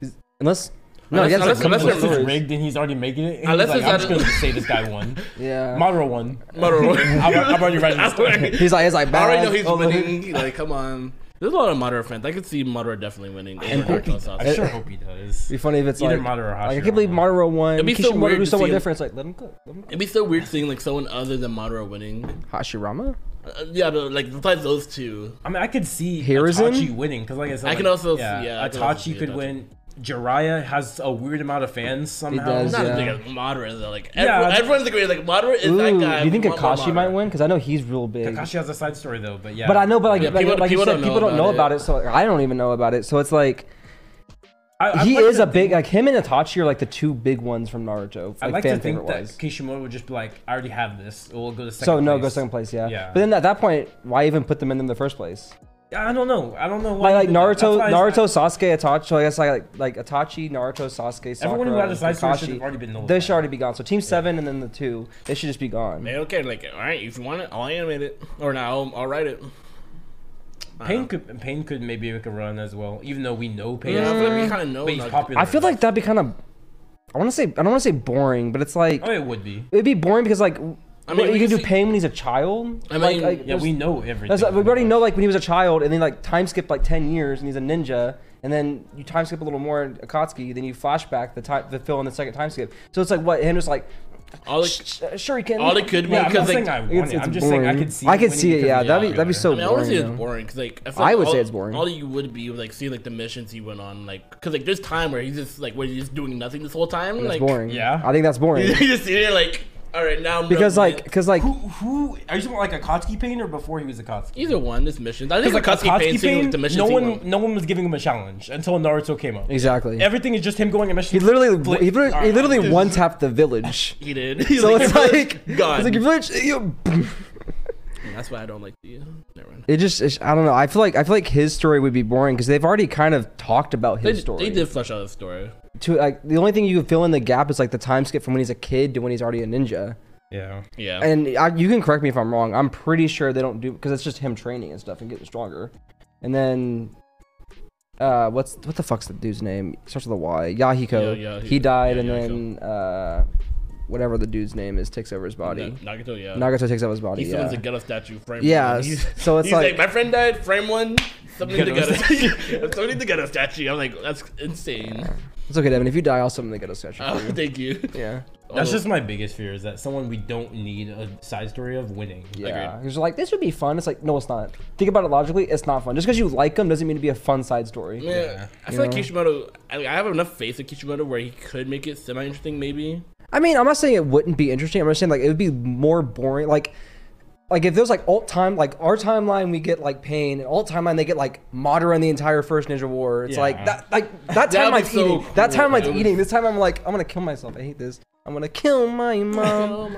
Speaker 3: Is- Unless. No,
Speaker 2: Unless-
Speaker 3: yeah,
Speaker 2: unless-
Speaker 3: that's
Speaker 1: Unless
Speaker 3: unless
Speaker 2: unless
Speaker 1: it's
Speaker 3: stories.
Speaker 1: rigged and he's already making it, and
Speaker 2: Unless
Speaker 1: he's like,
Speaker 2: it's
Speaker 1: I'm
Speaker 2: at
Speaker 1: just
Speaker 2: a-
Speaker 1: gonna say this guy
Speaker 3: *laughs*
Speaker 1: won.
Speaker 3: Yeah.
Speaker 1: Madara won.
Speaker 2: Madara.
Speaker 1: I'm, I'm already writing
Speaker 2: *laughs* I
Speaker 1: this story.
Speaker 3: *laughs* He's like, he's like,
Speaker 2: I already know
Speaker 3: "Bad."
Speaker 2: he's
Speaker 3: Oh,
Speaker 2: winning. Like, come on. There's a lot of Madara fans. I could see Madara definitely winning.
Speaker 1: I
Speaker 2: over
Speaker 1: hope he
Speaker 2: Naruto
Speaker 1: does.
Speaker 2: Sasuke.
Speaker 1: I sure hope he does.
Speaker 3: It'd be funny if it's
Speaker 1: Either
Speaker 3: like,
Speaker 1: Madara or
Speaker 3: like I
Speaker 1: Hashirama.
Speaker 3: can't believe Madara won.
Speaker 2: It'd be so
Speaker 3: Kishimoto
Speaker 2: weird
Speaker 3: do
Speaker 2: to
Speaker 3: someone
Speaker 2: see him-
Speaker 3: different. It's like let him cook. Let him cook.
Speaker 2: It'd be so weird seeing like someone other than Madara winning.
Speaker 3: Hashirama.
Speaker 2: Uh, yeah, the, like besides those two,
Speaker 1: I mean, I could see
Speaker 3: Hiruzen?
Speaker 1: Itachi winning because, like I said,
Speaker 2: I can
Speaker 1: like,
Speaker 2: also see- yeah, I can also see
Speaker 1: Itachi could
Speaker 2: Itachi.
Speaker 1: win. Jiraiya has a weird amount of fans somehow.
Speaker 3: does,
Speaker 2: it's not
Speaker 3: yeah.
Speaker 2: as big as Madara though. Like
Speaker 1: Yeah,
Speaker 2: everyone,
Speaker 1: I-
Speaker 2: everyone's agreeing. Like Madara is
Speaker 3: Ooh,
Speaker 2: that guy.
Speaker 3: do you think
Speaker 2: we want more
Speaker 3: Kakashi
Speaker 2: Madara.
Speaker 3: might win? Because I know he's real big.
Speaker 1: Kakashi has a side story though, but yeah.
Speaker 3: But I know, but like,
Speaker 2: Yeah,
Speaker 3: like,
Speaker 2: people-
Speaker 3: like you
Speaker 2: people
Speaker 3: said,
Speaker 2: don't know
Speaker 3: people don't
Speaker 2: about
Speaker 3: know
Speaker 2: it.
Speaker 3: about it, so like, I don't even know about it. So it's like
Speaker 1: I, I'd
Speaker 3: he
Speaker 1: like
Speaker 3: is
Speaker 1: to
Speaker 3: a big, like him and Itachi are like the two big ones from Naruto, like,
Speaker 1: I like
Speaker 3: fan
Speaker 1: to think
Speaker 3: favorite
Speaker 1: that
Speaker 3: wise.
Speaker 1: Kishimoto would just be like, I already have this. We'll go to second.
Speaker 3: So no, go
Speaker 1: place."
Speaker 3: second place, yeah.
Speaker 1: Yeah.
Speaker 3: But then at that point, why even put them in, in the first place?
Speaker 1: Yeah, I don't know. I don't know why. he
Speaker 3: Like, like
Speaker 1: did that.
Speaker 3: Naruto,
Speaker 1: That's why I-
Speaker 3: Naruto, Sasuke, Itachi. So I guess like like Itachi, Naruto, Sasuke, Sakura,
Speaker 1: Everyone who had a side story should
Speaker 3: Kakashi,
Speaker 1: have already been
Speaker 3: They
Speaker 1: nullified.
Speaker 3: should already be gone. So Team Seven and then the two, they should just be gone.
Speaker 2: They don't care. Like, all right, if you want it, I'll animate it, or no, I'll, I'll write it.
Speaker 1: Pain could Pain could maybe make a run as well, even though we know Pain.
Speaker 2: Yeah, I
Speaker 1: is-
Speaker 2: feel like we kind of know.
Speaker 1: But he's
Speaker 2: Naruto.
Speaker 1: popular.
Speaker 3: I feel like that'd be kind of. I want to say I don't want to say boring, but it's like
Speaker 1: Oh, it would be.
Speaker 3: it'd be boring because like
Speaker 2: I mean,
Speaker 3: you
Speaker 2: we
Speaker 3: can
Speaker 2: can
Speaker 3: do
Speaker 2: see-
Speaker 3: pain when he's a child.
Speaker 2: I
Speaker 3: Like-
Speaker 2: mean,
Speaker 3: like,
Speaker 1: Yeah,
Speaker 3: there's-
Speaker 1: we know everything.
Speaker 3: That's, we
Speaker 1: about
Speaker 3: already
Speaker 1: him.
Speaker 3: know like when he was a child, and then like time skip like ten years, and he's a ninja, and then you time skip a little more in Akatsuki, then you flashback the time the fill in the second time skip. So it's like what him just like
Speaker 2: All it,
Speaker 3: "Sh- uh, sure he can.
Speaker 2: all it could be
Speaker 1: Yeah, I'm not
Speaker 2: because
Speaker 1: saying
Speaker 2: like,
Speaker 1: I want
Speaker 3: it's-
Speaker 1: it. I'm
Speaker 3: it's
Speaker 1: just saying I
Speaker 3: boring.
Speaker 1: could see.
Speaker 3: I could
Speaker 1: winning
Speaker 3: see it,
Speaker 1: because
Speaker 3: yeah,
Speaker 1: he's
Speaker 3: that'd be- that'd be
Speaker 1: popular.
Speaker 3: so
Speaker 2: I mean, I want to say
Speaker 3: boring,
Speaker 2: it's
Speaker 3: though.
Speaker 2: boring because like I, feel
Speaker 3: I
Speaker 2: like
Speaker 3: would
Speaker 2: all,
Speaker 3: say it's boring.
Speaker 2: All you would be like seeing like the missions he went on, like because like there's time where he's just like where he's just doing nothing this whole time.
Speaker 3: That's
Speaker 2: like,
Speaker 3: boring.
Speaker 1: yeah.
Speaker 3: I think that's
Speaker 2: *laughs*
Speaker 3: boring
Speaker 2: you just see it like, all right, now I'm
Speaker 3: because
Speaker 2: done with
Speaker 3: like
Speaker 2: it."
Speaker 3: because like
Speaker 1: Who, who are you talking about, like Akatsuki Pain or before he was Akatsuki?
Speaker 2: either one, this mission. I think
Speaker 1: Like
Speaker 2: like Akatsuki Pain, seeing, like, the mission.
Speaker 1: no one, no one was giving him a challenge until Naruto came up.
Speaker 3: exactly.
Speaker 1: Everything is just him going and
Speaker 3: he
Speaker 1: mission.
Speaker 3: literally
Speaker 1: Fli-
Speaker 3: he literally, he literally
Speaker 1: Alright.
Speaker 3: one tapped the village.
Speaker 2: he did. *laughs* He's
Speaker 3: So it's
Speaker 2: "Your
Speaker 3: like
Speaker 2: *laughs* village gone.
Speaker 3: it's like your village. you-
Speaker 2: That's why I don't like the. Never mind.
Speaker 3: It just it's, I don't know. I feel like I feel like his story would be boring because they've already kind of talked about
Speaker 2: They,
Speaker 3: his story.
Speaker 2: they did flesh out his story.
Speaker 3: to like the only thing you can fill in the gap is like the time skip from when he's a kid to when he's already a ninja.
Speaker 1: Yeah.
Speaker 2: Yeah.
Speaker 3: And I, you can correct me if I'm wrong. I'm pretty sure they don't do because it's just him training and stuff and getting stronger. And then, uh, what's what the fuck's the dude's name? Starts with a Y. Yahiko.
Speaker 2: Yeah, yeah,
Speaker 3: he died,
Speaker 2: yeah,
Speaker 3: and
Speaker 2: Yahiko.
Speaker 3: then uh, whatever the dude's name is takes over his
Speaker 2: Na-
Speaker 3: body.
Speaker 2: Nagato, yeah.
Speaker 3: Nagato takes over his body.
Speaker 2: He summons
Speaker 3: yeah.
Speaker 2: a ghetto statue frame.
Speaker 3: Yeah,
Speaker 2: one. He's-
Speaker 3: so it's
Speaker 2: he's like,
Speaker 3: like-
Speaker 2: my friend died. Frame one. Something the
Speaker 1: Ghetto
Speaker 2: ghetto. statue. *laughs* Something the ghetto statue. I'm like, that's insane. *laughs*
Speaker 3: It's okay, Devin. If you die, I'll summon the ghetto statue.
Speaker 2: Oh, thank you.
Speaker 3: yeah.
Speaker 1: That's
Speaker 2: Oh,
Speaker 1: just my biggest fear is that someone we don't need a side story of winning.
Speaker 3: Yeah, because like this would be fun. It's like no, it's not. Think about it logically. It's not fun. Just because you like him doesn't mean to be a fun side story.
Speaker 2: Yeah. I feel like Kishimoto. I, mean, I have enough faith in Kishimoto where he could make it semi interesting, maybe. *laughs*
Speaker 3: I mean, I'm not saying it wouldn't be interesting. I'm just saying like it would be more boring. Like like if there's like alt time, like our timeline, we get like Pain, and alt timeline they get like Madara and the entire first Ninja War. It's like
Speaker 1: Yeah.
Speaker 3: that, like
Speaker 2: That'd
Speaker 3: that
Speaker 2: be
Speaker 3: timeline's
Speaker 2: so
Speaker 3: eating. that
Speaker 2: cool,
Speaker 3: timeline's
Speaker 2: man.
Speaker 3: eating. This time I'm like, I'm gonna kill myself. I hate this. I'm gonna kill my mom.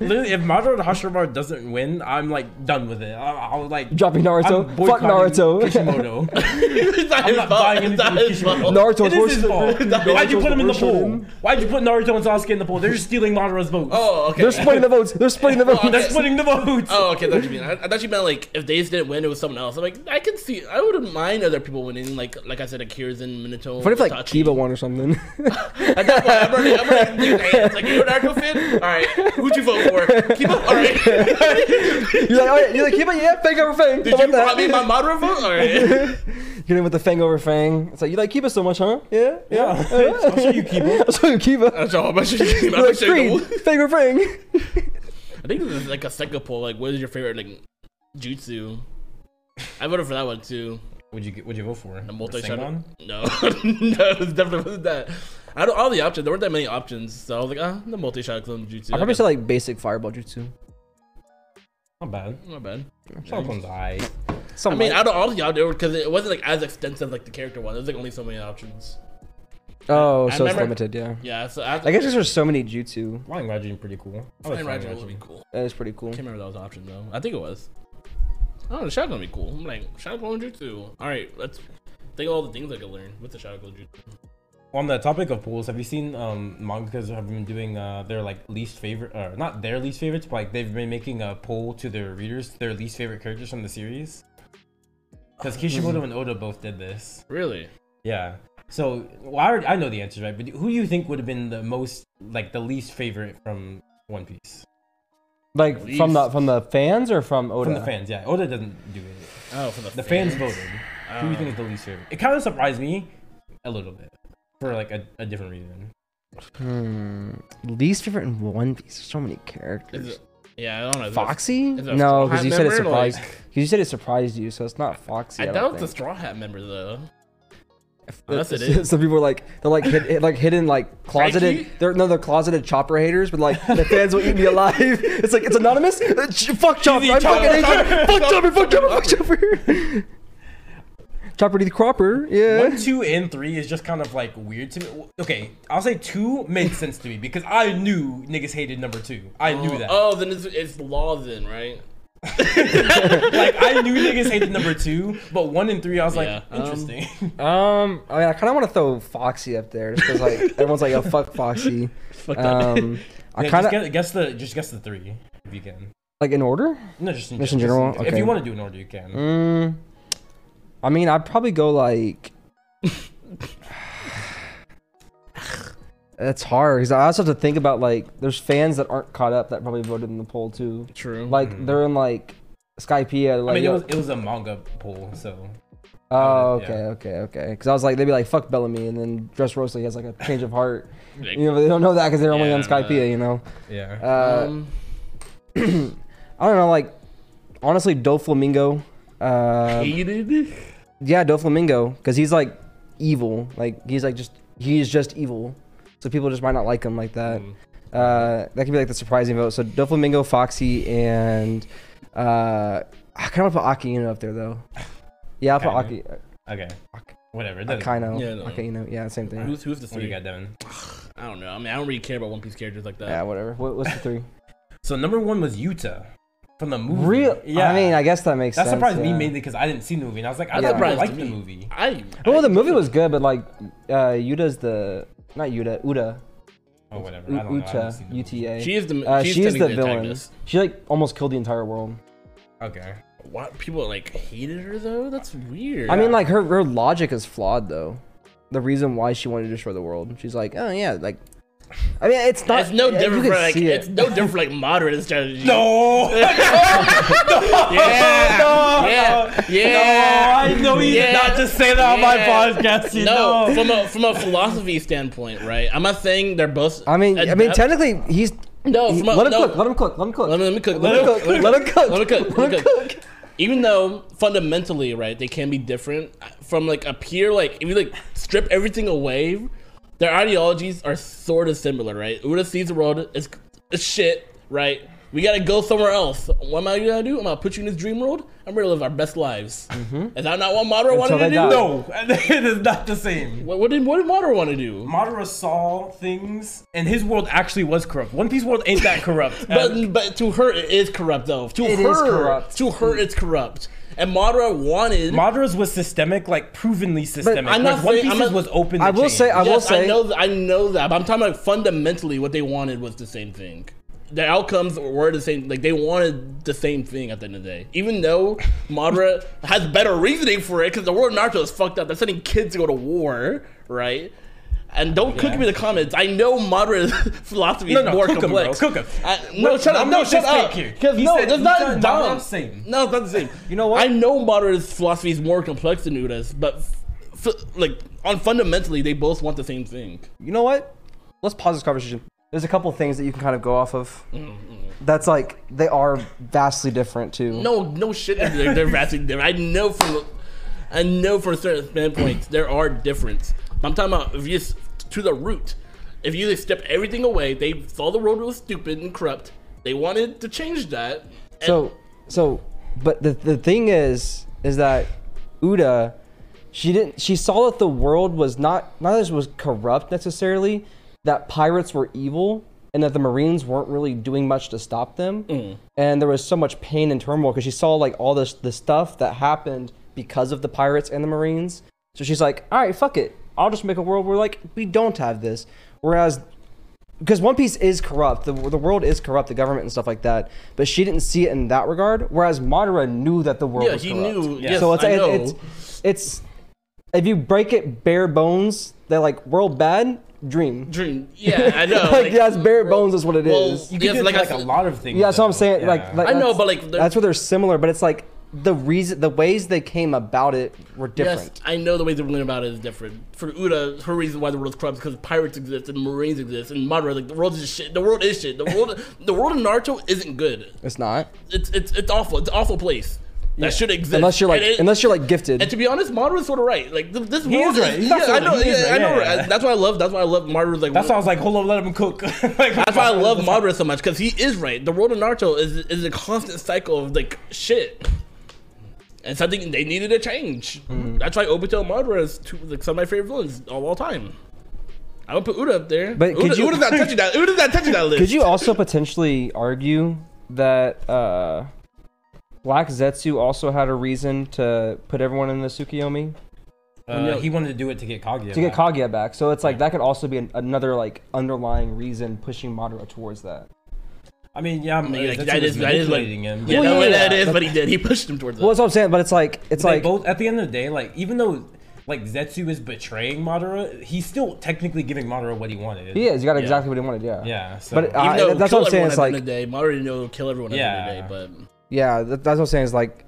Speaker 1: Literally, if Madara and Hashirama doesn't win, I'm like done with it. I, I'll like
Speaker 3: Dropping Naruto.
Speaker 1: I'm
Speaker 3: Fuck
Speaker 1: boycotting
Speaker 3: Naruto. *laughs*
Speaker 1: Kishimoto.
Speaker 2: it's not
Speaker 1: I'm
Speaker 2: his
Speaker 1: not
Speaker 2: fault.
Speaker 1: buying anything
Speaker 2: It's not
Speaker 1: from
Speaker 2: his
Speaker 1: Kishimoto.
Speaker 2: fault.
Speaker 3: Naruto's
Speaker 1: It is his fault.
Speaker 3: worse.
Speaker 1: Why'd you
Speaker 3: Naruto's
Speaker 1: put him in the
Speaker 3: worse
Speaker 1: pool?
Speaker 3: than him.
Speaker 1: Why'd you put Naruto and Sasuke in the pool? They're just stealing Madara's votes.
Speaker 2: Oh, okay.
Speaker 3: They're splitting the votes. They're splitting
Speaker 1: *laughs*
Speaker 3: the
Speaker 1: They're
Speaker 3: votes.
Speaker 1: splitting the votes.
Speaker 2: Oh, okay. That's what you mean. I, I thought you meant like if they didn't win, it was someone else. I'm like, I can see. I wouldn't mind other people winning. Like, like I said, Akira's in Minato.
Speaker 3: What if like
Speaker 2: Itachi.
Speaker 3: Kiba won or something? *laughs*
Speaker 2: At that point, I'm already, I'm already thinking, hey, it's like you're an Naruto fan. All right, who'd you vote for? Keep up. All
Speaker 3: *laughs*
Speaker 2: right. Did
Speaker 3: You're like, all right, you're like Kiba, yeah, fang over fang. How
Speaker 2: you
Speaker 3: about that?
Speaker 2: brought me my Madara vote? All right.
Speaker 3: *laughs* Get in with the fang over fang. It's like you like Kiba so much, huh? *laughs* Yeah,
Speaker 1: Yeah. *laughs* I'll show you Kiba.
Speaker 3: I'll show you Kiba.
Speaker 2: That's all. I'm sure you-
Speaker 3: You're
Speaker 2: I'm
Speaker 3: like
Speaker 2: sure you
Speaker 3: Creed,
Speaker 2: know.
Speaker 3: fang over *laughs* fang.
Speaker 2: I think this is like a second poll. Like, what is your favorite like jutsu? I voted for that one too.
Speaker 1: Would you would you vote for
Speaker 2: The multi shadow. No, *laughs* no, it was definitely wasn't that. I don't all the options. There weren't that many options, so I was like, ah, the multi shadow clone jutsu.
Speaker 3: I
Speaker 2: I
Speaker 3: probably
Speaker 2: guess.
Speaker 3: say like basic fireball jutsu.
Speaker 1: Not bad.
Speaker 2: Not bad.
Speaker 1: Something's high.
Speaker 2: I
Speaker 3: Something
Speaker 2: mean, out of all the options, because it wasn't like as extensive like the character one. There's like only so many options.
Speaker 3: oh,
Speaker 2: I
Speaker 3: so it's
Speaker 2: remember-
Speaker 3: limited, yeah.
Speaker 2: Yeah, so I,
Speaker 3: I guess there's so many jutsu.
Speaker 1: Flying Rajin pretty cool. I like
Speaker 2: Flying Rajin would be
Speaker 1: Rajin.
Speaker 2: cool.
Speaker 3: That is pretty cool.
Speaker 2: Can't remember that was an option though. I think it was. Oh, the shadow clone would be cool. I'm like shadow clone jutsu. All right, let's think of all the things I could learn with the shadow clone jutsu.
Speaker 1: On the topic of pools, have you seen um mangakas have been doing uh their like least favorite or not their least favorites, but like they've been making a poll to their readers their least favorite characters from the series? Because
Speaker 2: Hmm.
Speaker 1: Kishimoto and Oda both did this.
Speaker 2: Really?
Speaker 1: Yeah. So well, I, already, I know the answers, right? But who do you think would have been the most like the least favorite from One Piece?
Speaker 3: Like from the from the fans or from Oda?
Speaker 1: From the fans, yeah. Oda doesn't do it.
Speaker 2: Oh, for the,
Speaker 1: The fans voted. Who do you think is the least favorite? It kind of surprised me a little bit for like a, a different reason.
Speaker 3: Hmm. Least favorite in One Piece. There's so many
Speaker 2: Is
Speaker 3: characters.
Speaker 2: it, yeah, I don't know. Is it a-
Speaker 3: Foxy?
Speaker 2: is it a
Speaker 3: No,
Speaker 2: Straw
Speaker 3: because
Speaker 2: Hat
Speaker 3: you said it
Speaker 2: member? Like-
Speaker 3: surprised. Because you said it surprised you, so it's not Foxy.
Speaker 2: I
Speaker 3: I,
Speaker 2: doubt it's a
Speaker 3: don't
Speaker 2: Straw Hat member though.
Speaker 3: think. *laughs*
Speaker 2: unless Oh, it is.
Speaker 3: Some people are like they're like hid,
Speaker 2: *laughs*
Speaker 3: hid- like hidden like closeted.
Speaker 2: Frankie?
Speaker 3: They're no, they're closeted chopper haters, but like the fans will eat me alive. *laughs* It's like it's anonymous. Uh, ch- Fuck chopper. I
Speaker 1: Chopper,
Speaker 3: fucking hate
Speaker 1: Chopper,
Speaker 2: *laughs*
Speaker 3: you. Fuck chopper. Fuck chopper. Fuck chopper. *laughs* Chopper to the cropper. Yeah.
Speaker 1: One, two, and three is just kind of like weird to me. Okay, I'll say two made sense to me because I knew niggas hated number two. I knew that.
Speaker 2: Oh, then it's, it's law then, right?
Speaker 1: Like I knew niggas hated number two, but one and three, I was
Speaker 2: Yeah.
Speaker 1: like,
Speaker 2: Um,
Speaker 1: interesting.
Speaker 3: Um. I mean, I kind of want to throw Foxy up there just because like everyone's like, oh fuck Foxy.
Speaker 2: *laughs* Fuck
Speaker 3: Um.
Speaker 1: *laughs*
Speaker 3: I
Speaker 1: Yeah,
Speaker 3: kind
Speaker 1: just
Speaker 3: of
Speaker 1: guess, guess the just guess the three if you can.
Speaker 3: like in order.
Speaker 1: No, just in,
Speaker 3: Just in
Speaker 1: general.
Speaker 3: general?
Speaker 1: If
Speaker 3: Okay.
Speaker 1: you want to do an order, you can.
Speaker 3: Mm, I mean, I'd probably go like. *sighs* That's hard because I also have to think about like there's fans that aren't caught up that probably voted in the poll too.
Speaker 2: True.
Speaker 3: Like they're in like Skypea.
Speaker 1: Mm. I
Speaker 3: Like,
Speaker 1: mean, it
Speaker 3: yo-
Speaker 1: was, it was a manga poll, so
Speaker 3: oh,
Speaker 1: yeah.
Speaker 3: okay, okay, okay. Because I was like, they'd be like, "Fuck Bellamy," and then Dress Rosalie has like a change of heart.
Speaker 2: Like,
Speaker 3: You know, but they don't know that because they're only
Speaker 2: Yeah,
Speaker 3: on
Speaker 2: I know that.
Speaker 3: Skypea. You know.
Speaker 1: yeah.
Speaker 3: Uh,
Speaker 2: um,
Speaker 3: I don't know. Like, honestly, Doflamingo. Uh,
Speaker 2: hated.
Speaker 3: Yeah, Doflamingo, because he's like evil. Like he's like just he's just evil. So people just might not like him like that.
Speaker 2: Mm.
Speaker 3: Uh, that could be like the surprising vote. So Doflamingo, Foxy, and uh, I kind of put Akino up
Speaker 1: *laughs*
Speaker 3: there though. Yeah, I'll put Aki,
Speaker 1: Kinda. okay.
Speaker 3: Ak-
Speaker 1: Whatever. It doesn't-
Speaker 3: Akino,
Speaker 2: Yeah, no.
Speaker 3: Akino. Yeah, same thing.
Speaker 2: Who's who's the
Speaker 1: What do
Speaker 2: three?
Speaker 1: you got, Devin?
Speaker 2: I don't know. I mean, I don't really care about One Piece characters like that.
Speaker 3: uh, Yeah, whatever. What, what's the three?
Speaker 1: So number one was Yuta from the *laughs* movie.
Speaker 3: Real?
Speaker 1: Yeah.
Speaker 3: I mean, I guess that makes
Speaker 1: that
Speaker 3: sense.
Speaker 1: surprised me
Speaker 3: yeah.
Speaker 1: mainly because I didn't see the movie, and I was like, I
Speaker 3: Yeah.
Speaker 1: don't really
Speaker 2: Surprised
Speaker 1: like the
Speaker 2: me.
Speaker 1: movie.
Speaker 2: I.
Speaker 3: Well,
Speaker 2: I-
Speaker 3: the movie was good, but like uh, Yuta's the not Yuta, Uta,
Speaker 1: Oh, whatever. I don't know. I haven't
Speaker 3: Uta,
Speaker 1: seen the movie.
Speaker 3: UTA.
Speaker 2: She is the.
Speaker 3: uh,
Speaker 2: she's,
Speaker 3: she's the
Speaker 2: technically
Speaker 3: villain.
Speaker 2: antagonist.
Speaker 3: She like almost killed the entire world.
Speaker 2: *laughs*
Speaker 1: Okay.
Speaker 2: What people like hated her though? That's weird.
Speaker 3: I mean, like her her logic is flawed though. The reason why she wanted to destroy the world, she's like, oh yeah, like. I mean, it's not.
Speaker 2: it's no
Speaker 3: you can
Speaker 2: different. For, like
Speaker 3: see
Speaker 2: it's no different. Like moderate strategy.
Speaker 1: No.
Speaker 2: Yeah.
Speaker 1: No.
Speaker 2: Yeah.
Speaker 1: No,
Speaker 2: Yeah.
Speaker 1: I know you did
Speaker 2: Yeah.
Speaker 1: not just say that on
Speaker 2: Yeah.
Speaker 1: my podcast. You
Speaker 2: No,
Speaker 1: know.
Speaker 2: from a from a philosophy standpoint, right? I'm not saying they're both.
Speaker 3: I mean, I mean,
Speaker 2: adept-
Speaker 3: technically, he's.
Speaker 2: no.
Speaker 3: he-
Speaker 2: From a,
Speaker 3: let him
Speaker 2: no,
Speaker 3: cook. Let him cook. Let him cook.
Speaker 2: Let me, let me cook.
Speaker 3: Let him cook. Let him cook.
Speaker 2: Let me cook. Let me
Speaker 3: Let
Speaker 2: cook.
Speaker 3: him cook.
Speaker 2: Even though fundamentally, right, they can be different from like a pure like if you like strip everything away, their ideologies are sort of similar, right? Uda sees the world as, as shit, right? We gotta go somewhere else. What am I gonna do? I'm gonna put you in this dream world. I'm gonna live our best lives.
Speaker 3: Mm-hmm.
Speaker 2: Is that not what Madara wanted to
Speaker 3: they
Speaker 2: do?
Speaker 3: die.
Speaker 1: No, *laughs* it is not the same.
Speaker 2: What, what did what did Madara want to do?
Speaker 1: Madara saw things, and his world actually was corrupt. One Piece world ain't that corrupt. And
Speaker 2: *laughs* But but to her it is corrupt though. To
Speaker 3: It
Speaker 2: her,
Speaker 3: is corrupt.
Speaker 2: to her it's corrupt. And Madara wanted.
Speaker 1: Madara's was systemic, like provenly systemic.
Speaker 2: I'm not
Speaker 1: Whereas One
Speaker 2: saying-
Speaker 1: Piece's
Speaker 2: I'm not-
Speaker 1: was open. to
Speaker 3: I will
Speaker 1: change.
Speaker 3: say, I
Speaker 2: yes,
Speaker 3: will say,
Speaker 2: I know th- I know that. But I'm talking about fundamentally what they wanted was the same thing. The outcomes were the same. Like they wanted the same thing at the end of the day. Even though Madara *laughs* has better reasoning for it, because the world in Naruto is fucked up. They're sending kids to go to war, right? And don't cook me in the comments. I know Madara's *laughs* philosophy
Speaker 1: No,
Speaker 2: is
Speaker 1: no,
Speaker 2: more
Speaker 1: cook 'em, bro,
Speaker 2: complex.
Speaker 1: cook 'em.
Speaker 2: I- no,
Speaker 1: Look,
Speaker 2: shut up.
Speaker 1: I'm
Speaker 2: No,
Speaker 1: not
Speaker 2: shut
Speaker 1: just
Speaker 2: up.
Speaker 1: fake here.
Speaker 2: Because
Speaker 1: He
Speaker 2: no,
Speaker 1: said-
Speaker 2: that's
Speaker 1: he
Speaker 2: not
Speaker 1: said
Speaker 2: dumb.
Speaker 1: Madara's same.
Speaker 2: No, it's not the same.
Speaker 3: You know what?
Speaker 2: I know Madara's philosophy is more complex than Uda's, but f- f- like on fundamentally, they both want the same thing.
Speaker 3: you know what? Let's pause this conversation. There's a couple things that you can kind of go off of.
Speaker 2: Mm-hmm.
Speaker 3: That's like they are vastly different too.
Speaker 2: No, no shit. They're, they're vastly different. I know from, I know from a certain standpoint there are differences. I'm talking about if you s- to the root. If you step everything away, they saw the world was stupid and corrupt. They wanted to change that. And
Speaker 3: So, so, but the the thing is, is that Uda, she didn't. She saw that the world was not not that it was corrupt necessarily, that pirates were evil, and that the Marines weren't really doing much to stop them, and there was so much pain and turmoil because she saw like all this the stuff that happened because of the pirates and the Marines. So she's like, all right, fuck it. I'll just make a world where like we don't have this. Whereas because One Piece is corrupt. The, the world is corrupt, the government and stuff like that. But she didn't see it in that regard. Whereas Madara knew that the world
Speaker 2: Yeah,
Speaker 3: was
Speaker 2: he
Speaker 3: corrupt.
Speaker 2: knew. Yes,
Speaker 3: so it's,
Speaker 2: I
Speaker 3: it-
Speaker 2: know.
Speaker 3: it's it's if you break it bare bones, they're like world bad dream.
Speaker 2: dream. Yeah, I know.
Speaker 3: *laughs* like, that's bare bones is what it is.
Speaker 2: well,
Speaker 1: you
Speaker 2: yes,
Speaker 1: could do
Speaker 2: like
Speaker 1: like,
Speaker 2: I
Speaker 1: a
Speaker 2: said-
Speaker 1: lot of things.
Speaker 3: Yeah, that's what I'm
Speaker 1: though.
Speaker 3: saying. Like,
Speaker 1: Yeah.
Speaker 3: like
Speaker 2: I know,
Speaker 3: that's-
Speaker 2: but, like, they're-
Speaker 3: that's where they're similar. But it's like the reason, the ways they came about it were different.
Speaker 2: Yes, I know the way they went about it is different. For Uda, her reason why the world's corrupt is because pirates exist and marines exist and Madara, like the world is shit. The world is shit. The world, *laughs* the world in Naruto isn't good.
Speaker 3: It's not
Speaker 2: It's it's it's awful. It's an awful place that should exist.
Speaker 3: unless you're like
Speaker 2: And it-
Speaker 3: unless you're like gifted.
Speaker 2: and to be honest, Madara's sort of right. Like th- this
Speaker 1: He
Speaker 2: world
Speaker 1: is right. He's
Speaker 2: yeah,
Speaker 1: not
Speaker 2: *laughs* I
Speaker 1: sorta-
Speaker 2: know.
Speaker 1: he is
Speaker 2: yeah, I
Speaker 1: right.
Speaker 2: know.
Speaker 1: Yeah, yeah.
Speaker 2: That's why I love. That's why I love Madara's like.
Speaker 1: That's why I was like, hold up, let him cook. *laughs* like,
Speaker 2: That's why I love Madara so much because he is right. The world of Naruto is is a constant cycle of like shit, and something they needed to change. That's why Obito and Madara is two, like some of my favorite villains of all time. I would put Uda up there,
Speaker 3: But
Speaker 2: Uda,
Speaker 3: could you- *laughs*
Speaker 2: Uda's not touching that. Uda's not touching that list.
Speaker 3: Could you also potentially argue that uh, Black Zetsu also had a reason to put everyone in the Tsukiyomi
Speaker 1: Uh, he wanted to do it to get Kaguya.
Speaker 3: to get
Speaker 1: back.
Speaker 3: Kaguya back? So it's like that could also be an, another like underlying reason pushing Madara towards that.
Speaker 1: I mean, yeah, I'm,
Speaker 2: Yeah, like,
Speaker 1: that's
Speaker 2: that
Speaker 1: what
Speaker 2: is
Speaker 1: was
Speaker 2: that is what,
Speaker 1: manipulating
Speaker 2: yeah,
Speaker 1: him.
Speaker 2: yeah,
Speaker 3: Well, yeah,
Speaker 2: that is
Speaker 3: but-
Speaker 2: what he did. He pushed him towards
Speaker 3: Well,
Speaker 2: that.
Speaker 3: that's what I'm saying. But it's like it's
Speaker 1: they
Speaker 3: like
Speaker 1: both at the end of the day, like even though like Zetsu is betraying Madara, he's still technically giving Madara what he wanted.
Speaker 3: he is. You got exactly what he wanted. Yeah.
Speaker 1: Yeah. So.
Speaker 3: But uh,
Speaker 2: Even
Speaker 3: I,
Speaker 2: though
Speaker 3: that's
Speaker 2: kill
Speaker 3: what I'm saying.
Speaker 2: everyone
Speaker 3: It's
Speaker 2: at the end of
Speaker 3: like
Speaker 2: the day, Madara didn't know kill everyone at the end
Speaker 1: Yeah.
Speaker 2: of the day, but.
Speaker 3: yeah, that, that's what I'm saying. Is like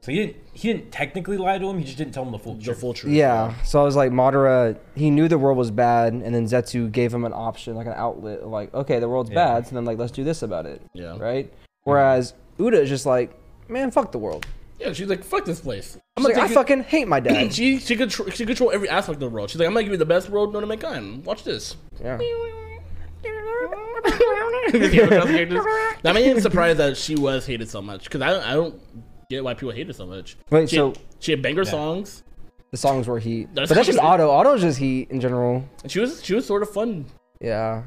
Speaker 1: so he didn't he didn't technically lie to him. He just didn't tell him the full
Speaker 2: The
Speaker 1: truth.
Speaker 2: full truth.
Speaker 3: yeah. So I was like Madara. He knew the world was bad, and then Zetsu gave him an option, like an outlet. Like okay, the world's
Speaker 1: Yeah.
Speaker 3: bad, so then like let's do this about it.
Speaker 2: Yeah.
Speaker 3: right? Whereas Uda is just like, man, fuck the world.
Speaker 2: Yeah, she's like, fuck this place. I'm
Speaker 3: She's like,
Speaker 2: gonna
Speaker 3: I
Speaker 2: take it-
Speaker 3: fucking hate my
Speaker 2: *coughs*
Speaker 3: dad.
Speaker 2: she she control she control every aspect of the world. She's like, I'm gonna give you the best world known to mankind. Watch this. *laughs*
Speaker 3: yeah.
Speaker 2: I mean, I'm surprised that she was hated so much because I don't, I don't get why people hate her so much.
Speaker 3: Wait,
Speaker 2: she
Speaker 3: so-
Speaker 2: had, she had banger songs.
Speaker 3: The songs were heat,
Speaker 2: That's
Speaker 3: but that's just
Speaker 2: what it
Speaker 3: auto. Auto's just heat in general.
Speaker 2: And she was she was sort of fun.
Speaker 3: Yeah.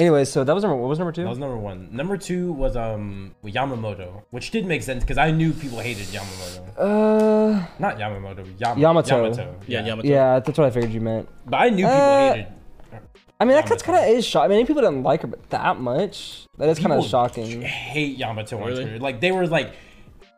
Speaker 3: Anyway, so that was number. What was number two?
Speaker 1: That was number one. Number two was um Yamamoto, which did make sense because I knew people hated Yamamoto.
Speaker 3: uh,
Speaker 1: Not Yamamoto. Yam-
Speaker 3: Yamato.
Speaker 1: Yamato.
Speaker 2: Yeah, Yamato.
Speaker 3: yeah, that's what I figured you meant.
Speaker 1: But I knew people
Speaker 3: Uh,
Speaker 1: hated.
Speaker 3: I mean, that that's
Speaker 1: Yamato.
Speaker 3: kind of is shocking. Many people didn't like her, but that much. That is kind of
Speaker 1: people
Speaker 3: shocking.
Speaker 1: Hate Yamato on
Speaker 2: Really?
Speaker 1: Twitter. Like they were like,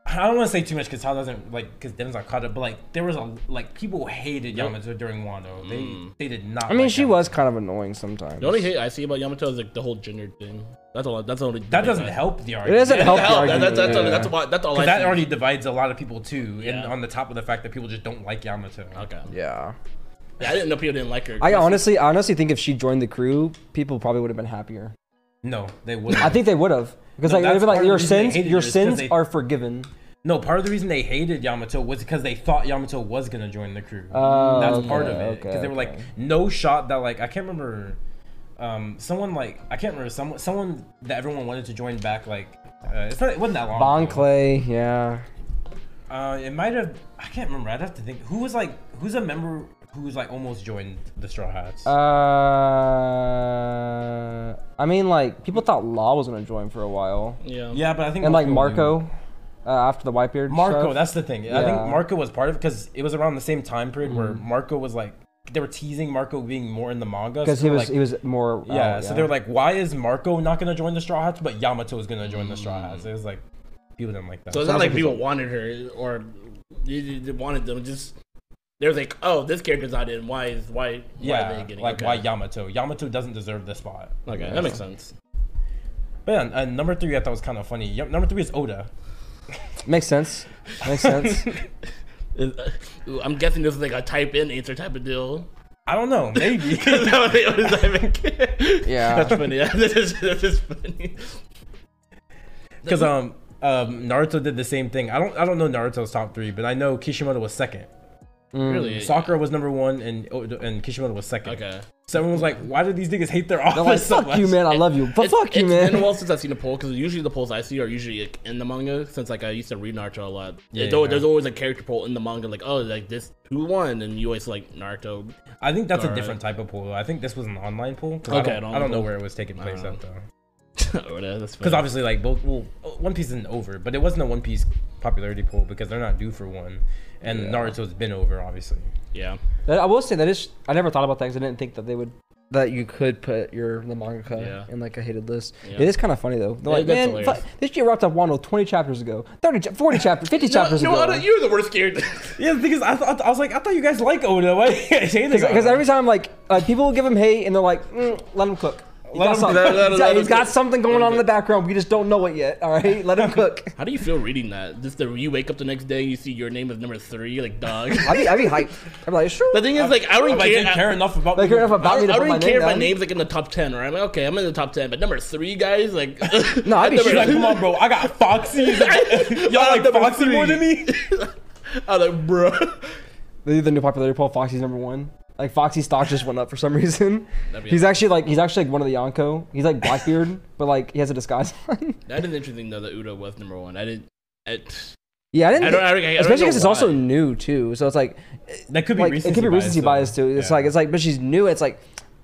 Speaker 1: I don't want to say too much because Tal doesn't like because Den's not caught up. But like there was a like people hated Yamato during Wano. They
Speaker 3: Mm.
Speaker 1: they did not.
Speaker 3: I mean, she was kind of annoying sometimes.
Speaker 2: The only hate I see about Yamato is like the whole gender thing. That's all. That's the only.
Speaker 1: That doesn't help the
Speaker 3: It
Speaker 1: argument.
Speaker 3: doesn't help. the
Speaker 2: Hell, that,
Speaker 3: argument,
Speaker 2: that, that's, all,
Speaker 3: yeah.
Speaker 2: that's, why- that's all I
Speaker 1: Because that
Speaker 2: see.
Speaker 1: already divides a lot of people too,
Speaker 2: Yeah.
Speaker 1: and on the top of the fact that people just don't like Yamato.
Speaker 2: Okay.
Speaker 3: Yeah.
Speaker 2: Yeah, I didn't know people didn't like her.
Speaker 3: I honestly, I honestly think if she joined the crew, people probably would have been happier.
Speaker 1: No, they wouldn't.
Speaker 3: I think they would have because
Speaker 1: No,
Speaker 3: like it
Speaker 1: that's
Speaker 3: would have been
Speaker 1: part
Speaker 3: like
Speaker 1: of
Speaker 3: your
Speaker 1: the reason they
Speaker 3: sins,
Speaker 1: hated
Speaker 3: your
Speaker 1: her is 'cause
Speaker 3: sins
Speaker 1: they-
Speaker 3: are forgiven.
Speaker 1: No, part of the reason they hated Yamato was because they thought Yamato was gonna join the crew.
Speaker 3: Oh,
Speaker 1: That's
Speaker 3: okay,
Speaker 1: part of it.
Speaker 3: okay,
Speaker 1: Because they were
Speaker 3: okay.
Speaker 1: like, no shot that like I can't remember um, someone like I can't remember someone someone that everyone wanted to join back like uh, it's not it wasn't that long.
Speaker 3: Bon
Speaker 1: ago.
Speaker 3: Clay, yeah.
Speaker 1: Uh, it might have I can't remember. I'd have to think who was like who's a member who's like almost joined the Straw Hats.
Speaker 3: Uh, I mean, like people thought Law was gonna join for a while,
Speaker 2: Yeah.
Speaker 1: yeah, but I think
Speaker 3: and like
Speaker 1: most people knew.
Speaker 3: Marco, uh, after the Whitebeard.
Speaker 1: Marco,
Speaker 3: stuff.
Speaker 1: that's the thing. I
Speaker 3: Yeah. Mm.
Speaker 1: think Marco was part of it because it was around the same time period where Marco was like they were teasing Marco being more in the manga so
Speaker 3: because he
Speaker 1: they're
Speaker 3: was
Speaker 1: like-
Speaker 3: he was more. oh,
Speaker 1: yeah,
Speaker 2: Oh,
Speaker 1: so they were like, why is Marco not gonna join the Straw Hats, but Yamato is gonna join the Straw Hats? It was like people didn't like that.
Speaker 2: Mm. So it's not
Speaker 3: Sounds
Speaker 2: like
Speaker 3: like
Speaker 2: people wanted her or they- they they wanted them. Just they're like, oh, this character's not in. Why is why? why are
Speaker 1: yeah,
Speaker 2: they getting
Speaker 1: like
Speaker 2: okay.
Speaker 1: why Yamato? Yamato doesn't deserve this spot.
Speaker 2: Okay, that makes sense.
Speaker 1: But yeah, and- and number three I thought was kind of funny. Yum- Number three is Oda.
Speaker 3: makes sense,
Speaker 1: *laughs*
Speaker 3: makes sense.
Speaker 2: Is- uh, I'm guessing this is like a type in answer type
Speaker 1: *laughs*
Speaker 2: of deal. *laughs*
Speaker 1: I don't know, maybe. *laughs*
Speaker 2: That's how they always type *laughs* in.
Speaker 3: Yeah.
Speaker 2: that's funny. That is, that is funny.
Speaker 1: Because um, um, Naruto did the same thing. I don't I don't know Naruto's top three, but I know Kishimoto was second.
Speaker 3: Mm.
Speaker 2: Really,
Speaker 1: Sakura was number one, and Oda- and Kishimoto was second.
Speaker 2: Okay.
Speaker 1: So everyone was like, why do these niggas hate their
Speaker 3: They're
Speaker 1: office
Speaker 3: like,
Speaker 1: so
Speaker 3: fuck
Speaker 1: much?
Speaker 3: you, man. I love you, but
Speaker 2: It's-
Speaker 3: fuck you,
Speaker 2: it's
Speaker 3: man.
Speaker 2: been a while since I've seen a poll because usually the polls I see are usually like, in the manga. Since like I used to read Naruto a lot,
Speaker 1: Yeah,
Speaker 2: It's al-
Speaker 1: yeah.
Speaker 2: there's always a character poll in the manga like, oh, like this who won, and you always like Naruto. *laughs*
Speaker 1: I think that's a
Speaker 2: Alright.
Speaker 1: different type of poll. I think this was an online poll. 'cause I
Speaker 2: Okay,
Speaker 1: don't,
Speaker 2: an
Speaker 1: I
Speaker 2: online
Speaker 1: don't know
Speaker 2: poll.
Speaker 1: where it was taking place
Speaker 2: don't
Speaker 1: at though.
Speaker 2: or whatever. That's
Speaker 1: Because
Speaker 2: funny.
Speaker 1: obviously, like both, well, uh, One Piece isn't over, but it wasn't a One Piece popularity poll because they're not due for one, and Naruto's been over, obviously.
Speaker 2: yeah.
Speaker 3: That- I will say that is. I never thought about that because I didn't think that they would. That you could put your the manga
Speaker 2: Yeah.
Speaker 3: in like a hated list.
Speaker 2: Yeah.
Speaker 3: It is kind of funny though. They're
Speaker 2: Yeah,
Speaker 3: like,
Speaker 2: that's
Speaker 3: man,
Speaker 2: hilarious.
Speaker 3: fuck, this shit wrapped up Wano 20 chapters ago, 30, cha- 40 chapters, 50 chapters
Speaker 2: no,
Speaker 3: ago.
Speaker 2: Anna, you're the worst character.
Speaker 1: Yeah, because I thought I was like, I thought you guys like Oda. *laughs* Why
Speaker 3: Because every time, like, uh, people give him hate and they're like, mm, let him cook. He's
Speaker 1: Let
Speaker 3: got
Speaker 1: him-
Speaker 3: something-
Speaker 2: let- let-
Speaker 3: he's
Speaker 2: let
Speaker 3: got-
Speaker 2: him
Speaker 3: he's got
Speaker 2: cook.
Speaker 3: something
Speaker 2: Let
Speaker 3: going
Speaker 2: him
Speaker 3: on in the
Speaker 2: cook.
Speaker 3: background. We just don't know it yet. All right, let him cook.
Speaker 2: *laughs* *laughs* How do you feel reading that? Just the you wake up the next day and you see your name is number three, like
Speaker 3: *laughs*
Speaker 2: dog.
Speaker 3: I'd be, I'd be hyped. I'd be like, sure.
Speaker 2: the thing is, like, I don't
Speaker 1: like,
Speaker 2: care.
Speaker 1: didn't care enough about.
Speaker 3: Like, care enough
Speaker 2: I
Speaker 3: about
Speaker 2: don't,
Speaker 3: me to
Speaker 2: I
Speaker 3: put
Speaker 2: don't
Speaker 3: my
Speaker 2: even care
Speaker 3: name
Speaker 2: if my
Speaker 3: down.
Speaker 2: name's like in the top ten, right? I'm like, okay, I'm in the top ten, but number three, guys, like, *laughs*
Speaker 3: No, I'd be
Speaker 2: number-
Speaker 1: She's like,
Speaker 2: *laughs*
Speaker 1: come on, bro, I got Foxy. Y'all
Speaker 3: *laughs*
Speaker 2: I'm
Speaker 1: like
Speaker 2: number
Speaker 1: Foxy more than me?
Speaker 2: I'm like, bro. *laughs*
Speaker 3: The, the new popularity poll, Foxy's number one. Like Foxy's stock just went up for some *laughs* reason.
Speaker 2: That'd be
Speaker 3: He's
Speaker 2: awesome.
Speaker 3: actually like he's actually like one of the Yonko. He's
Speaker 2: *laughs*
Speaker 3: like Blackbeard, but like he has a disguise *laughs* on.
Speaker 2: That is interesting though. That Udo was number one. I didn't. It,
Speaker 3: yeah, I didn't.
Speaker 2: I don't- I don't- I don't
Speaker 3: especially
Speaker 2: know
Speaker 3: because it's also
Speaker 2: why.
Speaker 3: new too. So it's like,
Speaker 1: *laughs* That could be
Speaker 3: like
Speaker 1: recency
Speaker 3: it could be recency bias,
Speaker 1: bias though.
Speaker 3: too. It's
Speaker 1: Yeah.
Speaker 3: like it's like, but she's new. It's like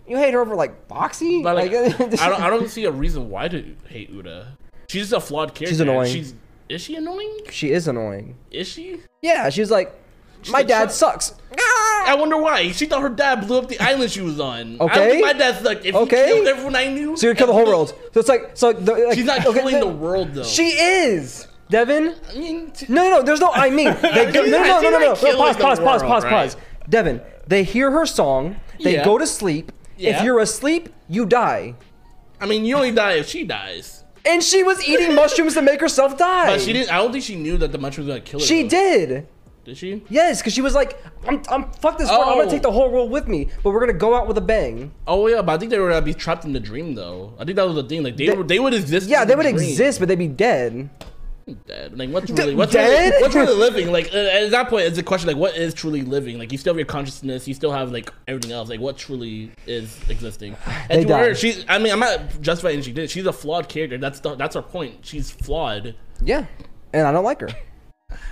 Speaker 3: you hate her over like Foxy.
Speaker 2: but like, I
Speaker 3: Like, *laughs*
Speaker 2: don't. I don't see a reason why to hate Uda. She's just a flawed character.
Speaker 3: annoying.
Speaker 2: She's is she annoying?
Speaker 3: she is annoying.
Speaker 2: Is she?
Speaker 3: Yeah, she was like, my
Speaker 2: like, "Shut- Ah!
Speaker 3: dad sucks.
Speaker 2: I wonder why. She thought her dad blew up the island she was on. I
Speaker 3: Okay.
Speaker 2: don't think my dad sucked. If
Speaker 3: Okay.
Speaker 2: he killed everyone I knew,
Speaker 3: So you would kill the whole world. So it's like so. like, The, like,
Speaker 2: She's not
Speaker 3: okay,
Speaker 2: killing the
Speaker 3: then-
Speaker 2: world though.
Speaker 3: She is. Devin,
Speaker 2: I mean, t-
Speaker 3: No, no, no. There's no
Speaker 2: *laughs*
Speaker 3: I mean. They go,
Speaker 2: She's
Speaker 3: no, no,
Speaker 2: not- she's
Speaker 3: no, no, no.
Speaker 2: not
Speaker 3: no pause,
Speaker 2: killing the
Speaker 3: pause, pause,
Speaker 2: world,
Speaker 3: pause,
Speaker 2: right?
Speaker 3: pause. Devin, they hear her song. They
Speaker 2: Yeah.
Speaker 3: go to sleep. If
Speaker 2: Yeah.
Speaker 3: you're asleep, you die.
Speaker 2: I mean, you only die if she dies.
Speaker 3: And she was
Speaker 2: *laughs*
Speaker 3: eating mushrooms to make herself die.
Speaker 2: But she didn't. I don't think she knew that the mushroom was gonna kill her.
Speaker 3: She
Speaker 2: though.
Speaker 3: did.
Speaker 2: Did she?
Speaker 3: Yes, because she was like, I'm, I'm fuck this world. I'm gonna
Speaker 2: Oh.
Speaker 3: take the whole world with me, but we're gonna go out with a bang.
Speaker 2: Oh yeah, but I think they were gonna be trapped in the dream though. I think that was the thing. Like they,
Speaker 3: They-
Speaker 2: were, they would exist.
Speaker 3: Yeah,
Speaker 2: in
Speaker 3: they
Speaker 2: the
Speaker 3: would
Speaker 2: dream.
Speaker 3: exist, but they'd be dead.
Speaker 2: Dead. Like what's really what's
Speaker 3: dead?
Speaker 2: really, what's really living? Like uh, at that point, it's a question like what is truly living? Like you still have your consciousness, you still have like everything else. Like what truly is existing? And
Speaker 3: *sighs* They
Speaker 2: to her,
Speaker 3: died.
Speaker 2: she. I mean, I'm not justifying she did. She's a flawed character. That's the, that's her point. She's flawed.
Speaker 3: Yeah, and I don't like her.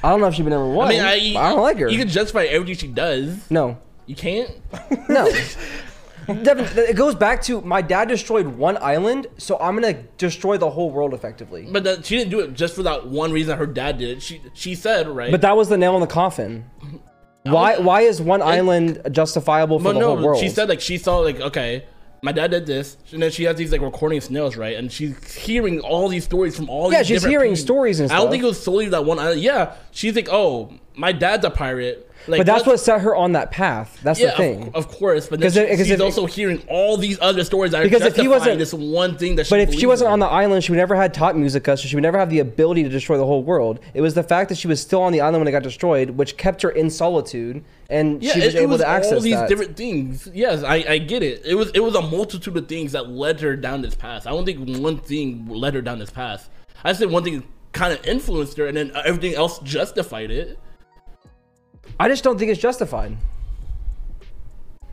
Speaker 3: I don't know if she would ever won.
Speaker 2: I
Speaker 3: I,
Speaker 2: mean, I,
Speaker 3: Oh, I don't like her.
Speaker 2: You can justify everything she does.
Speaker 3: no,
Speaker 2: You can't.
Speaker 3: No. *laughs* Devin, th- it goes back to my dad destroyed one island, so I'm gonna destroy the whole world effectively.
Speaker 2: But that, she didn't do it just for that one reason. Her dad did. She she said right.
Speaker 3: But that was the nail in the coffin. Why? Why is one island justifiable for
Speaker 2: But
Speaker 3: the
Speaker 2: no,
Speaker 3: whole world?
Speaker 2: she said like she saw like okay, my dad did this, and then she has these like recording snails, right? And she's hearing all these stories from all
Speaker 3: Yeah,
Speaker 2: these
Speaker 3: she's
Speaker 2: different
Speaker 3: hearing
Speaker 2: people.
Speaker 3: stories and
Speaker 2: I
Speaker 3: stuff.
Speaker 2: don't think it was solely that one. Island. Yeah, she's like, oh, my dad's a pirate. Like,
Speaker 3: but that's what
Speaker 2: let's-
Speaker 3: set her on that path. That's
Speaker 2: Yeah,
Speaker 3: the
Speaker 2: of-
Speaker 3: thing.
Speaker 2: Of, course, but then
Speaker 3: 'Cause it- 'cause
Speaker 2: she, she's
Speaker 3: if it-
Speaker 2: also hearing all these other stories that
Speaker 3: Because
Speaker 2: are
Speaker 3: if he
Speaker 2: justifying
Speaker 3: wasn't-
Speaker 2: this one thing that. She
Speaker 3: but if she
Speaker 2: believes
Speaker 3: wasn't
Speaker 2: in.
Speaker 3: on the island, she would never had top musica, so she would never have the ability to destroy the whole world. It was the fact that she was still on the island when it got destroyed, which kept her in solitude, and
Speaker 2: yeah,
Speaker 3: she was
Speaker 2: it, it
Speaker 3: able
Speaker 2: was
Speaker 3: to access
Speaker 2: all these
Speaker 3: that.
Speaker 2: different things. Yes, I, I get it. It was it was a multitude of things that led her down this path. I don't think one thing led her down this path. I said one thing kind of influenced her, and then everything else justified it.
Speaker 3: I just don't think it's justified.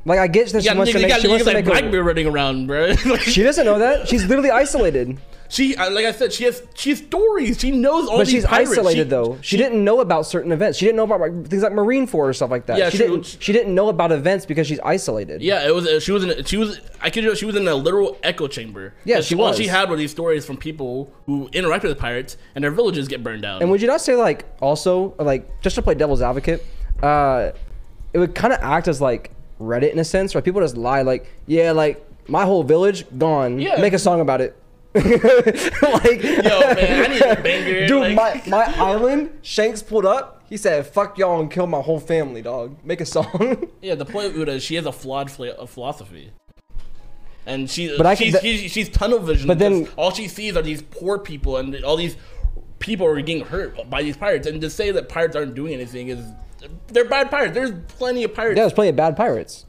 Speaker 3: Like I get that she
Speaker 2: Yeah,
Speaker 3: wants
Speaker 2: nigga,
Speaker 3: to
Speaker 2: you
Speaker 3: make.
Speaker 2: got,
Speaker 3: She
Speaker 2: you
Speaker 3: wants
Speaker 2: got
Speaker 3: to
Speaker 2: like
Speaker 3: make. a-
Speaker 2: Blackbeard running around, bro. *laughs* Like,
Speaker 3: She doesn't know that. She's literally
Speaker 2: *laughs*
Speaker 3: isolated.
Speaker 2: she, I- like I said, she has she has stories. She knows all
Speaker 3: But
Speaker 2: these
Speaker 3: she's
Speaker 2: pirates.
Speaker 3: isolated
Speaker 2: She-
Speaker 3: though. She, didn't know about certain events. She didn't know about like, things like Marine Corps or stuff like that.
Speaker 2: Yeah,
Speaker 3: she
Speaker 2: true.
Speaker 3: didn't. She didn't know about events because she's isolated.
Speaker 2: Yeah, it was. uh, She was in. a- She was. I kid you. not, She was in a literal echo chamber.
Speaker 3: Yeah,
Speaker 2: And
Speaker 3: she
Speaker 2: All
Speaker 3: was.
Speaker 2: she had were these stories from people who interact with pirates, and their villages get burned down.
Speaker 3: And would you not say like also like just to play devil's advocate, uh, it would kind of act as like Reddit in a sense, where people just lie like, yeah, like my whole village gone.
Speaker 2: Yeah.
Speaker 3: Make a song about it. *laughs* like
Speaker 2: Yo, man, I need a banger.
Speaker 3: *laughs* Dude,
Speaker 2: like-
Speaker 3: my, my
Speaker 2: *laughs*
Speaker 3: island, Shanks pulled up. He said, "Fuck y'all and kill my whole family, dog. Make a song." *laughs*
Speaker 2: Yeah, the point of Uda is she has a flawed fla- a philosophy. And she,
Speaker 3: But I-
Speaker 2: she's,
Speaker 3: that-
Speaker 2: she's, she's tunnel vision.
Speaker 3: But then-
Speaker 2: all she sees are these poor people, and all these people are getting hurt by these pirates. And to say that pirates aren't doing anything is they're bad pirates. There's plenty of pirates.
Speaker 3: yeah, there's plenty of bad pirates.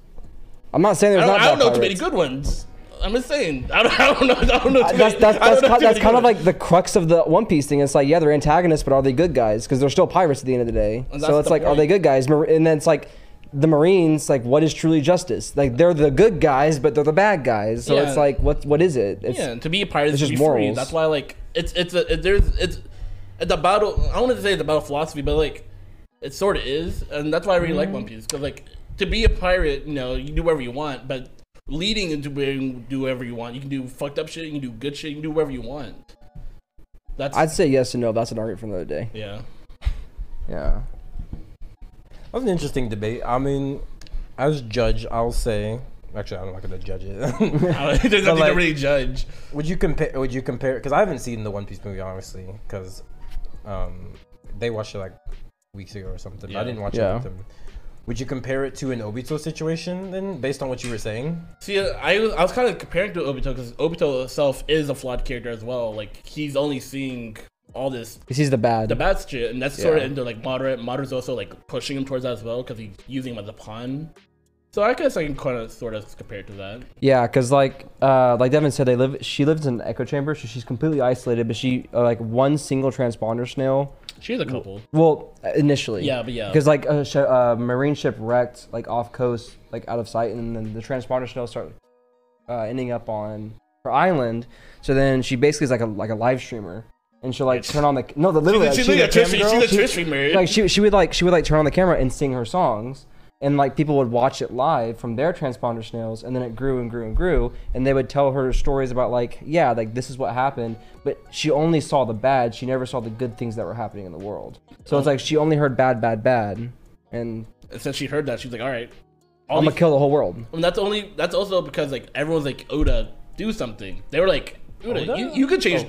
Speaker 3: I'm not saying there's
Speaker 2: I don't,
Speaker 3: not.
Speaker 2: I don't
Speaker 3: bad
Speaker 2: know too many
Speaker 3: pirates. Uh,
Speaker 2: good ones. I'm just saying. *laughs* I don't, I don't know. *laughs* I don't know. Too many-
Speaker 3: That's that's
Speaker 2: I don't
Speaker 3: that's,
Speaker 2: know
Speaker 3: kind,
Speaker 2: too
Speaker 3: that's
Speaker 2: many
Speaker 3: kind of
Speaker 2: good ones.
Speaker 3: like the crux of the One Piece thing. It's like yeah, they're antagonists, but are they good guys? Because they're still pirates at the end of the day.
Speaker 2: And that's
Speaker 3: So it's
Speaker 2: the
Speaker 3: like, are they
Speaker 2: point.
Speaker 3: good guys? Mar- And then it's like, the Marines, like, what is truly justice? Like they're the good guys, but they're the bad guys. So it's
Speaker 2: Yeah.
Speaker 3: like, what what is it? It's,
Speaker 2: Yeah, and to be a pirate is
Speaker 3: it's
Speaker 2: just
Speaker 3: just
Speaker 2: be free.
Speaker 3: morals.
Speaker 2: That's why, like, it's it's a it, there's it's it's a battle. I wanted to say it's a battle philosophy, but like, it sort of is, and that's why I really like
Speaker 3: Mm-hmm.
Speaker 2: One Piece because like to be a pirate, you know, you do whatever you want, but leading into being do whatever you want. You can do fucked up shit, you can do good shit, you can do whatever you want. That's
Speaker 3: I'd say yes and no. but That's an argument for another day.
Speaker 2: yeah. *laughs*
Speaker 3: Yeah.
Speaker 1: That was an interesting debate. I mean, as judge, I'll say. Actually, I'm not gonna judge
Speaker 3: *laughs*
Speaker 1: it. *laughs*
Speaker 2: There's nothing to
Speaker 1: like-
Speaker 2: really judge.
Speaker 1: would you compare? Would you compare? Because I haven't seen the One Piece movie, honestly, because um, they watched it like weeks ago or something. but I
Speaker 2: Yeah.
Speaker 1: didn't watch
Speaker 3: Yeah.
Speaker 1: it with them. Would you compare it to an Obito situation then, based on what you were saying?
Speaker 2: See, I was, I was kind of comparing to Obito because Obito itself is a flawed character as well. Like he's only seeing all this
Speaker 3: Because he's the bad.
Speaker 2: the bad shit, and that's sort of
Speaker 3: Yeah.
Speaker 2: into like moderate. Moderate's also like pushing him towards that as well because he's using him as a pawn. So I guess I can kind of sort of compare it to that.
Speaker 3: Yeah, because like uh, like Devin said, they live. She lives in an echo chamber, so she's completely isolated. But she uh, like one single transponder snail.
Speaker 2: She's a couple.
Speaker 3: Well, initially.
Speaker 2: Yeah, but yeah.
Speaker 3: Because like a sh- uh, marine ship wrecked like off coast, like out of sight, and then the transponder snow start uh, ending up on her island. So then she basically is like a like a live streamer, and she'll like turn on the no, the literally
Speaker 2: she's,
Speaker 3: like,
Speaker 2: like
Speaker 3: she's,
Speaker 2: a
Speaker 3: a
Speaker 2: Twitch,
Speaker 3: cam girl.
Speaker 2: she's a
Speaker 3: She-
Speaker 2: Twitch streamer.
Speaker 3: like she she would like she would like turn on the camera and sing her songs and like people would watch it live from their transponder snails and then it grew and grew and grew and they would tell her stories about like yeah like this is what happened but she only saw the bad she never saw the good things that were happening in the world so it's like she only heard bad bad bad and
Speaker 2: and since she heard that, she's like, all right. All
Speaker 3: i'm
Speaker 2: these,
Speaker 3: gonna kill the whole world
Speaker 2: and that's only that's also because like everyone's like Oda, do something. They were like Oda, You, you could change.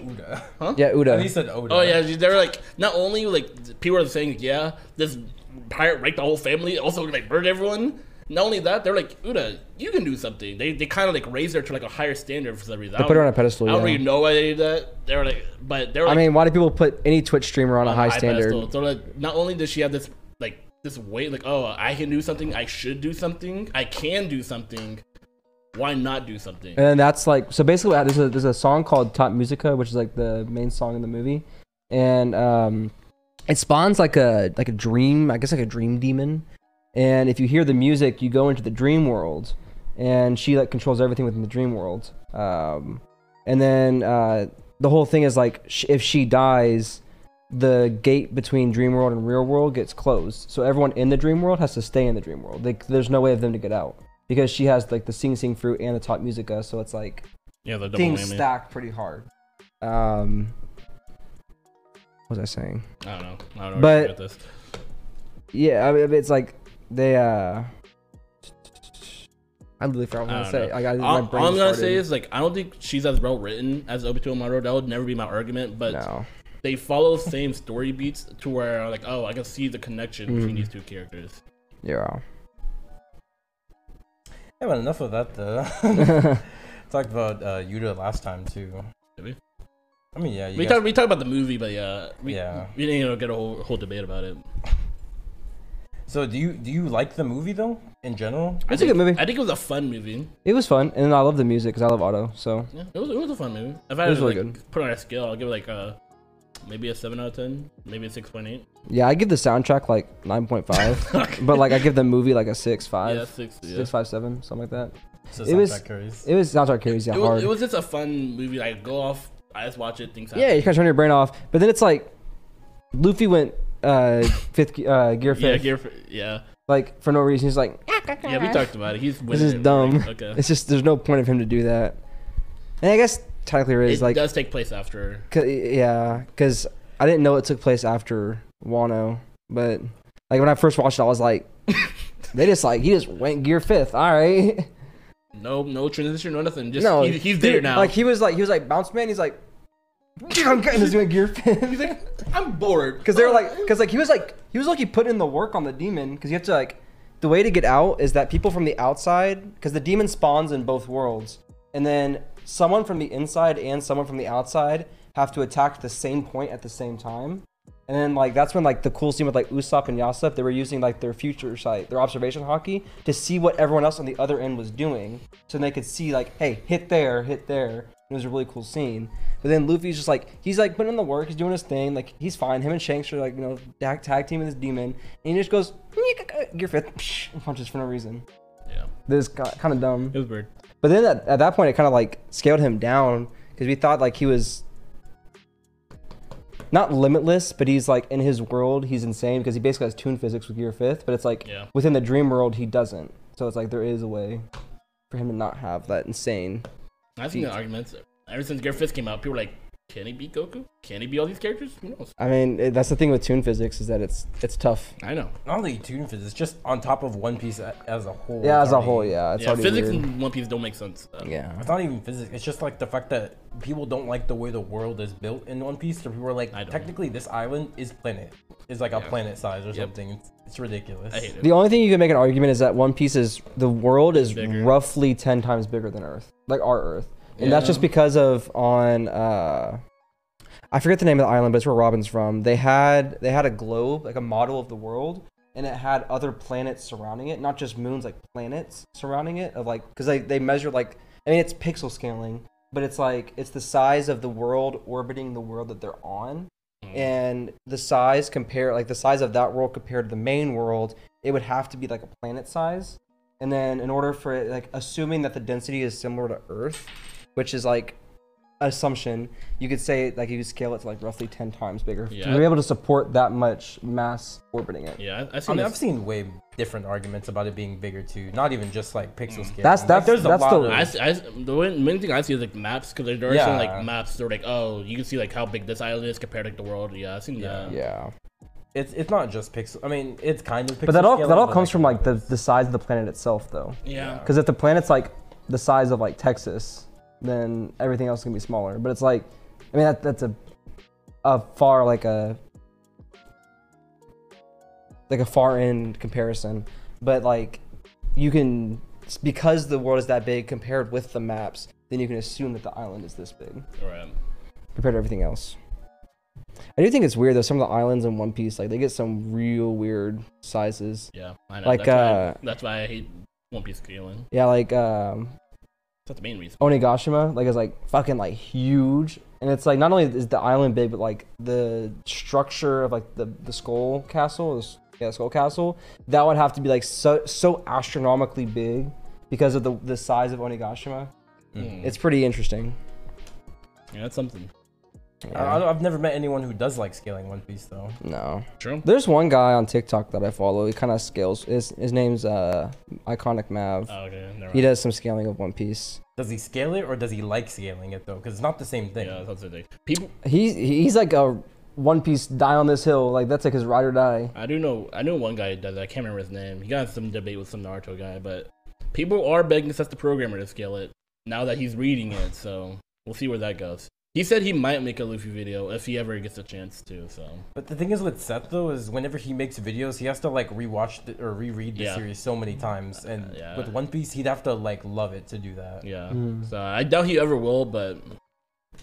Speaker 1: Oh, Uda.
Speaker 3: yeah
Speaker 1: At least
Speaker 3: uda
Speaker 1: said Oda.
Speaker 2: Oh yeah, they were like not only like people are saying yeah this pirate raped the whole family, also like murdered everyone. Not only that, they're like Uda, you can do something. They they kind of like raised her to like a higher standard for some reason. They
Speaker 3: put her on a pedestal,
Speaker 2: I don't
Speaker 3: yeah.
Speaker 2: really know why they did that. They were like, but they're
Speaker 3: i
Speaker 2: like
Speaker 3: mean why do people put any twitch streamer on a
Speaker 2: on
Speaker 3: high
Speaker 2: high pedestal.
Speaker 3: standard
Speaker 2: So like, not only does she have this like this weight, like oh I can do something, I should do something, I can do something. Why not do something?
Speaker 3: And then that's like so basically what hap- there's a there's a song called Top Musica, which is like the main song in the movie. And um it spawns like a like a dream, I guess like a dream demon. And if you hear the music, you go into the dream world. And she like controls everything within the dream world. Um and then uh the whole thing is like sh- if she dies the gate between dream world and real world gets closed so everyone in the dream world has to stay in the dream world they, there's no way of them to get out because she has like the sing sing fruit and the top musica so it's like
Speaker 2: Yeah, the double
Speaker 3: things
Speaker 2: whammy.
Speaker 3: stack pretty hard um what was i saying
Speaker 2: I don't know. I don't know.
Speaker 3: But-
Speaker 2: But about this.
Speaker 3: yeah i mean it's like they uh i literally forgot what i was
Speaker 2: I don't
Speaker 3: gonna say
Speaker 2: know.
Speaker 3: i got
Speaker 2: all,
Speaker 3: my brain
Speaker 2: all I'm gonna
Speaker 3: farted.
Speaker 2: say is like I don't think she's as well written as Obito Amaro. That would never be my argument, but
Speaker 3: no
Speaker 2: they follow same story beats to where like oh I can see the connection between
Speaker 3: Mm.
Speaker 2: these two characters.
Speaker 3: yeah
Speaker 1: Yeah, but enough of that
Speaker 3: *laughs*
Speaker 1: though. *laughs* Talked about uh, Yuta last time too.
Speaker 2: Did we?
Speaker 1: I mean, yeah, you
Speaker 2: we
Speaker 1: guys-
Speaker 2: talked we talked about the movie, but yeah, we,
Speaker 1: Yeah.
Speaker 2: we didn't even get a whole whole debate about it.
Speaker 1: So do you do you like the movie though in general?
Speaker 2: I
Speaker 3: It's a
Speaker 2: think-
Speaker 3: good movie.
Speaker 2: I think it was a fun movie.
Speaker 3: it was fun and i love the music because i love auto so
Speaker 2: Yeah, it was it was a fun movie. If I
Speaker 3: It
Speaker 2: had
Speaker 3: was
Speaker 2: to
Speaker 3: really
Speaker 2: like, put it on a scale, I'll give it like a maybe a seven out of ten, maybe a six point eight. *laughs*
Speaker 3: Yeah, I give the soundtrack like 9.5,
Speaker 2: Okay.
Speaker 3: *laughs* but like I give the movie like a six
Speaker 2: yeah,
Speaker 3: five,
Speaker 2: six. Yeah.
Speaker 3: six five seven, something like that.
Speaker 1: So
Speaker 3: It was-
Speaker 1: soundtrack carries.
Speaker 3: It was soundtrack carries yeah
Speaker 2: it,
Speaker 3: hard.
Speaker 2: was, it was just a fun movie. Like go off, I just watch it. Things happen.
Speaker 3: yeah, you kind of turn your brain off, but then it's like Luffy went uh fifth ge- uh, gear fifth
Speaker 2: yeah, Gear for, yeah,
Speaker 3: like for no reason. He's like
Speaker 2: yeah. We talked about it. He's winning.
Speaker 3: is
Speaker 2: it,
Speaker 3: dumb.
Speaker 2: Like, okay.
Speaker 3: it's just there's no point of him to do that. And I guess technically it is
Speaker 2: It
Speaker 3: like
Speaker 2: does take place after.
Speaker 3: Cause, yeah, because I didn't know it took place after Wano, but like when I first watched it, I was like,
Speaker 2: *laughs*
Speaker 3: they just like he just went gear fifth. All right,
Speaker 2: No, no transition, no nothing. Just
Speaker 3: no,
Speaker 2: he, he's there
Speaker 3: dude,
Speaker 2: now.
Speaker 3: Like he was like he was like bounce man. He's like, *laughs* I'm getting this doing gear fifth.
Speaker 2: *laughs* I'm bored.
Speaker 3: *laughs* Because they were like, because like he was like he was like he put in the work on the demon. Because you have to like the way to get out is that people from the outside, because the demon spawns in both worlds, and then someone from the inside and someone from the outside have to attack the same point at the same time. And then like that's when like the cool scene with like Usopp and Yasop, they were using like their future sight, their observation hockey, to see what everyone else on the other end was doing, so they could see like, hey, hit there, hit there. It was a really cool scene. But then Luffy's just like he's like putting in the work, he's doing his thing, like he's fine. Him and Shanks are like you know tag tag team with this demon, and he just goes gear fifth, *laughs* psh, and punches for no reason.
Speaker 2: yeah,
Speaker 3: This kind of dumb.
Speaker 2: it was weird.
Speaker 3: But then at, at that point, it kind of like scaled him down because we thought like he was not limitless, but he's like in his world, he's insane because he basically has tune physics with Gear Fifth. But it's like
Speaker 2: Yeah.
Speaker 3: within the dream world, he doesn't. So it's like there is a way for him to not have that insane.
Speaker 2: I've seen the arguments ever since Gear Fist came out. People were like, can he beat Goku? Can he beat all these characters? Who knows?
Speaker 3: I mean, it, that's the thing with tune physics is that it's it's tough.
Speaker 2: I know.
Speaker 1: Not only tune for this, just on top of One Piece a- as a whole.
Speaker 3: Yeah,
Speaker 1: it's
Speaker 3: as a
Speaker 1: already-
Speaker 3: whole, yeah, it's
Speaker 2: yeah,
Speaker 3: already
Speaker 2: physics
Speaker 3: weird.
Speaker 2: in One Piece don't make sense. Uh,
Speaker 3: Yeah,
Speaker 1: It's not even physics. It's just like the fact that people don't like the way the world is built in One Piece. So people are like,
Speaker 2: I don't.
Speaker 1: technically, this island is planet. It's like a
Speaker 2: Yeah.
Speaker 1: planet size or something. It's, it's ridiculous.
Speaker 2: I hate it.
Speaker 3: the only thing you can make an argument is that One Piece is the world is
Speaker 2: Bigger.
Speaker 3: roughly ten times bigger than Earth, like our Earth, and that's
Speaker 2: Yeah.
Speaker 3: just because of on uh, I forget the name of the island, but it's where Robin's from. They had they had a globe, like a model of the world, and it had other planets surrounding it, not just moons, like planets surrounding it. Of like, because they they measure like, I mean, it's pixel scaling, but it's like it's the size of the world orbiting the world that they're on, and the size compare like the size of that world compared to the main world, it would have to be like a planet size. And then, in order for it, like assuming that the density is similar to Earth, which is like assumption, you could say like you could scale it to like roughly ten times bigger
Speaker 2: Yeah.
Speaker 3: to be able to support that much mass orbiting it.
Speaker 2: Yeah, I, I've
Speaker 1: I
Speaker 2: seen
Speaker 1: mean, I've
Speaker 2: this.
Speaker 1: seen way different arguments about it being bigger too. Not even just like pixel scale.
Speaker 3: That's-
Speaker 1: Like,
Speaker 3: that's- that's the-
Speaker 2: Mm. I, see- I see- the one- main thing I see is like maps because there are some
Speaker 1: Yeah.
Speaker 2: like maps. They're like, oh, you can see like how big this island is compared to like, the world. Yeah, I've seen that.
Speaker 3: Yeah,
Speaker 1: It's it's not just pixel. I mean, it's kind of. Pixel
Speaker 3: but that all
Speaker 1: scaling,
Speaker 3: that all
Speaker 1: but,
Speaker 3: comes from like the
Speaker 2: Mm.
Speaker 3: the size of the planet itself, though.
Speaker 2: Yeah.
Speaker 3: Because if the planet's like the size of like Texas, then everything else can be smaller. But it's like, I mean, that, that's a a far like a like a far end comparison. But like, you can because the world is that big compared with the maps, then you can assume that the island is this big
Speaker 2: All right.
Speaker 3: compared to everything else. I do think it's weird though. Some of the islands in One Piece, like they get some real weird sizes.
Speaker 2: Yeah. I know.
Speaker 3: Like,
Speaker 2: that's, why I,
Speaker 3: uh,
Speaker 2: that's why I hate One Piece scaling.
Speaker 3: Yeah, like um,
Speaker 2: That's the main reason.
Speaker 3: Oh. Onigashima like is like fucking like huge, and it's like not only is the island big, but like the structure of like the the skull castle, the, s- yeah, skull castle, that would have to be like so so astronomically big because of the the size of Onigashima.
Speaker 2: Mm.
Speaker 3: It's pretty interesting.
Speaker 2: yeah, that's something.
Speaker 1: I, I don't- I've never met anyone who does like scaling One Piece though.
Speaker 3: No,
Speaker 2: True.
Speaker 3: there's one guy on TikTok that I follow. He kind of scales. His his name's uh iconic Mav.
Speaker 2: Oh, okay. Never
Speaker 3: He does some scaling of One Piece.
Speaker 1: Does he scale it or does he like scaling it though? Because it's not the same thing.
Speaker 2: Yeah, that's the thing. People,
Speaker 3: He he's like a One Piece die on this hill. Like that's like his ride or die.
Speaker 2: I do know, I know one guy that does it. I can't remember his name. He got in some debate with some Naruto guy, but people are begging Seth the programmer to scale it now that he's reading it. So we'll see where that goes. He said he might make a Luffy video if he ever gets a chance to. So
Speaker 1: But the thing is with Seth though is whenever he makes videos, he has to like rewatch the, or reread the
Speaker 2: Yeah. Uh,
Speaker 1: series so many times, and
Speaker 2: yeah.
Speaker 1: with One Piece, he'd have to like love it to do that.
Speaker 2: yeah,
Speaker 3: Hmm.
Speaker 2: so I doubt he ever will, but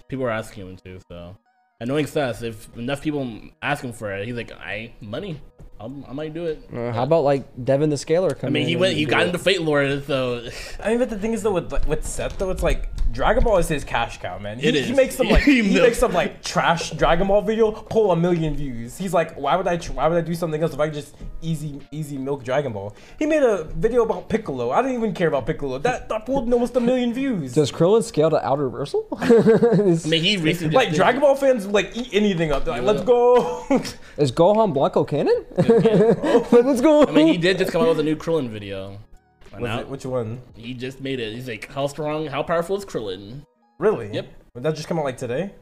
Speaker 2: people are asking him to. So annoying Seth, if enough people ask him for it, he's like, I money. I'm, I might do it.
Speaker 3: Uh, how about like Devin the Scaler
Speaker 2: I
Speaker 3: coming?
Speaker 2: mean, he
Speaker 3: in
Speaker 2: went.
Speaker 3: and
Speaker 2: He
Speaker 3: do
Speaker 2: got
Speaker 3: it?
Speaker 2: into Fate Lord, so
Speaker 1: I mean, but the thing is though, with like, with Seth though, it's like Dragon Ball is his cash cow, man. He,
Speaker 2: It
Speaker 1: he
Speaker 2: is.
Speaker 1: makes some like
Speaker 2: *laughs* He
Speaker 1: he,
Speaker 2: milks-
Speaker 1: makes some like trash Dragon Ball video pull a million views. He's like, why would I tr- why would I do something else if I could just easy easy milk Dragon Ball? He made a video about Piccolo. I didn't even care about Piccolo. That that pulled almost a million views.
Speaker 3: Does Krillin scale to outer reversal? *laughs* is,
Speaker 2: I mean, he recently just
Speaker 1: like
Speaker 2: did-
Speaker 1: Dragon Ball fans like eat anything up. They're like, let's go. *laughs*
Speaker 3: is Gohan Blanco canon? *laughs* Let's go.
Speaker 2: I mean, he did just come out with a new Krillin video. Find
Speaker 1: Was
Speaker 2: out.
Speaker 1: it- which one?
Speaker 2: He just made it. He's like, how strong, how powerful is Krillin?
Speaker 1: Really?
Speaker 2: Yep.
Speaker 1: Would that just come out like today?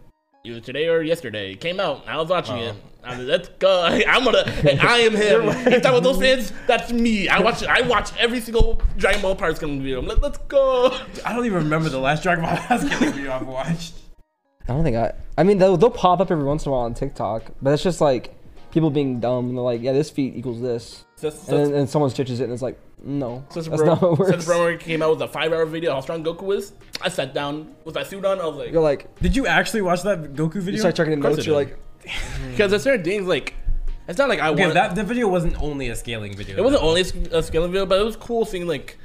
Speaker 2: Either today or yesterday. It came out. I was watching it. I mean, let's go. *laughs* I'm gonna. hey, I am him. You talk about those fans? That's me. I watch. I watch every single Dragon Ball Pirates coming video. I'm like, let's *laughs* go.
Speaker 1: I don't even remember the last Dragon Ball *laughs* basketball video I've watched.
Speaker 3: *laughs* I don't think I. I mean, they'll, they'll pop up every once in a while on TikTok, but that's just like people being dumb. And they're like, yeah, this feat equals this,
Speaker 1: That's-
Speaker 3: and
Speaker 1: that's-
Speaker 3: then and someone stitches it, and it's like, no,
Speaker 2: Since
Speaker 3: that's not how it
Speaker 2: Bro, since
Speaker 3: works.
Speaker 2: Bro came out with a five-hour video, how strong Goku is. I sat down with my suit on. I was like,
Speaker 3: You're like,
Speaker 1: Did you actually watch that Goku video?
Speaker 3: you start checking the
Speaker 2: course
Speaker 3: notes.
Speaker 2: it
Speaker 3: You're
Speaker 2: did.
Speaker 3: like,
Speaker 2: because there's certain things like, it's not like I
Speaker 1: Okay,
Speaker 2: want.
Speaker 1: that the video wasn't only a scaling video.
Speaker 2: It wasn't only a sc- a skill video, but it was cool seeing like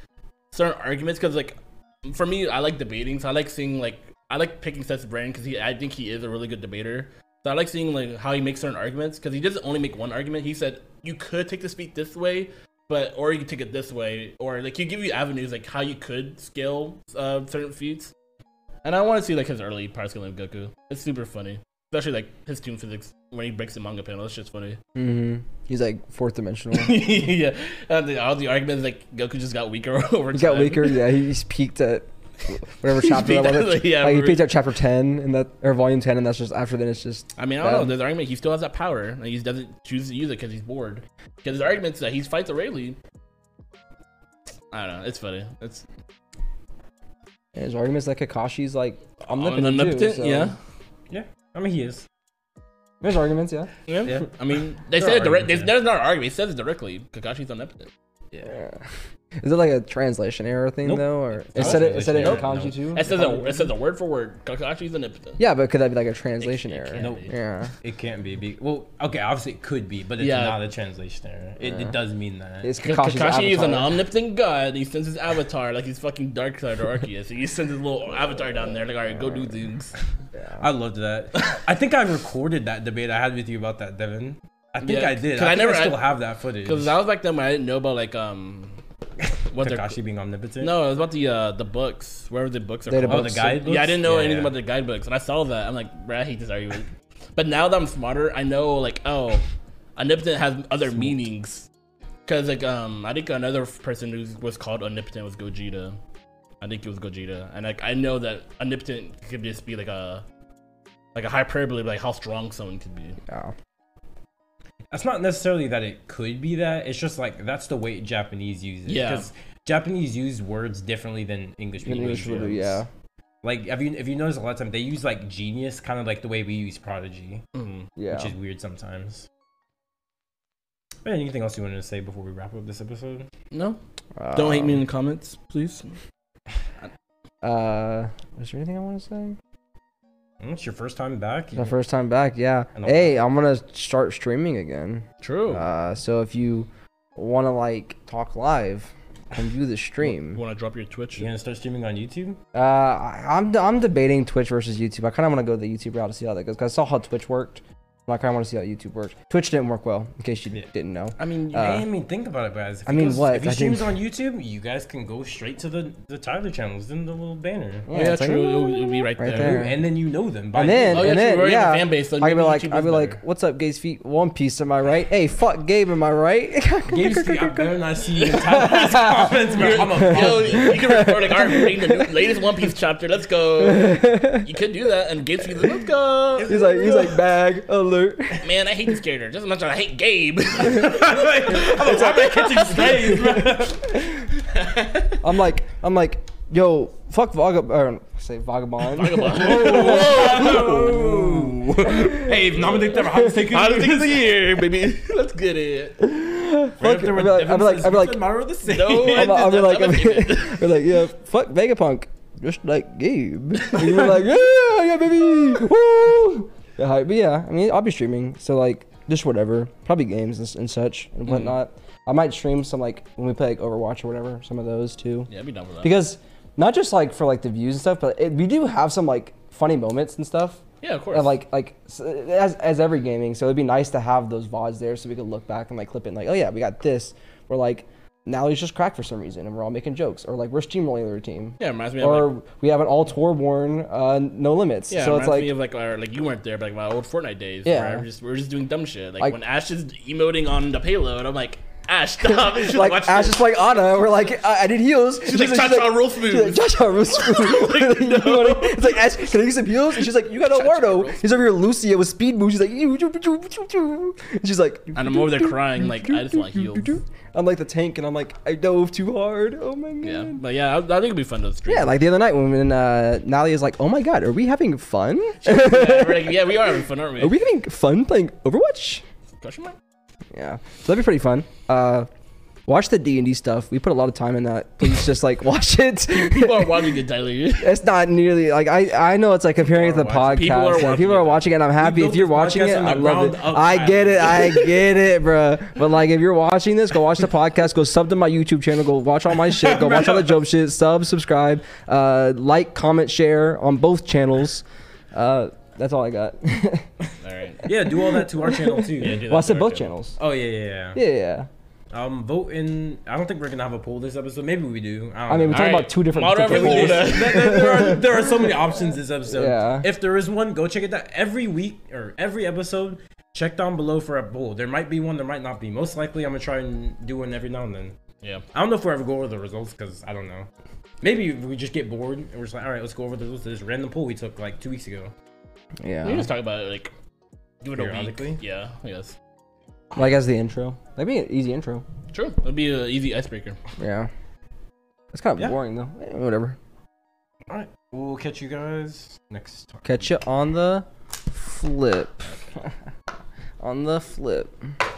Speaker 2: certain arguments because like for me, I like debating, so I like seeing like I like picking Seth's brain because he I think he is a really good debater. So I like seeing like how he makes certain arguments because he doesn't only make one argument. He said you could take this beat this way, but or you could take it this way, or like he give you avenues like how you could scale uh, certain feats. And I want to see like his early power scaling of Goku. It's super funny, especially like his Toon Physics when he breaks the manga panel. It's just funny.
Speaker 3: mm-hmm. he's like
Speaker 2: *laughs*
Speaker 3: fourth dimensional.
Speaker 2: yeah, and the, all the arguments like Goku just got weaker *laughs* over time.
Speaker 3: He got weaker. Yeah, he- he's peaked at
Speaker 2: *laughs*
Speaker 3: whatever
Speaker 2: He's
Speaker 3: chapter
Speaker 2: peaked
Speaker 3: that was.
Speaker 2: at- yeah,
Speaker 3: like, he
Speaker 2: we're-
Speaker 3: peaked at chapter ten, and that or volume ten, and that's just after then. It's just
Speaker 2: I mean, I don't know.
Speaker 3: Bad.
Speaker 2: There's an argument he still has that power, and he just doesn't choose to use it because he's bored. Because his arguments that he fights Rayleigh. I don't know. It's funny. It's
Speaker 3: and his arguments that Kakashi's like omnipotent.
Speaker 2: omnipotent.
Speaker 3: too, so-
Speaker 2: yeah.
Speaker 1: Yeah, I mean he is.
Speaker 3: There's arguments, yeah.
Speaker 2: yeah,
Speaker 1: Yeah.
Speaker 2: I mean, they
Speaker 1: There
Speaker 2: said
Speaker 1: are
Speaker 2: it direct.
Speaker 1: arguments,
Speaker 2: There's, there's not an argument. He says it directly. Kakashi's omnipotent.
Speaker 3: Yeah. Is it like a translation error thing
Speaker 1: Nope.
Speaker 3: though, or
Speaker 1: not
Speaker 3: it said it, it said it in
Speaker 1: translation
Speaker 3: kanji
Speaker 1: error,
Speaker 3: too?
Speaker 2: It says a, it says a word for word. Kakashi's omnipotent.
Speaker 3: Yeah, but could that be like a translation
Speaker 2: It- it
Speaker 3: error?
Speaker 2: can
Speaker 1: Nope.
Speaker 2: be.
Speaker 3: Yeah,
Speaker 1: It can't be, be. Well, okay, obviously it could be, but it's
Speaker 2: Yeah.
Speaker 1: not a translation error. It, it does mean that.
Speaker 2: *laughs*
Speaker 3: it's
Speaker 2: K-
Speaker 3: Kakashi's
Speaker 2: Kakashi is an
Speaker 3: avatar.
Speaker 2: omnipotent god. He sends his avatar like he's fucking dark side or Arceus. He sends his little avatar down there like, all right, go do
Speaker 3: *laughs*
Speaker 2: things.
Speaker 1: I loved that. *laughs* I think I recorded that debate I had with you about that, Devin. I think
Speaker 2: Yeah,
Speaker 1: I did.
Speaker 2: 'cause
Speaker 1: I,
Speaker 2: I
Speaker 1: think
Speaker 2: never-
Speaker 1: I still
Speaker 2: I-
Speaker 1: have that footage.
Speaker 2: Because that was back then when I didn't know about like um, what they're
Speaker 1: Kakashi being omnipotent.
Speaker 2: no, it was about the uh the books, wherever the books are.
Speaker 3: They had a
Speaker 1: Oh,
Speaker 2: Called.
Speaker 1: the
Speaker 3: So-
Speaker 1: guidebooks.
Speaker 2: Yeah, I didn't know
Speaker 1: Yeah,
Speaker 2: anything
Speaker 1: yeah.
Speaker 2: about the guidebooks, and I saw that. I'm like, bruh, I hate this argument. but now that I'm smarter, I know like, oh, omnipotent has other meanings. Cause like um, I think another person who was called omnipotent was Gogeta. I think it was Gogeta, and like I know that omnipotent could just be like a like a hyperbole, like how strong someone could be.
Speaker 3: Yeah.
Speaker 1: That's not necessarily that it could be that. It's just like that's the way Japanese use it.
Speaker 2: Yeah.
Speaker 1: Because Japanese use words differently than English
Speaker 3: In
Speaker 1: people
Speaker 3: English,
Speaker 1: use
Speaker 3: would be-
Speaker 1: words.
Speaker 3: yeah.
Speaker 1: Like have you if you notice a lot of time they use like genius kind of like the way we use prodigy,
Speaker 2: Mm.
Speaker 3: Yeah.
Speaker 1: which is weird sometimes. But anything else you wanted to say before we wrap up this episode?
Speaker 2: No, don't hate me in
Speaker 3: Um,
Speaker 2: the comments, please.
Speaker 3: Uh, is there anything I want to say?
Speaker 1: Mm, It's your first time back.
Speaker 3: My first time back, yeah.
Speaker 1: I know.
Speaker 3: Hey, I'm gonna start streaming again.
Speaker 2: True.
Speaker 3: Uh, so if you want to like talk live, come view the
Speaker 2: You
Speaker 3: stream.
Speaker 2: want to drop your Twitch?
Speaker 1: You gonna start streaming on YouTube?
Speaker 3: Uh, I- I'm I'm debating Twitch versus YouTube. I kind of want to go the YouTube route to see how that goes. 'cause I saw how Twitch worked. And I kind of want to see how YouTube worked. Twitch didn't work well, in case you
Speaker 1: Yeah.
Speaker 3: didn't know.
Speaker 2: I mean,
Speaker 3: Uh,
Speaker 1: I mean, think about it, guys. If
Speaker 3: I
Speaker 1: he
Speaker 3: mean,
Speaker 1: goes-
Speaker 3: what?
Speaker 1: If he
Speaker 3: I
Speaker 1: streams on YouTube, you guys can go straight to the the Tyler channels in the little banner,
Speaker 2: yeah,
Speaker 3: it's like,
Speaker 2: true. it'll, it'll be right,
Speaker 3: Right
Speaker 2: there.
Speaker 3: there.
Speaker 1: and then you know them. By
Speaker 3: And then,
Speaker 2: Oh, yeah,
Speaker 3: and
Speaker 2: true,
Speaker 3: then,
Speaker 2: we already have
Speaker 3: yeah,
Speaker 2: a fan base, so
Speaker 3: I'd be
Speaker 2: maybe
Speaker 3: like,
Speaker 2: YouTube
Speaker 3: I'd
Speaker 2: is
Speaker 3: be like,
Speaker 2: better.
Speaker 3: "What's up, Gabe's feet? One piece, am I right? Hey, fuck, Gabe, am I right?" *laughs*
Speaker 1: Gabe Stee, I better not see you in Tyler's *laughs* comments, bro.
Speaker 3: *laughs*
Speaker 1: I'm a
Speaker 2: Yo, you can record like, all right, we're reading the new, latest One Piece chapter. Let's
Speaker 3: *laughs*
Speaker 2: go. You could do that, and Gabe's like, let's go.
Speaker 3: he's like, he's like, bag
Speaker 2: *laughs*
Speaker 3: alert.
Speaker 2: Man, I hate this character just as much as I hate
Speaker 3: *laughs*
Speaker 2: Gabe.
Speaker 1: I'm like, I'm a I'm a
Speaker 2: *laughs*
Speaker 1: catching strays, bro.
Speaker 3: I'm like, I'm like, yo, fuck vagabond. Say vagabond.
Speaker 1: Whoa. Hey, if nominate them, how to take
Speaker 2: I don't
Speaker 1: it?
Speaker 2: think
Speaker 1: *laughs*
Speaker 2: it's here, baby. *laughs* Let's get it.
Speaker 3: *laughs* *laughs* Fuck, I'd be like, I'd be like, I'd be
Speaker 1: *laughs*
Speaker 3: like,
Speaker 2: No,
Speaker 1: no.
Speaker 3: I'm, I'm,
Speaker 2: I'm
Speaker 3: like, I'm,
Speaker 2: a-
Speaker 3: *laughs* I'm like, yeah, fuck Vegapunk, just like Gabe. *laughs* And you're like, yeah, yeah, baby, woo. Yeah, hype. But yeah, I mean, I'll be streaming, so like, just whatever, probably games and, s- and such and
Speaker 2: Mhm.
Speaker 3: whatnot. I might stream some like when we play like Overwatch or whatever, some of those too.
Speaker 2: Yeah, I'd be down for that.
Speaker 3: Because not just like for like the views and stuff, but it, we do have some like funny moments and stuff.
Speaker 2: yeah, of course.
Speaker 3: And like like s- as as every gaming, so it'd be nice to have those vods there so we could look back and like clip it. And like, oh yeah, we got this. We're like, now he's just cracked for some reason, and we're all making jokes, or like we're steamrolling the other team,
Speaker 2: yeah, it reminds me of like,
Speaker 3: or we have an all tour worn uh, no limits.
Speaker 2: yeah, it
Speaker 3: so
Speaker 2: reminds
Speaker 3: it's like
Speaker 2: me of like our like you weren't there, but like my old Fortnite days.
Speaker 3: Yeah.
Speaker 2: where I just, we we're just doing dumb shit. Like
Speaker 3: Like-
Speaker 2: when Ash is emoting on the payload, I'm like, Ash,
Speaker 3: *laughs*
Speaker 2: stop! *laughs* Just
Speaker 3: like
Speaker 2: watch
Speaker 3: Ash
Speaker 2: this.
Speaker 3: is like Anna, and we're like, I, I did heals. She's,
Speaker 2: like, "Cha-cha roll
Speaker 3: she's
Speaker 2: smooth."
Speaker 3: Like,
Speaker 2: *laughs*
Speaker 3: Cha-cha roll smooth.
Speaker 2: Like,
Speaker 3: *laughs* You know what I mean? It's like Ash, can I use some heals? And she's like, you got Eduardo.
Speaker 2: roll
Speaker 3: He's over here Lucia with speed moves. She's like, "Ew, doo, doo, doo, doo, doo." and she's like,
Speaker 2: and I'm over there crying. Like I just want heals.
Speaker 3: I'm like the tank, and I'm like, I dove too hard. Oh my god.
Speaker 2: Yeah,
Speaker 3: Yeah.
Speaker 2: but yeah, I, I think it'd be fun to stream.
Speaker 3: like the other night when uh, Nali is like, "Oh my God, are we having fun?
Speaker 2: yeah, we're like, yeah, we are having fun, aren't we?
Speaker 3: *laughs* Are we having fun playing Overwatch?"
Speaker 2: Question mark?
Speaker 3: Yeah, so that'd be pretty fun. Uh, watch the D and D stuff. We put a lot of time in that. Please just like *laughs* watch it.
Speaker 2: *laughs* People are watching get diluted. *laughs*
Speaker 3: It's not nearly like I. I know it's like comparing it to the
Speaker 1: People are
Speaker 3: podcast.
Speaker 1: watching-
Speaker 2: people are watching
Speaker 3: and people
Speaker 2: it.
Speaker 3: are watching it. and I'm happy
Speaker 1: built
Speaker 3: if you're
Speaker 1: this
Speaker 3: watching
Speaker 1: podcast
Speaker 3: it.
Speaker 1: from
Speaker 3: I
Speaker 1: the
Speaker 3: love it.
Speaker 1: ground up,
Speaker 3: I get it.
Speaker 1: *laughs*
Speaker 3: I
Speaker 1: Tyler.
Speaker 3: get it, bruh. But like, if you're watching this, go watch the podcast. Go sub to my YouTube channel. Go watch all
Speaker 1: *laughs*
Speaker 3: my shit. Go watch all the joke shit. Sub, subscribe, uh, like, comment, share on both channels. Uh, that's all I got. *laughs*
Speaker 2: All right.
Speaker 1: Yeah, do all that to our channel too.
Speaker 2: Yeah, do that
Speaker 3: well, I said
Speaker 2: to our
Speaker 3: both
Speaker 2: channel.
Speaker 3: channels.
Speaker 1: Oh yeah, yeah, yeah.
Speaker 3: Yeah, yeah.
Speaker 1: Um, vote in. I don't think we're gonna have a poll this episode. Maybe we do. I, don't
Speaker 3: I mean,
Speaker 1: know.
Speaker 3: we're talking
Speaker 2: Alright.
Speaker 3: about two different.
Speaker 2: Modern
Speaker 3: different
Speaker 1: There-
Speaker 2: revolution.
Speaker 3: goals.
Speaker 1: there, there are, there are so many options this episode.
Speaker 3: Yeah.
Speaker 1: If there is one, go check it out. Every week or every episode, check down below for a poll. There might be one, there might not be. Most likely, I'm gonna try and do one every now and then.
Speaker 2: Yeah.
Speaker 1: I don't know if we'll ever go over the results because I don't know. Maybe we just get bored and we're just like, all right, let's go over the results of this random poll we took like two weeks ago.
Speaker 2: We can
Speaker 3: Yeah,
Speaker 2: just talk about it, like, give it a
Speaker 1: Periodically?
Speaker 2: week. Yeah, I guess.
Speaker 3: like as the intro. That'd be an easy intro.
Speaker 2: True. It'd be an easy icebreaker.
Speaker 3: Yeah. It's kind of
Speaker 1: Yeah.
Speaker 3: boring though. Eh, Whatever.
Speaker 1: All right, we'll catch you guys next time.
Speaker 3: Catch you on the flip. on the flip.